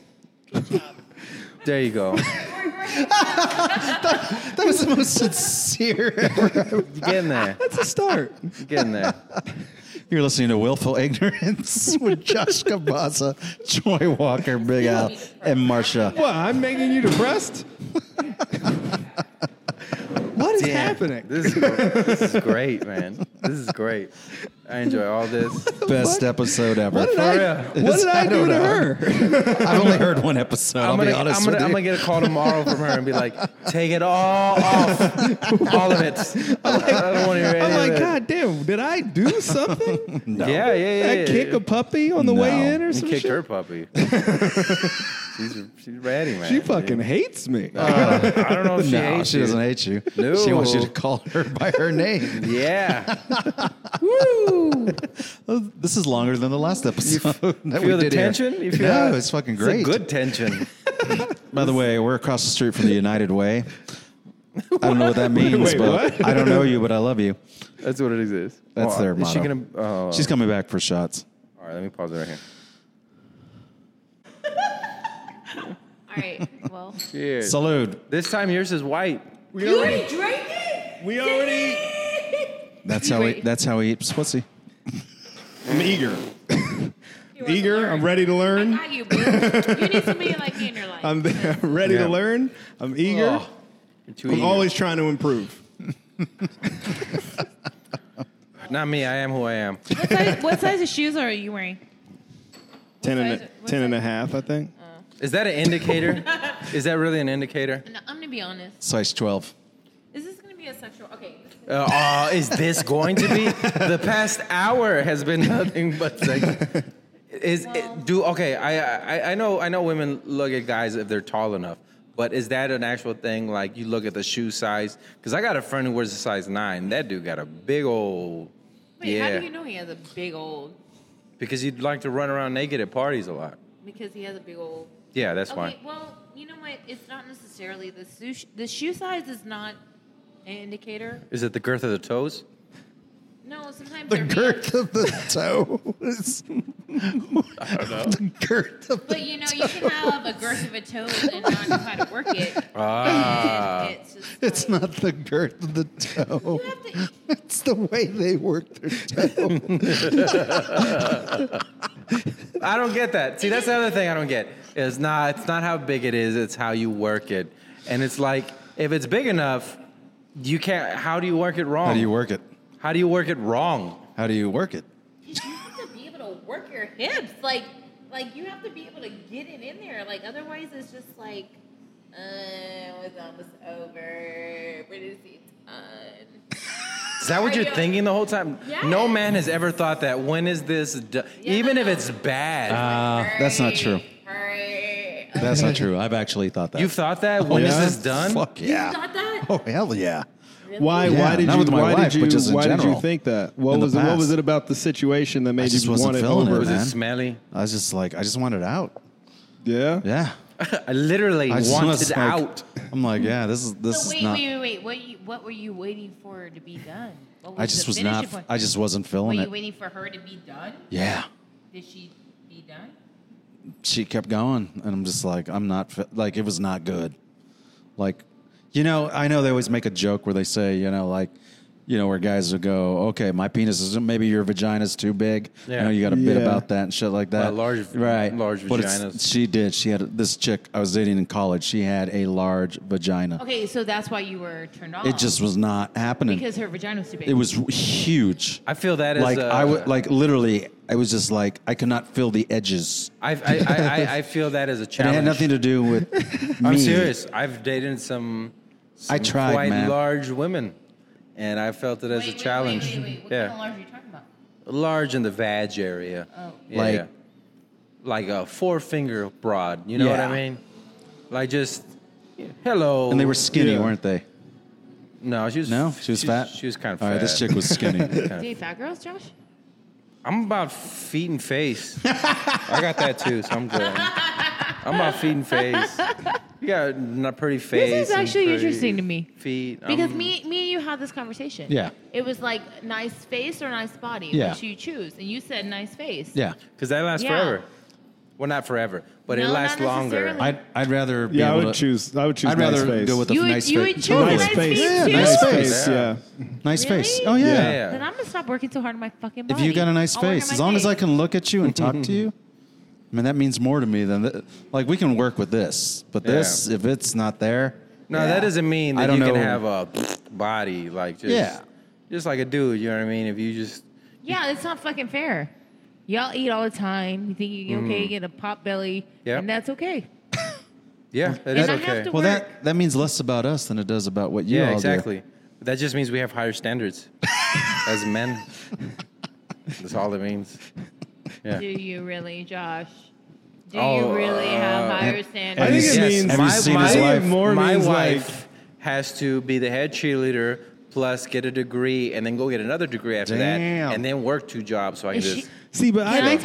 [SPEAKER 3] There you go.
[SPEAKER 2] That was the most sincere.
[SPEAKER 3] You Getting there.
[SPEAKER 6] That's a start.
[SPEAKER 3] You Getting there.
[SPEAKER 2] You're listening to Willful Ignorance with Josh Cabasa, Troy Walker, Big Al, and Marsha.
[SPEAKER 6] what? I'm making you depressed? what is happening?
[SPEAKER 3] This is, gr- this is great, man. This is great. I enjoy all this.
[SPEAKER 2] Best episode ever.
[SPEAKER 6] What did I,
[SPEAKER 3] real.
[SPEAKER 6] what did I,
[SPEAKER 2] don't
[SPEAKER 6] do to
[SPEAKER 2] know.
[SPEAKER 6] her?
[SPEAKER 2] I've only heard one episode. I'll
[SPEAKER 3] I'm gonna,
[SPEAKER 2] be honest
[SPEAKER 3] I'm, gonna,
[SPEAKER 2] with
[SPEAKER 3] I'm
[SPEAKER 2] you.
[SPEAKER 3] gonna get a call tomorrow from her and be like, take it all off. all of it. I don't want to hear any
[SPEAKER 6] I'm
[SPEAKER 3] of
[SPEAKER 6] like,
[SPEAKER 3] it.
[SPEAKER 6] God damn, did I do something?
[SPEAKER 3] Yeah, yeah, yeah.
[SPEAKER 6] I
[SPEAKER 3] yeah.
[SPEAKER 6] kick a puppy on the way
[SPEAKER 2] No.
[SPEAKER 6] in or
[SPEAKER 3] You
[SPEAKER 6] some
[SPEAKER 3] kicked
[SPEAKER 6] shit?
[SPEAKER 3] her puppy. she's, she's ratty, man. Uh,
[SPEAKER 6] She fucking hates me.
[SPEAKER 3] I don't know if she
[SPEAKER 2] no,
[SPEAKER 3] hates
[SPEAKER 2] she
[SPEAKER 3] you.
[SPEAKER 2] doesn't hate you.
[SPEAKER 3] No.
[SPEAKER 2] She wants you to call her by her name.
[SPEAKER 3] Yeah.
[SPEAKER 2] This is longer than the last episode. that
[SPEAKER 3] feel
[SPEAKER 2] we
[SPEAKER 3] the
[SPEAKER 2] did here.
[SPEAKER 3] tension? You feel
[SPEAKER 2] no,
[SPEAKER 3] that?
[SPEAKER 2] it's fucking
[SPEAKER 3] It's
[SPEAKER 2] great.
[SPEAKER 3] a good tension.
[SPEAKER 2] By the way, we're across the street from the United Way. I don't know what that means,
[SPEAKER 6] Wait,
[SPEAKER 2] but I don't know you, but I love you.
[SPEAKER 12] Oh.
[SPEAKER 3] That's what it exists.
[SPEAKER 2] That's
[SPEAKER 3] oh,
[SPEAKER 2] their
[SPEAKER 3] is she
[SPEAKER 2] motto.
[SPEAKER 3] gonna? Oh,
[SPEAKER 2] She's coming back for shots.
[SPEAKER 3] all right, let me pause it right here.
[SPEAKER 1] All right. well.
[SPEAKER 3] Cheers.
[SPEAKER 2] Salute.
[SPEAKER 3] this time yours is white.
[SPEAKER 6] We
[SPEAKER 1] You
[SPEAKER 6] already,
[SPEAKER 1] already drank it?
[SPEAKER 6] we already.
[SPEAKER 2] That's how he. That's how he eats pussy.
[SPEAKER 6] I'm eager.
[SPEAKER 1] You are
[SPEAKER 6] Eager.
[SPEAKER 1] learning.
[SPEAKER 6] I'm ready to
[SPEAKER 1] I
[SPEAKER 6] learn.
[SPEAKER 1] got you, boo. you need somebody like me in your life.
[SPEAKER 6] I'm ready to learn. I'm eager.
[SPEAKER 3] Too
[SPEAKER 6] I'm
[SPEAKER 3] Oh, eager.
[SPEAKER 6] always trying to improve.
[SPEAKER 3] Not me. I am who I am.
[SPEAKER 1] what, size, what size of shoes are you wearing?
[SPEAKER 6] Ten and,
[SPEAKER 1] size-
[SPEAKER 6] a,
[SPEAKER 1] what
[SPEAKER 6] ten and a
[SPEAKER 1] size-
[SPEAKER 6] half, I think.
[SPEAKER 3] Is that an indicator? is that really an indicator?
[SPEAKER 1] No, I'm gonna be honest.
[SPEAKER 2] Size twelve.
[SPEAKER 1] Is this gonna be a sexual? Okay.
[SPEAKER 3] Uh, uh, is this going to be? The past hour has been nothing but sex. Is it, do okay? I, I I know I know women look at guys if they're tall enough, but is that an actual thing? Like you look at the shoe size? Because I got a friend who wears a size nine. That dude got a big old.
[SPEAKER 1] Wait,
[SPEAKER 3] yeah,
[SPEAKER 1] how do you know he has a big old?
[SPEAKER 3] because he'd like to run around naked at parties a lot.
[SPEAKER 1] Because he has a big old.
[SPEAKER 3] Yeah, that's why.
[SPEAKER 1] Okay. Well, you know what? It's not necessarily the shoe. The shoe size is not an indicator.
[SPEAKER 3] Is it the girth of the toes?
[SPEAKER 1] No, sometimes
[SPEAKER 12] The
[SPEAKER 1] they're
[SPEAKER 12] girth of the toes. The girth of
[SPEAKER 1] But
[SPEAKER 12] the.
[SPEAKER 1] you know, you can have a girth of a toe and not know how to work it.
[SPEAKER 3] Ah.
[SPEAKER 1] It's just
[SPEAKER 12] It's
[SPEAKER 1] like-
[SPEAKER 12] not the girth of the toe.
[SPEAKER 1] You have to-
[SPEAKER 12] Oh. It's the way they work their toe.
[SPEAKER 3] I don't get that. See, that's the other thing I don't get. It's not. It's not how big it is. It's how you work it. And it's like if it's big enough, you can't. How do you work it wrong?
[SPEAKER 2] How do you work it?
[SPEAKER 3] How do you work it wrong?
[SPEAKER 2] How do you work it?
[SPEAKER 1] you have to be able to work your hips. Like, like you have to be able to get it in there. Like, otherwise, it's just like, uh, it's almost over. What is it? done?
[SPEAKER 3] Is that what
[SPEAKER 1] Are
[SPEAKER 3] you're
[SPEAKER 1] you-
[SPEAKER 3] thinking the whole time?
[SPEAKER 1] Yes.
[SPEAKER 3] No man has ever thought that. When is this? Do-
[SPEAKER 1] Yeah,
[SPEAKER 3] Even
[SPEAKER 1] no,
[SPEAKER 3] if
[SPEAKER 1] no.
[SPEAKER 3] it's bad,
[SPEAKER 2] Uh, that's not true.
[SPEAKER 1] Hurry. Oh,
[SPEAKER 2] That's not true. I've actually thought that.
[SPEAKER 3] you've thought that. When is
[SPEAKER 6] yeah?
[SPEAKER 3] this done?
[SPEAKER 12] Fuck
[SPEAKER 1] you
[SPEAKER 12] yeah.
[SPEAKER 1] got that?
[SPEAKER 12] Oh, hell yeah.
[SPEAKER 6] Why? why
[SPEAKER 2] Yeah,
[SPEAKER 6] did
[SPEAKER 2] not
[SPEAKER 6] you?
[SPEAKER 2] with my
[SPEAKER 6] why
[SPEAKER 2] wife,
[SPEAKER 6] did you?
[SPEAKER 2] but just in
[SPEAKER 6] why did you
[SPEAKER 2] general.
[SPEAKER 6] think that? What
[SPEAKER 2] In the
[SPEAKER 6] was it, what was
[SPEAKER 2] past.
[SPEAKER 6] it about the situation that made
[SPEAKER 2] just
[SPEAKER 6] you
[SPEAKER 2] wasn't
[SPEAKER 6] want it
[SPEAKER 2] feeling it,
[SPEAKER 6] over?
[SPEAKER 3] Was it
[SPEAKER 2] man.
[SPEAKER 3] smelly?
[SPEAKER 2] I was just like, I just want it out.
[SPEAKER 6] Yeah.
[SPEAKER 2] Yeah.
[SPEAKER 3] I literally
[SPEAKER 2] I just
[SPEAKER 3] want
[SPEAKER 2] was
[SPEAKER 3] it
[SPEAKER 2] like-
[SPEAKER 3] out.
[SPEAKER 2] I'm like, yeah, this is this
[SPEAKER 1] So
[SPEAKER 2] is
[SPEAKER 1] wait,
[SPEAKER 2] not.
[SPEAKER 1] wait, wait, wait. What you, what were you waiting for to be done? What was
[SPEAKER 2] I just
[SPEAKER 1] the
[SPEAKER 2] was
[SPEAKER 1] finishing
[SPEAKER 2] not.
[SPEAKER 1] Point?
[SPEAKER 2] I just wasn't
[SPEAKER 1] were
[SPEAKER 2] feeling
[SPEAKER 1] you
[SPEAKER 2] it.
[SPEAKER 1] waiting for her to be done?
[SPEAKER 2] Yeah.
[SPEAKER 1] Did she be done?
[SPEAKER 2] She kept going, and I'm just like, I'm not. fe- Like it was not good. Like, you know, I know they always make a joke where they say, you know, like. You know where guys will go? Okay, my penis is maybe your vagina's too big.
[SPEAKER 3] Yeah.
[SPEAKER 2] You know you got a bit
[SPEAKER 6] Yeah.
[SPEAKER 2] about that and shit like that.
[SPEAKER 3] Uh, large-
[SPEAKER 2] right?
[SPEAKER 3] large
[SPEAKER 2] But it's-
[SPEAKER 3] vaginas.
[SPEAKER 2] She did. She had this chick I was dating in college. She had a large vagina.
[SPEAKER 1] Okay, so that's why you were turned on.
[SPEAKER 2] It just was not happening.
[SPEAKER 1] because her vagina was too big.
[SPEAKER 2] it was huge.
[SPEAKER 3] I feel that is
[SPEAKER 2] like
[SPEAKER 3] uh,
[SPEAKER 2] I would like literally I was just like I could not feel the edges.
[SPEAKER 3] I, I, I, I- I feel that as a
[SPEAKER 2] And it
[SPEAKER 3] challenge.
[SPEAKER 2] had nothing to do with me.
[SPEAKER 3] I'm serious. I've dated some, some
[SPEAKER 2] I tried,
[SPEAKER 3] quite
[SPEAKER 2] man.
[SPEAKER 3] large women, and I felt it as
[SPEAKER 1] wait,
[SPEAKER 3] a challenge.
[SPEAKER 1] Wait, wait, wait, What
[SPEAKER 3] yeah,
[SPEAKER 1] kind of large are you talking about?
[SPEAKER 3] large in the vag area. Oh. Yeah.
[SPEAKER 2] Like-
[SPEAKER 3] like a four finger broad. You know what I
[SPEAKER 2] Yeah.
[SPEAKER 3] mean? Like just hello.
[SPEAKER 2] And they were skinny,
[SPEAKER 6] Yeah.
[SPEAKER 2] weren't they?
[SPEAKER 3] no, she was
[SPEAKER 2] No, she was fat.
[SPEAKER 3] She was kind of fat.
[SPEAKER 2] All right, this chick was skinny.
[SPEAKER 1] Do you fat girls, Josh?
[SPEAKER 3] I'm about feet and face. I got that too, so I'm good. I'm about feet and face. You got a pretty face.
[SPEAKER 1] is
[SPEAKER 3] and
[SPEAKER 1] actually
[SPEAKER 3] pretty
[SPEAKER 1] interesting to me.
[SPEAKER 3] Feet. um,
[SPEAKER 1] Because
[SPEAKER 3] I'm-
[SPEAKER 1] me, me and you had this conversation.
[SPEAKER 2] Um, Yeah.
[SPEAKER 1] It was like nice face or nice body,
[SPEAKER 2] Yeah.
[SPEAKER 1] which you choose, and you said nice face.
[SPEAKER 2] yeah.
[SPEAKER 3] Because that lasts
[SPEAKER 1] Yeah.
[SPEAKER 3] forever. Well, not forever, but it
[SPEAKER 1] No,
[SPEAKER 3] lasts
[SPEAKER 1] not
[SPEAKER 3] longer.
[SPEAKER 1] necessarily.
[SPEAKER 2] I'd I'd rather be
[SPEAKER 6] Yeah, I
[SPEAKER 2] able
[SPEAKER 6] would
[SPEAKER 2] to,
[SPEAKER 6] choose. I would choose.
[SPEAKER 2] I'd
[SPEAKER 6] nice
[SPEAKER 2] rather
[SPEAKER 6] face.
[SPEAKER 2] go with a
[SPEAKER 1] You would-
[SPEAKER 2] nice
[SPEAKER 1] you
[SPEAKER 2] face.
[SPEAKER 1] would choose
[SPEAKER 6] nice
[SPEAKER 1] Nice
[SPEAKER 6] face.
[SPEAKER 1] face,
[SPEAKER 6] Yeah,
[SPEAKER 1] too?
[SPEAKER 6] nice face. Yeah.
[SPEAKER 2] Nice
[SPEAKER 1] Really?
[SPEAKER 2] face. Oh yeah.
[SPEAKER 3] Yeah, yeah.
[SPEAKER 1] Then I'm gonna stop working so hard on my fucking
[SPEAKER 2] If
[SPEAKER 1] body.
[SPEAKER 2] you got a nice
[SPEAKER 1] I'll work
[SPEAKER 2] face,
[SPEAKER 1] on
[SPEAKER 2] as
[SPEAKER 1] my
[SPEAKER 2] long as I
[SPEAKER 1] face.
[SPEAKER 2] can look at you and talk to you, I mean that means more to me than th- like we can work with this, but this if it's not there.
[SPEAKER 3] No,
[SPEAKER 2] yeah.
[SPEAKER 3] that doesn't mean
[SPEAKER 2] I
[SPEAKER 3] that
[SPEAKER 2] don't
[SPEAKER 3] you can
[SPEAKER 2] know.
[SPEAKER 3] have a body like just,
[SPEAKER 2] Yeah.
[SPEAKER 3] just like a dude. You know what I mean? If you just
[SPEAKER 1] Yeah, it's not fucking fair. Y'all eat all the time. You think you're okay, you get a pop belly,
[SPEAKER 3] Yep.
[SPEAKER 1] and that's okay.
[SPEAKER 3] yeah, that
[SPEAKER 1] And
[SPEAKER 3] is
[SPEAKER 1] I have
[SPEAKER 3] okay.
[SPEAKER 1] to
[SPEAKER 2] Well,
[SPEAKER 1] work.
[SPEAKER 2] that that means less about us than it does about what you
[SPEAKER 3] yeah,
[SPEAKER 2] all do.
[SPEAKER 3] exactly. That just means we have higher standards as men. That's all it means. Yeah.
[SPEAKER 1] Do you really, Josh? Do
[SPEAKER 3] Oh,
[SPEAKER 1] you really
[SPEAKER 3] uh,
[SPEAKER 1] have higher
[SPEAKER 6] I think
[SPEAKER 1] standards?
[SPEAKER 6] it
[SPEAKER 3] Yes,
[SPEAKER 6] means
[SPEAKER 2] Have you seen
[SPEAKER 6] my,
[SPEAKER 2] his
[SPEAKER 6] my
[SPEAKER 2] wife?
[SPEAKER 6] More
[SPEAKER 3] my
[SPEAKER 6] means
[SPEAKER 3] wife has to be the head cheerleader plus get a degree and then go get another degree after
[SPEAKER 2] Damn.
[SPEAKER 3] that and then work two jobs so I can
[SPEAKER 1] Is
[SPEAKER 3] just.
[SPEAKER 1] she-
[SPEAKER 6] Like, see, but
[SPEAKER 1] Can
[SPEAKER 6] I
[SPEAKER 1] I
[SPEAKER 6] think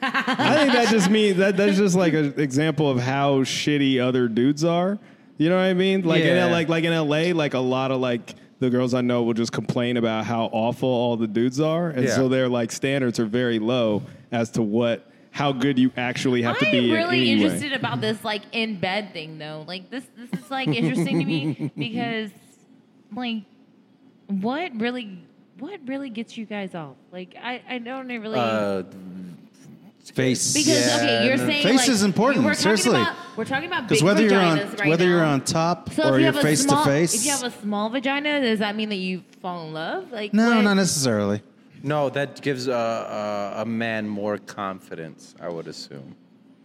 [SPEAKER 1] talk
[SPEAKER 6] that.
[SPEAKER 1] to her?
[SPEAKER 6] I think that just means that that's just like an example of how shitty other dudes are. You know what I mean? Like
[SPEAKER 3] Yeah.
[SPEAKER 6] in like like in LA, like a lot of like the girls I know will just complain about how awful all the dudes are, and
[SPEAKER 3] Yeah.
[SPEAKER 6] so their like standards are very low as to what how good you actually have to
[SPEAKER 1] I'm
[SPEAKER 6] be. in
[SPEAKER 1] really
[SPEAKER 6] any way.
[SPEAKER 1] interested about this like in bed thing though. Like this this is like interesting to me because like what really what really gets you guys off? Like I I don't really
[SPEAKER 3] Uh,
[SPEAKER 2] Face.
[SPEAKER 1] because okay you're saying
[SPEAKER 2] Face
[SPEAKER 1] like,
[SPEAKER 2] is important,
[SPEAKER 1] We're talking
[SPEAKER 2] seriously.
[SPEAKER 1] about, we're talking about
[SPEAKER 2] Because
[SPEAKER 1] big
[SPEAKER 2] whether you're on
[SPEAKER 1] vaginas right
[SPEAKER 2] whether
[SPEAKER 1] now.
[SPEAKER 2] you're on top
[SPEAKER 1] so
[SPEAKER 2] or
[SPEAKER 1] if you
[SPEAKER 2] you're
[SPEAKER 1] have a
[SPEAKER 2] face
[SPEAKER 1] small-
[SPEAKER 2] to face,
[SPEAKER 1] If you have a small vagina, does that mean that you fall in love? Like
[SPEAKER 2] no,
[SPEAKER 1] what-
[SPEAKER 2] not necessarily.
[SPEAKER 3] no, that gives a, a, a man more confidence, I would assume.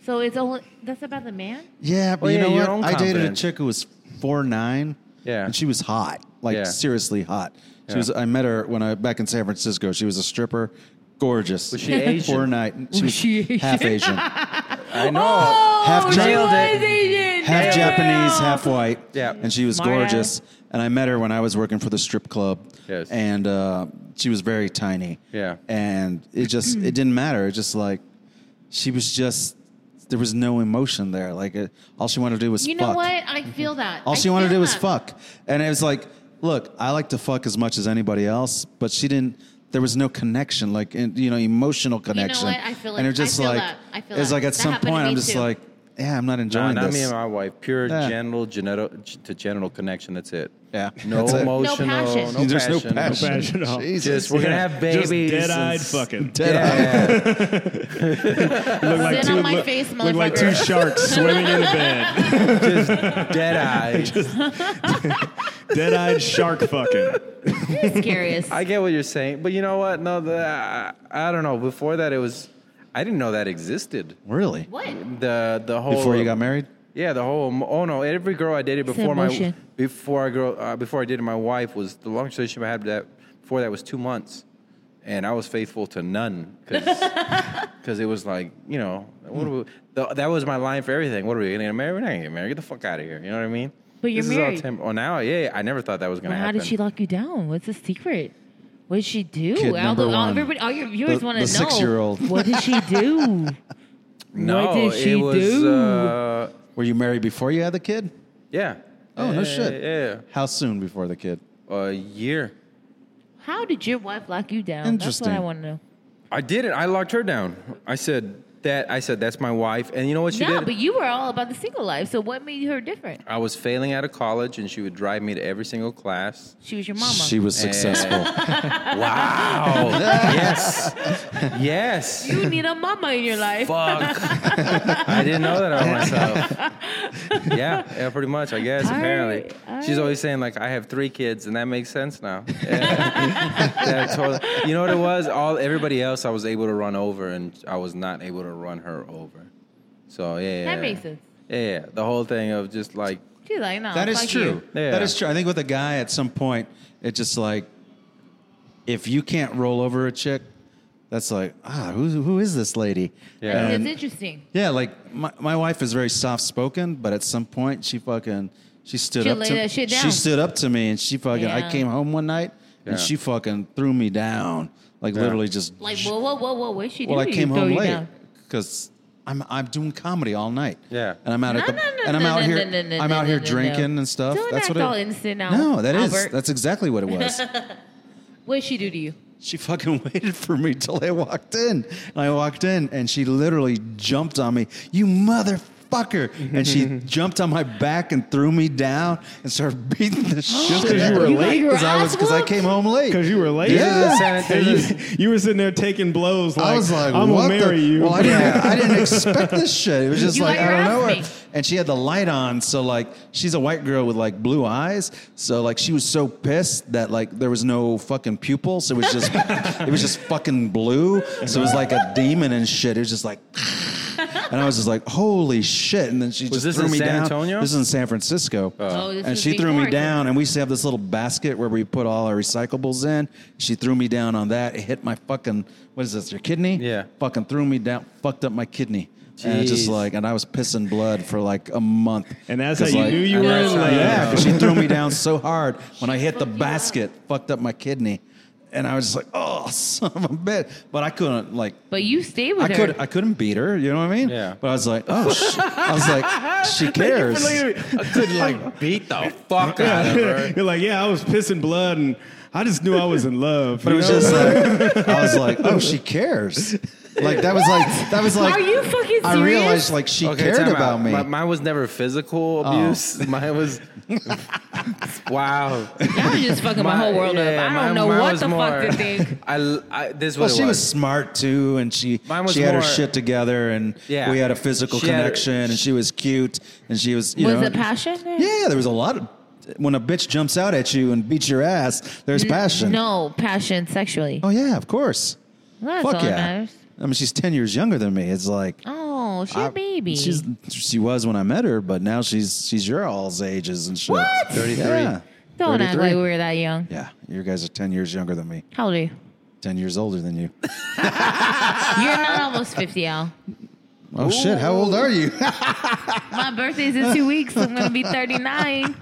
[SPEAKER 1] So it's only that's about the man.
[SPEAKER 2] Yeah, but
[SPEAKER 3] Well,
[SPEAKER 2] you
[SPEAKER 3] yeah,
[SPEAKER 2] know
[SPEAKER 3] your
[SPEAKER 2] what?
[SPEAKER 3] own
[SPEAKER 2] I dated a
[SPEAKER 3] confidence.
[SPEAKER 2] chick who was four nine.
[SPEAKER 3] Yeah.
[SPEAKER 2] and she was hot, like
[SPEAKER 3] Yeah.
[SPEAKER 2] seriously hot. She
[SPEAKER 3] Yeah.
[SPEAKER 2] was. I met her when I back in San Francisco. She was a stripper, gorgeous. Was
[SPEAKER 3] she Asian?
[SPEAKER 2] Four nine. She was
[SPEAKER 1] she Asian?
[SPEAKER 2] half Asian,
[SPEAKER 3] I know.
[SPEAKER 1] Oh!
[SPEAKER 2] half
[SPEAKER 1] she
[SPEAKER 2] Jap-
[SPEAKER 1] was
[SPEAKER 3] Nailed it.
[SPEAKER 1] Asian.
[SPEAKER 2] half
[SPEAKER 1] Damn.
[SPEAKER 2] Japanese, half white.
[SPEAKER 3] Yeah.
[SPEAKER 2] and she was
[SPEAKER 1] Smart
[SPEAKER 2] gorgeous. And I met her when I was working for the strip club.
[SPEAKER 3] Yes.
[SPEAKER 2] and uh, she was very tiny.
[SPEAKER 3] Yeah.
[SPEAKER 2] and it just it didn't matter. It just like she was just. There was no emotion there. Like it, all she wanted to do was
[SPEAKER 1] You know
[SPEAKER 2] fuck.
[SPEAKER 1] what? I feel that.
[SPEAKER 2] All
[SPEAKER 1] I
[SPEAKER 2] she wanted to
[SPEAKER 1] feel
[SPEAKER 2] do was
[SPEAKER 1] that.
[SPEAKER 2] fuck. And it was like, look, I like to fuck as much as anybody else, but she didn't. There was no connection, like in, you know, emotional connection.
[SPEAKER 1] what? I feel
[SPEAKER 2] And
[SPEAKER 1] it.
[SPEAKER 2] it was
[SPEAKER 1] I
[SPEAKER 2] just
[SPEAKER 1] feel
[SPEAKER 2] like,
[SPEAKER 1] that. I feel
[SPEAKER 2] it was
[SPEAKER 1] that.
[SPEAKER 2] like at
[SPEAKER 1] That
[SPEAKER 2] some
[SPEAKER 1] happened to
[SPEAKER 2] point,
[SPEAKER 1] me
[SPEAKER 2] I'm just
[SPEAKER 1] too.
[SPEAKER 2] like, yeah, I'm not
[SPEAKER 3] Nah,
[SPEAKER 2] enjoying
[SPEAKER 3] not
[SPEAKER 2] this.
[SPEAKER 3] me and my wife. Pure
[SPEAKER 2] Yeah.
[SPEAKER 3] genital, genital to genital connection. That's it.
[SPEAKER 2] Yeah.
[SPEAKER 3] No
[SPEAKER 2] That's it. No
[SPEAKER 3] emotional.
[SPEAKER 1] passion.
[SPEAKER 3] No
[SPEAKER 2] There's no
[SPEAKER 3] passion.
[SPEAKER 2] passion.
[SPEAKER 6] Fashion off.
[SPEAKER 3] Just we're gonna have
[SPEAKER 6] Just
[SPEAKER 3] babies.
[SPEAKER 6] dead-eyed
[SPEAKER 3] and-
[SPEAKER 6] fucking.
[SPEAKER 3] Yeah.
[SPEAKER 6] Look
[SPEAKER 1] Sit on my face,
[SPEAKER 6] look like two
[SPEAKER 1] motherfucker.
[SPEAKER 6] sharks swimming in a bed.
[SPEAKER 3] just dead eyed.
[SPEAKER 6] Dead-eyed shark fucking.
[SPEAKER 1] Curious.
[SPEAKER 3] I get what you're saying, but you know what? No, the, I, I don't know. Before that, it was. I didn't know that existed.
[SPEAKER 2] Really?
[SPEAKER 1] what?
[SPEAKER 3] The the whole
[SPEAKER 2] Before you got married?
[SPEAKER 3] Yeah, the whole oh no, every girl I dated
[SPEAKER 1] It's
[SPEAKER 3] before my
[SPEAKER 1] emotion.
[SPEAKER 3] before I grow uh, before I dated my wife was the longest relationship I had that before that was two months, and I was faithful to none because it was like you know what are we, the, that was my line for everything. What are we gonna get married? We're not gonna get married. Get the fuck out of here. You know what I mean?
[SPEAKER 1] But you're
[SPEAKER 3] this Is
[SPEAKER 1] married.
[SPEAKER 3] all temp- oh, now yeah, I never thought that was gonna
[SPEAKER 1] Well, how
[SPEAKER 3] happen.
[SPEAKER 1] did she lock you down? What's the secret? What did she do?
[SPEAKER 2] Kid
[SPEAKER 1] all
[SPEAKER 2] number
[SPEAKER 1] the, all,
[SPEAKER 2] one.
[SPEAKER 1] everybody, all your viewers
[SPEAKER 2] The-
[SPEAKER 1] want to
[SPEAKER 2] the
[SPEAKER 1] know.
[SPEAKER 2] six-year-old.
[SPEAKER 1] What did she do?
[SPEAKER 3] no,
[SPEAKER 1] what did she
[SPEAKER 3] it was,
[SPEAKER 1] do?
[SPEAKER 3] Uh,
[SPEAKER 2] Were you married before you had the kid?
[SPEAKER 3] yeah.
[SPEAKER 2] Oh, no shit.
[SPEAKER 3] Yeah,
[SPEAKER 2] How soon before the kid?
[SPEAKER 3] yeah. a year.
[SPEAKER 1] How did your wife lock you down?
[SPEAKER 2] Interesting.
[SPEAKER 1] That's what I want to know.
[SPEAKER 3] I did it. I locked her down. I said that. I said that's my wife. And you know what she
[SPEAKER 1] no,
[SPEAKER 3] did?
[SPEAKER 1] but you were all about the single life. So what made her different?
[SPEAKER 3] I was failing out of college, and she would drive me to every single class.
[SPEAKER 1] She was your mama.
[SPEAKER 2] She was successful.
[SPEAKER 3] Wow! yes, yes.
[SPEAKER 1] you need a mama in your life.
[SPEAKER 3] Fuck! I didn't know that on myself. Yeah, yeah, pretty much. I guess
[SPEAKER 1] All
[SPEAKER 3] apparently
[SPEAKER 1] right, all
[SPEAKER 3] she's always saying like I have three kids, and that makes sense now. Yeah. Yeah, totally. You know what it was? All everybody else I was able to run over, and I was not able to run her over. So yeah, yeah,
[SPEAKER 1] That makes sense.
[SPEAKER 3] Yeah, yeah, the whole thing of just like
[SPEAKER 1] She's like, no.
[SPEAKER 2] That is
[SPEAKER 1] fuck
[SPEAKER 2] true.
[SPEAKER 1] Oh, you.
[SPEAKER 3] Yeah.
[SPEAKER 2] That is true. I think with a guy at some point, it's just like if you can't roll over a chick, that's like ah, who who is this lady?
[SPEAKER 3] Yeah.
[SPEAKER 1] It's
[SPEAKER 2] And-
[SPEAKER 1] interesting.
[SPEAKER 2] yeah. Like my, my wife is very soft spoken, but at some point she fucking she stood
[SPEAKER 1] She
[SPEAKER 2] up
[SPEAKER 1] laid
[SPEAKER 2] to
[SPEAKER 1] that shit
[SPEAKER 2] she
[SPEAKER 1] down.
[SPEAKER 2] stood up to me and she fucking
[SPEAKER 1] Yeah.
[SPEAKER 2] I came home one night
[SPEAKER 3] Yeah.
[SPEAKER 2] and she fucking threw me down like literally just
[SPEAKER 1] Like, whoa, whoa, whoa, whoa. What she
[SPEAKER 2] well I
[SPEAKER 1] do? to you?
[SPEAKER 2] came
[SPEAKER 1] Throw
[SPEAKER 2] home
[SPEAKER 1] you
[SPEAKER 2] late
[SPEAKER 1] down?
[SPEAKER 2] because. I'm I'm doing comedy all night.
[SPEAKER 3] Yeah.
[SPEAKER 2] and I'm out
[SPEAKER 1] No,
[SPEAKER 2] at the,
[SPEAKER 1] no, no,
[SPEAKER 2] and I'm
[SPEAKER 1] no,
[SPEAKER 2] out
[SPEAKER 1] no,
[SPEAKER 2] here
[SPEAKER 1] no, no,
[SPEAKER 2] I'm
[SPEAKER 1] no,
[SPEAKER 2] out
[SPEAKER 1] no,
[SPEAKER 2] here
[SPEAKER 1] no, no.
[SPEAKER 2] drinking and stuff.
[SPEAKER 1] Don't
[SPEAKER 2] That's
[SPEAKER 1] act
[SPEAKER 2] what it,
[SPEAKER 1] all innocent now.
[SPEAKER 2] no, that is.
[SPEAKER 1] Albert.
[SPEAKER 2] That's exactly what it was.
[SPEAKER 1] What did she do to you?
[SPEAKER 2] she fucking waited for me till I walked in. And I walked in and she literally jumped on me. You motherfucker. And she jumped on my back and threw me down and started beating the shit.
[SPEAKER 6] because you were
[SPEAKER 1] You got
[SPEAKER 6] late?
[SPEAKER 1] your
[SPEAKER 2] Because I was
[SPEAKER 1] ass
[SPEAKER 2] because I
[SPEAKER 1] whooped?
[SPEAKER 2] came home late.
[SPEAKER 6] Because you were late.
[SPEAKER 2] Yeah.
[SPEAKER 6] And you, you were sitting there taking blows. Like,
[SPEAKER 2] I was like,
[SPEAKER 6] I'm
[SPEAKER 2] what
[SPEAKER 6] gonna marry
[SPEAKER 2] the?
[SPEAKER 6] you.
[SPEAKER 2] Well, I didn't, I didn't expect this shit. It was just
[SPEAKER 1] You
[SPEAKER 2] like,
[SPEAKER 1] got your
[SPEAKER 2] I don't
[SPEAKER 1] ass
[SPEAKER 2] know her.
[SPEAKER 1] beat.
[SPEAKER 2] And she had the light on, so like, she's a white girl with like blue eyes. So like, she was so pissed that like there was no fucking pupil. So it was just, it was just fucking blue. So it was like a demon and shit. It was just like. And I was just like, "Holy shit!" And then she just
[SPEAKER 3] this
[SPEAKER 2] threw
[SPEAKER 3] in
[SPEAKER 2] me
[SPEAKER 3] San
[SPEAKER 2] down.
[SPEAKER 3] Antonio?
[SPEAKER 2] This is in San Francisco,
[SPEAKER 1] Oh, this
[SPEAKER 2] and
[SPEAKER 1] was
[SPEAKER 2] she threw
[SPEAKER 1] before
[SPEAKER 2] me
[SPEAKER 1] I
[SPEAKER 2] down. And we used to have this little basket where we put all our recyclables in. She threw me down on that. It hit my fucking what is this? Your kidney?
[SPEAKER 3] Yeah.
[SPEAKER 2] Fucking threw me down. Fucked up my kidney. And it just
[SPEAKER 3] Jeez.
[SPEAKER 2] like, and I was pissing blood for like a month.
[SPEAKER 6] And that's how
[SPEAKER 2] 'Cause,
[SPEAKER 6] you
[SPEAKER 2] like-
[SPEAKER 6] knew you were in
[SPEAKER 3] that's how
[SPEAKER 6] late.
[SPEAKER 3] you
[SPEAKER 2] Yeah, because she threw me down so hard when I hit the
[SPEAKER 1] Fuck you up.
[SPEAKER 2] basket, fucked up my kidney. and I was just like, oh, son of a bitch. But I couldn't like
[SPEAKER 1] But you stay with
[SPEAKER 2] I
[SPEAKER 1] her.
[SPEAKER 2] could I couldn't beat her. You know what I mean?
[SPEAKER 3] Yeah.
[SPEAKER 2] But I was like, oh, sh-. I was like, she cares.
[SPEAKER 3] I could like beat the fuck out of her.
[SPEAKER 6] You're like, yeah, I was pissing blood, and I just knew I was in love.
[SPEAKER 2] But it was just like I was like, oh, she cares. Like that was like that was like
[SPEAKER 1] Are you fucking serious?
[SPEAKER 2] I realized like she cared
[SPEAKER 3] time
[SPEAKER 2] about
[SPEAKER 3] out.
[SPEAKER 2] me. Oh.
[SPEAKER 3] Mi- mine was never physical abuse. Mine was wow.
[SPEAKER 1] Y'all just fucking my,
[SPEAKER 3] Mine-
[SPEAKER 1] whole world
[SPEAKER 3] yeah,
[SPEAKER 1] up. I
[SPEAKER 3] mine-
[SPEAKER 1] don't know
[SPEAKER 3] mine
[SPEAKER 1] what
[SPEAKER 3] was
[SPEAKER 1] the
[SPEAKER 3] more-
[SPEAKER 1] fuck to think.
[SPEAKER 3] I, I this
[SPEAKER 2] well,
[SPEAKER 3] was
[SPEAKER 2] she was smart too, and she
[SPEAKER 3] Mine was
[SPEAKER 2] she had her
[SPEAKER 3] more-
[SPEAKER 2] shit together, and
[SPEAKER 3] Yeah.
[SPEAKER 2] we had a physical
[SPEAKER 3] She had her-
[SPEAKER 2] connection, and she was cute, and she was you
[SPEAKER 1] Was
[SPEAKER 2] know
[SPEAKER 1] it passion? there?
[SPEAKER 2] Yeah, there was a lot of when a bitch jumps out at you and beats your ass. There's passion.
[SPEAKER 1] No, passion sexually.
[SPEAKER 2] Oh yeah, of course.
[SPEAKER 1] That's all
[SPEAKER 2] Fuck
[SPEAKER 1] that
[SPEAKER 2] yeah.
[SPEAKER 1] matters.
[SPEAKER 2] I mean, she's ten years younger than me. It's like
[SPEAKER 1] Oh, she's
[SPEAKER 2] I-
[SPEAKER 1] a baby.
[SPEAKER 2] She's she was when I met her, but now she's she's your all's ages and shit.
[SPEAKER 1] What?
[SPEAKER 2] 33. Yeah.
[SPEAKER 1] don't act
[SPEAKER 2] 33.
[SPEAKER 1] like we were that young.
[SPEAKER 2] Yeah, you guys are ten years younger than me.
[SPEAKER 1] How old are you?
[SPEAKER 2] Ten years older than you.
[SPEAKER 1] You're not almost 50, Al.
[SPEAKER 2] Oh shit! How old are you?
[SPEAKER 1] My birthday's in two weeks. I'm going to be 39.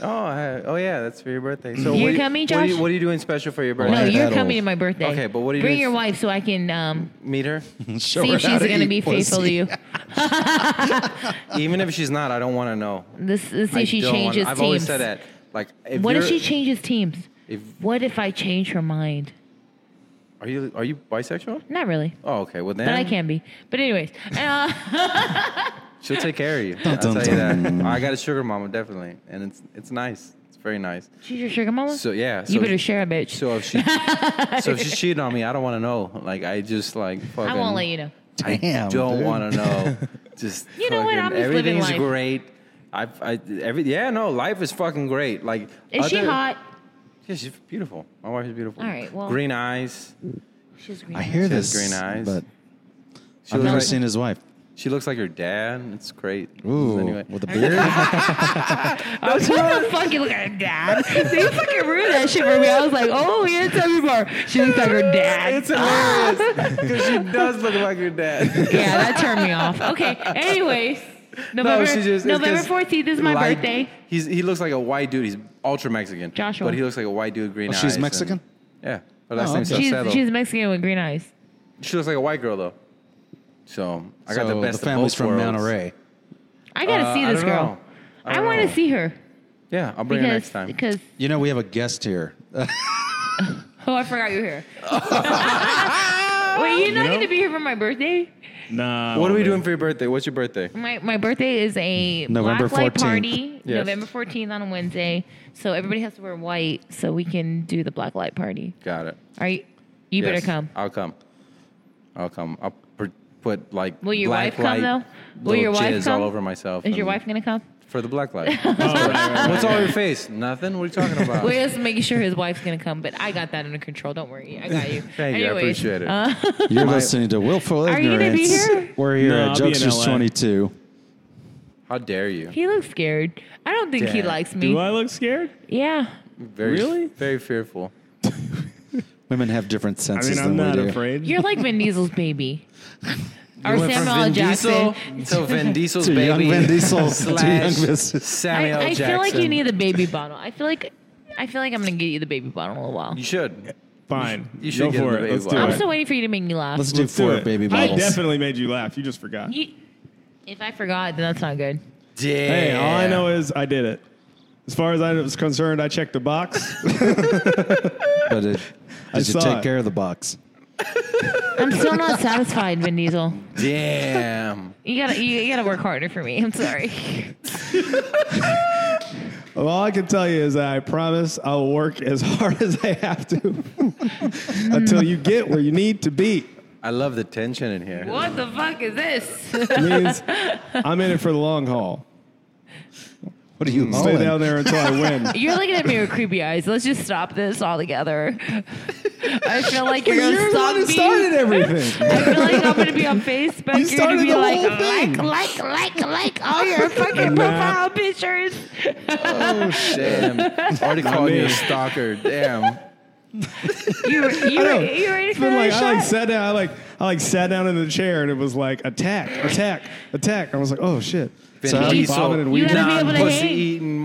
[SPEAKER 3] Oh, I- oh yeah, that's for your birthday. So
[SPEAKER 1] You
[SPEAKER 3] what,
[SPEAKER 1] coming,
[SPEAKER 3] what are you,
[SPEAKER 1] Josh?
[SPEAKER 3] what are you doing special for your
[SPEAKER 1] No,
[SPEAKER 3] birthday?
[SPEAKER 1] you're
[SPEAKER 2] that
[SPEAKER 1] coming
[SPEAKER 2] old.
[SPEAKER 1] to my birthday.
[SPEAKER 3] Okay, but what do you
[SPEAKER 1] Bring
[SPEAKER 3] do-
[SPEAKER 1] your wife so I can um,
[SPEAKER 3] Meet her.
[SPEAKER 2] Show
[SPEAKER 1] see
[SPEAKER 2] her
[SPEAKER 1] if
[SPEAKER 2] how
[SPEAKER 1] she's going to
[SPEAKER 2] eat
[SPEAKER 1] be faithful
[SPEAKER 2] pussy.
[SPEAKER 1] to you.
[SPEAKER 3] Even if she's not, I don't want to know.
[SPEAKER 1] This, let's see
[SPEAKER 3] I
[SPEAKER 1] if she
[SPEAKER 3] don't wanna-
[SPEAKER 1] changes
[SPEAKER 3] I've
[SPEAKER 1] teams.
[SPEAKER 3] always said that. Like, if
[SPEAKER 1] What if
[SPEAKER 3] you're-
[SPEAKER 1] she changes teams?
[SPEAKER 3] If,
[SPEAKER 1] What if I change her mind?
[SPEAKER 3] are you are you bisexual?
[SPEAKER 1] Not really,
[SPEAKER 3] Oh, okay. Well then,
[SPEAKER 1] but I can be. But anyways, uh,
[SPEAKER 3] She'll take care of you. I'll
[SPEAKER 2] dun,
[SPEAKER 3] tell you that. I got a sugar mama definitely, and it's it's nice. It's very nice.
[SPEAKER 1] she's your sugar mama.
[SPEAKER 3] So yeah. So
[SPEAKER 1] you better share a bitch.
[SPEAKER 3] So if she so if she's cheating on me, I don't want to know. Like I just like fucking.
[SPEAKER 1] I won't let you know.
[SPEAKER 3] I
[SPEAKER 2] Damn,
[SPEAKER 3] don't
[SPEAKER 2] dude.
[SPEAKER 3] want to know. Just
[SPEAKER 1] You know what?
[SPEAKER 3] fucking-
[SPEAKER 1] I'm just living
[SPEAKER 3] everything's
[SPEAKER 1] life.
[SPEAKER 3] great. I, I every yeah no life is fucking great. Like
[SPEAKER 1] Is she
[SPEAKER 3] other-
[SPEAKER 1] hot?
[SPEAKER 3] Yeah, she's beautiful. My wife is beautiful.
[SPEAKER 1] All right, well-
[SPEAKER 3] green eyes.
[SPEAKER 1] She's green.
[SPEAKER 2] I hear this,
[SPEAKER 3] has green eyes.
[SPEAKER 2] but
[SPEAKER 3] She
[SPEAKER 2] I've
[SPEAKER 3] looks
[SPEAKER 2] never
[SPEAKER 3] like,
[SPEAKER 2] seen his wife.
[SPEAKER 3] She looks like your dad. It's great.
[SPEAKER 2] Ooh,
[SPEAKER 3] Anyway.
[SPEAKER 2] with a beard.
[SPEAKER 1] Oh, What the fuck? You look at her dad. See, you fucking ruined that shit for me. I was like, oh, yeah, tell me more. She looks like her dad.
[SPEAKER 3] It's hilarious because she does look like your dad.
[SPEAKER 1] yeah, that turned me off. Okay. Anyways, November,
[SPEAKER 3] she just- it's
[SPEAKER 1] November
[SPEAKER 3] 'cause,
[SPEAKER 1] 14th is my
[SPEAKER 3] like,
[SPEAKER 1] birthday.
[SPEAKER 3] He's he looks like a white dude. He's ultra Mexican.
[SPEAKER 1] Joshua.
[SPEAKER 3] but he looks like a white dude, with green
[SPEAKER 2] Oh,
[SPEAKER 3] eyes.
[SPEAKER 2] she's
[SPEAKER 3] and-
[SPEAKER 2] Mexican?
[SPEAKER 3] yeah, her last
[SPEAKER 2] Oh,
[SPEAKER 3] name's
[SPEAKER 1] She's,
[SPEAKER 3] Salcedo.
[SPEAKER 1] she's Mexican with green eyes.
[SPEAKER 3] She looks like a white girl though. So I got
[SPEAKER 2] So
[SPEAKER 3] the best.
[SPEAKER 2] The family's
[SPEAKER 3] of both
[SPEAKER 2] from
[SPEAKER 3] worlds.
[SPEAKER 2] Monterey.
[SPEAKER 1] I got to
[SPEAKER 3] Uh,
[SPEAKER 1] see
[SPEAKER 3] I
[SPEAKER 1] this
[SPEAKER 3] don't
[SPEAKER 1] girl.
[SPEAKER 3] know. I
[SPEAKER 1] I,
[SPEAKER 3] don't
[SPEAKER 1] want
[SPEAKER 3] know.
[SPEAKER 1] to see her
[SPEAKER 3] Yeah, I'll bring her next
[SPEAKER 1] because,
[SPEAKER 3] time.
[SPEAKER 1] because
[SPEAKER 2] You know, we have a guest here.
[SPEAKER 1] oh, I forgot you were here. Wait, you're not going to be here for my birthday?
[SPEAKER 6] nah.
[SPEAKER 3] What are we doing for your birthday? What's your birthday?
[SPEAKER 1] My, my birthday is a
[SPEAKER 2] November
[SPEAKER 1] black light
[SPEAKER 2] 14th.
[SPEAKER 1] party,
[SPEAKER 3] Yes.
[SPEAKER 1] November 14th on a Wednesday. So everybody has to wear white so we can do the black light party.
[SPEAKER 3] Got it.
[SPEAKER 1] All right. You
[SPEAKER 3] Yes,
[SPEAKER 1] better come.
[SPEAKER 3] I'll come. I'll come. I'll pr- put like.
[SPEAKER 1] Will your
[SPEAKER 3] black
[SPEAKER 1] wife come,
[SPEAKER 3] light,
[SPEAKER 1] though? Will
[SPEAKER 3] little
[SPEAKER 1] your wife
[SPEAKER 3] jizz
[SPEAKER 1] come?
[SPEAKER 3] all over myself.
[SPEAKER 1] Is your
[SPEAKER 3] and-
[SPEAKER 1] wife going to come?
[SPEAKER 3] for the black light? What's all over your face? Nothing. What are you talking about?
[SPEAKER 1] We're just making sure his wife's going to come, but I got that under control. Don't worry. I got you.
[SPEAKER 3] Thank you. I
[SPEAKER 1] Anyways, uh,
[SPEAKER 3] appreciate it.
[SPEAKER 2] You're listening to Willful
[SPEAKER 1] Are you
[SPEAKER 2] Ignorance.
[SPEAKER 1] gonna be here?
[SPEAKER 2] We're here
[SPEAKER 6] No,
[SPEAKER 2] at
[SPEAKER 6] I'll be in
[SPEAKER 2] Jokesters
[SPEAKER 6] LA.
[SPEAKER 2] 22.
[SPEAKER 3] How dare you?
[SPEAKER 1] He looks scared. I don't think he
[SPEAKER 3] Damn.
[SPEAKER 1] likes me.
[SPEAKER 6] Do I look scared?
[SPEAKER 1] Yeah.
[SPEAKER 3] Very,
[SPEAKER 6] Really?
[SPEAKER 3] Very fearful.
[SPEAKER 2] Women have different
[SPEAKER 6] I
[SPEAKER 2] senses
[SPEAKER 6] mean, I'm
[SPEAKER 2] than
[SPEAKER 6] not
[SPEAKER 2] we do.
[SPEAKER 6] afraid.
[SPEAKER 1] You're like Vin Diesel's baby. or Samuel L.
[SPEAKER 3] Vin
[SPEAKER 1] Jackson.
[SPEAKER 3] Diesel to Vin Diesel's
[SPEAKER 2] To
[SPEAKER 3] baby.
[SPEAKER 2] young Vin Diesel. to young
[SPEAKER 3] slash
[SPEAKER 2] Vin
[SPEAKER 1] I,
[SPEAKER 3] Samuel
[SPEAKER 1] I
[SPEAKER 3] Jackson.
[SPEAKER 1] feel like you need the baby bottle. I feel like I feel like I'm gonna get you the baby bottle in a little while.
[SPEAKER 3] You should.
[SPEAKER 6] Fine.
[SPEAKER 3] You should
[SPEAKER 6] Go
[SPEAKER 3] get in
[SPEAKER 6] for
[SPEAKER 3] the
[SPEAKER 6] it.
[SPEAKER 3] baby
[SPEAKER 6] Let's do
[SPEAKER 3] bottle.
[SPEAKER 1] I'm
[SPEAKER 6] it.
[SPEAKER 1] still waiting for you to make me laugh.
[SPEAKER 2] Let's do
[SPEAKER 6] Let's do
[SPEAKER 2] four
[SPEAKER 6] it.
[SPEAKER 2] baby bottles.
[SPEAKER 6] I definitely made you laugh. You just forgot.
[SPEAKER 1] You- if I forgot, then that's not good.
[SPEAKER 3] Damn.
[SPEAKER 6] Hey, all I know is I did it. As far as I was concerned, I checked the box.
[SPEAKER 2] but it, did you
[SPEAKER 6] saw
[SPEAKER 2] take
[SPEAKER 6] it.
[SPEAKER 2] care of the box?
[SPEAKER 1] I'm still not satisfied, Vin Diesel.
[SPEAKER 3] Damn.
[SPEAKER 1] You gotta you, you gotta work harder for me. I'm sorry.
[SPEAKER 6] Well, all I can tell you is that I promise I'll work as hard as I have to until you get where you need to be.
[SPEAKER 3] I love the tension in here.
[SPEAKER 1] What the fuck is this?
[SPEAKER 6] It means I'm in it for the long haul.
[SPEAKER 2] What are you
[SPEAKER 6] Stay
[SPEAKER 2] hauling?
[SPEAKER 6] down there until I win.
[SPEAKER 1] You're looking at me with creepy eyes. Let's just stop this altogether. I feel like you're gonna stop me.
[SPEAKER 6] started everything.
[SPEAKER 1] I feel like I'm gonna be on Facebook.
[SPEAKER 6] You
[SPEAKER 1] You are gonna
[SPEAKER 6] started
[SPEAKER 1] be
[SPEAKER 6] the
[SPEAKER 1] like,
[SPEAKER 6] whole thing.
[SPEAKER 1] like, like, like, like all your fucking
[SPEAKER 6] Nah.
[SPEAKER 1] profile pictures.
[SPEAKER 3] Damn. Oh, Already called you a stalker. Damn.
[SPEAKER 1] You you, you ready
[SPEAKER 6] It's
[SPEAKER 1] for
[SPEAKER 6] been
[SPEAKER 1] that
[SPEAKER 6] like I
[SPEAKER 1] shot?
[SPEAKER 6] like sat down. I like I like sat down in the chair and it was like attack, attack, attack. I was like, oh shit. So I was
[SPEAKER 3] Diesel.
[SPEAKER 6] vomiting and
[SPEAKER 1] You
[SPEAKER 6] weeping.
[SPEAKER 1] gotta be able to
[SPEAKER 3] Pussy
[SPEAKER 1] hate.
[SPEAKER 3] eating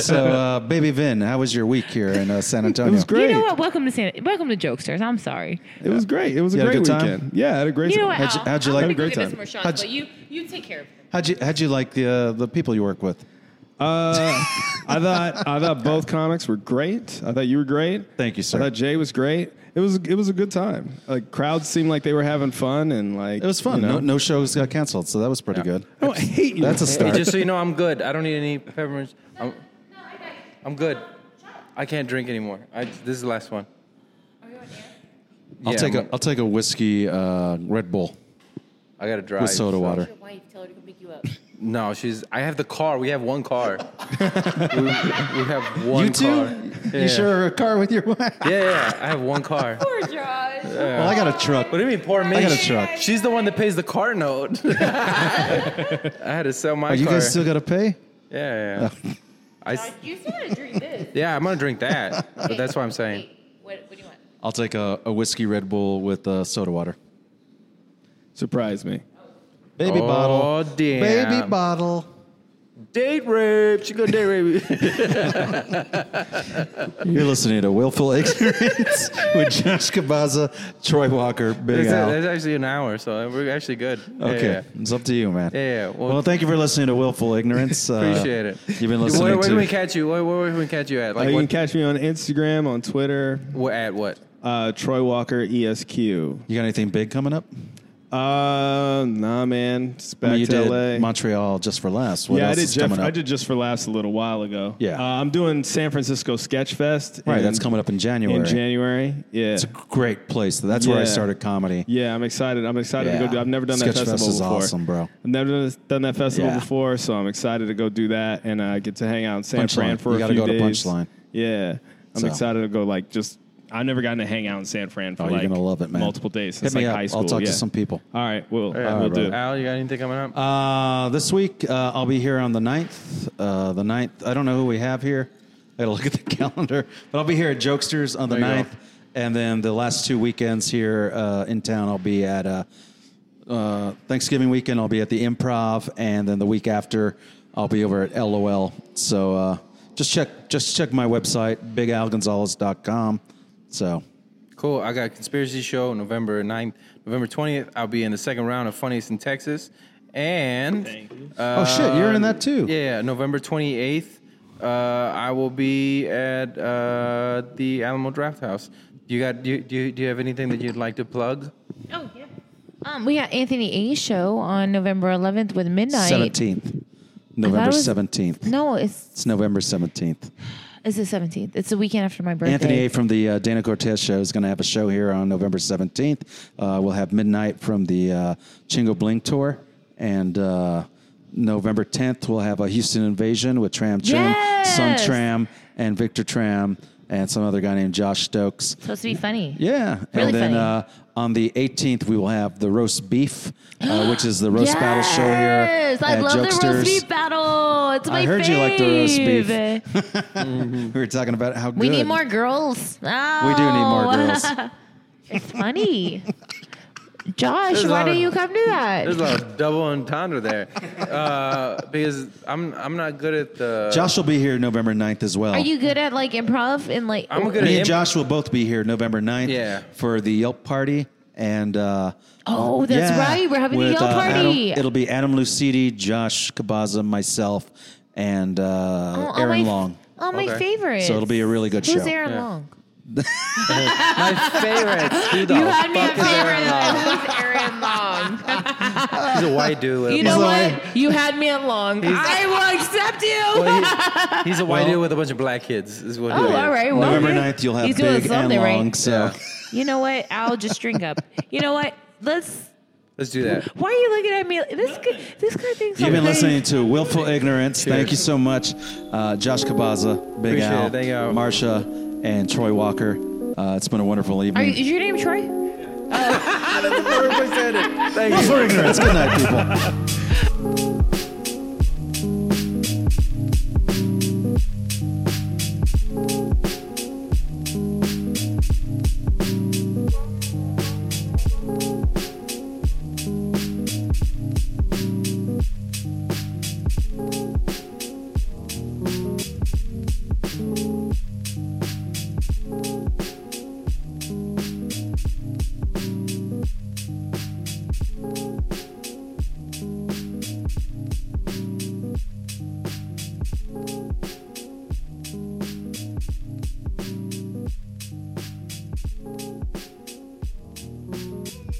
[SPEAKER 2] So, uh, baby Vin, how was your week here in uh, San Antonio?
[SPEAKER 6] It was great.
[SPEAKER 1] You know what? Welcome to San- welcome to Jokesters. I'm sorry.
[SPEAKER 6] It was great. It was
[SPEAKER 2] You
[SPEAKER 6] a
[SPEAKER 2] had a
[SPEAKER 6] great
[SPEAKER 2] good time?
[SPEAKER 6] weekend. Yeah, I had a great
[SPEAKER 1] You know
[SPEAKER 6] time.
[SPEAKER 1] what?
[SPEAKER 2] How'd you-
[SPEAKER 1] Al?
[SPEAKER 2] how'd you
[SPEAKER 1] I'm gonna
[SPEAKER 2] like-
[SPEAKER 6] Had a great
[SPEAKER 1] go get
[SPEAKER 6] time.
[SPEAKER 1] More
[SPEAKER 2] How'd
[SPEAKER 1] shots, but you you take care of him.
[SPEAKER 2] How'd you How'd you like the uh, the people you work with?
[SPEAKER 6] Uh, I thought I thought both comics were great. I thought you were great.
[SPEAKER 2] Thank you, sir.
[SPEAKER 6] I thought Jay was great. It was it was a good time. Like crowds seemed like they were having fun Oh, and like
[SPEAKER 2] It was fun.
[SPEAKER 6] you know.
[SPEAKER 2] No, no shows got canceled, so that was pretty good.
[SPEAKER 6] I don't hate you.
[SPEAKER 2] That's a
[SPEAKER 3] Hey,
[SPEAKER 2] start.
[SPEAKER 3] just so you know, I'm good. I don't need any peppermints. I'm, I'm good. I can't drink anymore. I, this is the last one.
[SPEAKER 2] I'll
[SPEAKER 3] Yeah,
[SPEAKER 2] take a
[SPEAKER 3] I'm-
[SPEAKER 2] I'll take a whiskey uh, Red Bull
[SPEAKER 3] I gotta drive.
[SPEAKER 2] with soda
[SPEAKER 3] so-
[SPEAKER 2] water.
[SPEAKER 9] Your wife, tell her to come pick you up.
[SPEAKER 3] No, she's. I have the car. We have one car. we, we have one car. Yeah.
[SPEAKER 2] You share a car with your wife?
[SPEAKER 3] Yeah, yeah. I have one car.
[SPEAKER 9] Poor Josh.
[SPEAKER 2] Well, I got a truck.
[SPEAKER 3] What do you mean, poor me?
[SPEAKER 2] I got a truck.
[SPEAKER 3] She's the one that pays the car note. I had to sell my
[SPEAKER 2] Are you
[SPEAKER 3] car.
[SPEAKER 2] guys still gotta pay?
[SPEAKER 3] yeah, yeah. yeah. I s-
[SPEAKER 9] You still gotta drink this.
[SPEAKER 3] yeah, I'm gonna drink that, but that's what I'm saying.
[SPEAKER 9] Wait, what, what do you want?
[SPEAKER 2] I'll take a, a whiskey Red Bull with uh, soda water.
[SPEAKER 6] Surprised me.
[SPEAKER 2] Baby
[SPEAKER 3] oh,
[SPEAKER 2] bottle.
[SPEAKER 3] damn.
[SPEAKER 2] Baby bottle.
[SPEAKER 3] Date rape. She go date rape.
[SPEAKER 2] You're listening to Willful Ignorance with Josh Cabaza, Troy Walker, Big
[SPEAKER 3] It's
[SPEAKER 2] Al.
[SPEAKER 3] it's actually an hour, so we're actually good. Yeah,
[SPEAKER 2] Okay, Uh,
[SPEAKER 3] yeah.
[SPEAKER 2] it's up to you, man.
[SPEAKER 3] Yeah, yeah, well-
[SPEAKER 2] Well, thank you for listening to Willful Ignorance. Uh,
[SPEAKER 3] Appreciate it.
[SPEAKER 2] You've been
[SPEAKER 3] Where,
[SPEAKER 2] listening
[SPEAKER 3] where can we
[SPEAKER 2] to. Oh,
[SPEAKER 3] catch you? Where, where, where can we catch you at?
[SPEAKER 6] Uh,
[SPEAKER 3] Like
[SPEAKER 6] you can
[SPEAKER 3] what,
[SPEAKER 6] catch me on Instagram, on Twitter,
[SPEAKER 3] what? At what?
[SPEAKER 6] uh, Troy Walker ESQ.
[SPEAKER 2] You got anything big coming up?
[SPEAKER 6] Uh, nah, man, it's
[SPEAKER 2] I
[SPEAKER 6] back
[SPEAKER 2] mean, you
[SPEAKER 6] to
[SPEAKER 2] did
[SPEAKER 6] LA.
[SPEAKER 2] Montreal just for last. What
[SPEAKER 6] yeah, I
[SPEAKER 2] else
[SPEAKER 6] did.
[SPEAKER 2] is
[SPEAKER 6] Jeff,
[SPEAKER 2] coming up?
[SPEAKER 6] I did just for laughs a little while ago.
[SPEAKER 2] Yeah.
[SPEAKER 6] uh, I'm doing San Francisco Sketch Fest.
[SPEAKER 2] Right,
[SPEAKER 6] in-
[SPEAKER 2] that's coming up in January.
[SPEAKER 6] in January. Yeah,
[SPEAKER 2] It's a great place. That's where I
[SPEAKER 6] Yeah.
[SPEAKER 2] started comedy.
[SPEAKER 6] Yeah, I'm excited. I'm excited to
[SPEAKER 2] Yeah.
[SPEAKER 6] go do. I've never done
[SPEAKER 2] Sketch
[SPEAKER 6] that
[SPEAKER 2] Fest
[SPEAKER 6] festival
[SPEAKER 2] is
[SPEAKER 6] before.
[SPEAKER 2] awesome, bro.
[SPEAKER 6] I've never done- done that festival
[SPEAKER 2] Yeah.
[SPEAKER 6] before, so I'm excited to go do that and uh, get to hang out in San
[SPEAKER 2] Punchline.
[SPEAKER 6] Fran for
[SPEAKER 2] You
[SPEAKER 6] a
[SPEAKER 2] gotta
[SPEAKER 6] few
[SPEAKER 2] go to
[SPEAKER 6] days.
[SPEAKER 2] Punchline.
[SPEAKER 6] Yeah, I'm
[SPEAKER 2] So.
[SPEAKER 6] excited to go. Like, just I've never gotten to hang out in San Fran for
[SPEAKER 2] Oh, you're
[SPEAKER 6] like
[SPEAKER 2] gonna love it, man.
[SPEAKER 6] multiple days
[SPEAKER 2] Hit
[SPEAKER 6] since
[SPEAKER 2] me
[SPEAKER 6] like
[SPEAKER 2] up.
[SPEAKER 6] high
[SPEAKER 2] I'll
[SPEAKER 6] school.
[SPEAKER 2] talk to
[SPEAKER 6] yeah.
[SPEAKER 2] some people.
[SPEAKER 6] All right, we'll
[SPEAKER 3] All right,
[SPEAKER 6] we'll do.
[SPEAKER 3] Al, you got anything coming up?
[SPEAKER 2] Uh, this week, uh, I'll be here on the 9th. Uh, the 9th, I don't know who we have here. I gotta look at the calendar. But I'll be here at Jokesters on the
[SPEAKER 3] There you go.
[SPEAKER 2] 9th. And then the last two weekends here uh, in town, I'll be at uh, uh, Thanksgiving weekend, I'll be at the improv. And then the week after, I'll be over at LOL. So uh, just check just check my website, bigalgonzalez.com. So
[SPEAKER 3] Cool. I got conspiracy show November 9th, November 20th. I'll be in the second round of Funniest in Texas. And
[SPEAKER 2] Oh,
[SPEAKER 3] uh,
[SPEAKER 2] shit, you're in that too.
[SPEAKER 3] Yeah, November 28th. Uh, I will be at uh, the Alamo Draft House. You got do you, do you do you have anything that you'd like to plug?
[SPEAKER 1] Oh yeah. Um, we got Anthony A show on November 11th with midnight.
[SPEAKER 2] 17th.
[SPEAKER 1] I thought
[SPEAKER 2] November
[SPEAKER 1] it was-
[SPEAKER 2] 17th.
[SPEAKER 1] No, it's
[SPEAKER 2] It's November 17th.
[SPEAKER 1] it's the 17th. It's the weekend after my birthday.
[SPEAKER 2] Anthony A. from the uh, Dana Cortez show is going to have a show here on November 17th. Uh, we'll have Midnight from the uh, Chingo Bling tour. And uh, November 10th, we'll have a Houston Invasion with Tram Trim, Sun
[SPEAKER 1] Yes!
[SPEAKER 2] Tram, and Victor Tram, and some other guy named Josh Stokes.
[SPEAKER 1] supposed to be funny.
[SPEAKER 2] Yeah.
[SPEAKER 1] Really
[SPEAKER 2] and then
[SPEAKER 1] funny.
[SPEAKER 2] Uh, on the 18th, we will have the roast beef, uh, which is the roast battle show here.
[SPEAKER 1] Yes, I
[SPEAKER 2] at
[SPEAKER 1] love
[SPEAKER 2] Jokesters.
[SPEAKER 1] the roast beef battle. It's my
[SPEAKER 2] I heard you like the roast beef.
[SPEAKER 1] fave.
[SPEAKER 2] We were talking about how
[SPEAKER 1] We
[SPEAKER 2] good.
[SPEAKER 1] need more girls.
[SPEAKER 2] We do need more
[SPEAKER 1] Oh.
[SPEAKER 2] girls.
[SPEAKER 1] it's funny. Josh,
[SPEAKER 3] There's a
[SPEAKER 1] why
[SPEAKER 3] lot
[SPEAKER 1] do
[SPEAKER 3] of-
[SPEAKER 1] you come to that?
[SPEAKER 3] There's a lot of double entendre there, uh, because I'm I'm not good at the.
[SPEAKER 2] Josh will be here November 9th as well.
[SPEAKER 1] Are you good at like improv and like?
[SPEAKER 3] I'm good
[SPEAKER 2] Me
[SPEAKER 3] at
[SPEAKER 2] and Josh will both be here November 9th
[SPEAKER 3] Yeah.
[SPEAKER 2] for the Yelp party. And uh,
[SPEAKER 1] Oh, that's
[SPEAKER 2] yeah,
[SPEAKER 1] right. We're having a
[SPEAKER 2] with,
[SPEAKER 1] Yelp
[SPEAKER 2] uh,
[SPEAKER 1] party.
[SPEAKER 2] Adam- it'll be Adam Lucidi, Josh Cabaza, myself, and uh,
[SPEAKER 1] Oh, all
[SPEAKER 2] Aaron
[SPEAKER 1] my,
[SPEAKER 2] Long.
[SPEAKER 1] Oh, my
[SPEAKER 3] Okay.
[SPEAKER 1] favorite.
[SPEAKER 2] So it'll be a really good
[SPEAKER 1] Who's
[SPEAKER 2] show.
[SPEAKER 1] Aaron Long?
[SPEAKER 3] favorites. Who the
[SPEAKER 1] You had me at
[SPEAKER 3] fuck is Aaron Long?
[SPEAKER 1] favorite. Who's Aaron Long?
[SPEAKER 3] He's a white dude. with a
[SPEAKER 1] You know what? You had me at Long. I will accept you.
[SPEAKER 3] Well, he- he's a white dude with a bunch of black kids. Is what he
[SPEAKER 1] Oh,
[SPEAKER 3] is.
[SPEAKER 1] all right. Well,
[SPEAKER 2] November
[SPEAKER 1] you're-
[SPEAKER 2] 9th, you'll have
[SPEAKER 1] he's doing
[SPEAKER 2] Big and
[SPEAKER 1] something right.
[SPEAKER 2] Long. So
[SPEAKER 3] Yeah.
[SPEAKER 1] You know what? I'll just drink up. You know what? Let's.
[SPEAKER 3] Let's do that.
[SPEAKER 1] Why are you looking at me? This guy, this guy thinks
[SPEAKER 2] you've
[SPEAKER 1] I'm
[SPEAKER 2] been
[SPEAKER 1] crazy.
[SPEAKER 2] listening to Willful Ignorance. Thank you so much. Uh, Josh Cabaza, Big
[SPEAKER 3] Appreciate
[SPEAKER 2] Al,
[SPEAKER 3] it. Thank you.
[SPEAKER 2] Marsha, and Troy Walker. Uh, it's been a wonderful
[SPEAKER 1] Are
[SPEAKER 2] evening.
[SPEAKER 1] you, is your name Troy?
[SPEAKER 2] Willful Ignorance. Good night, people.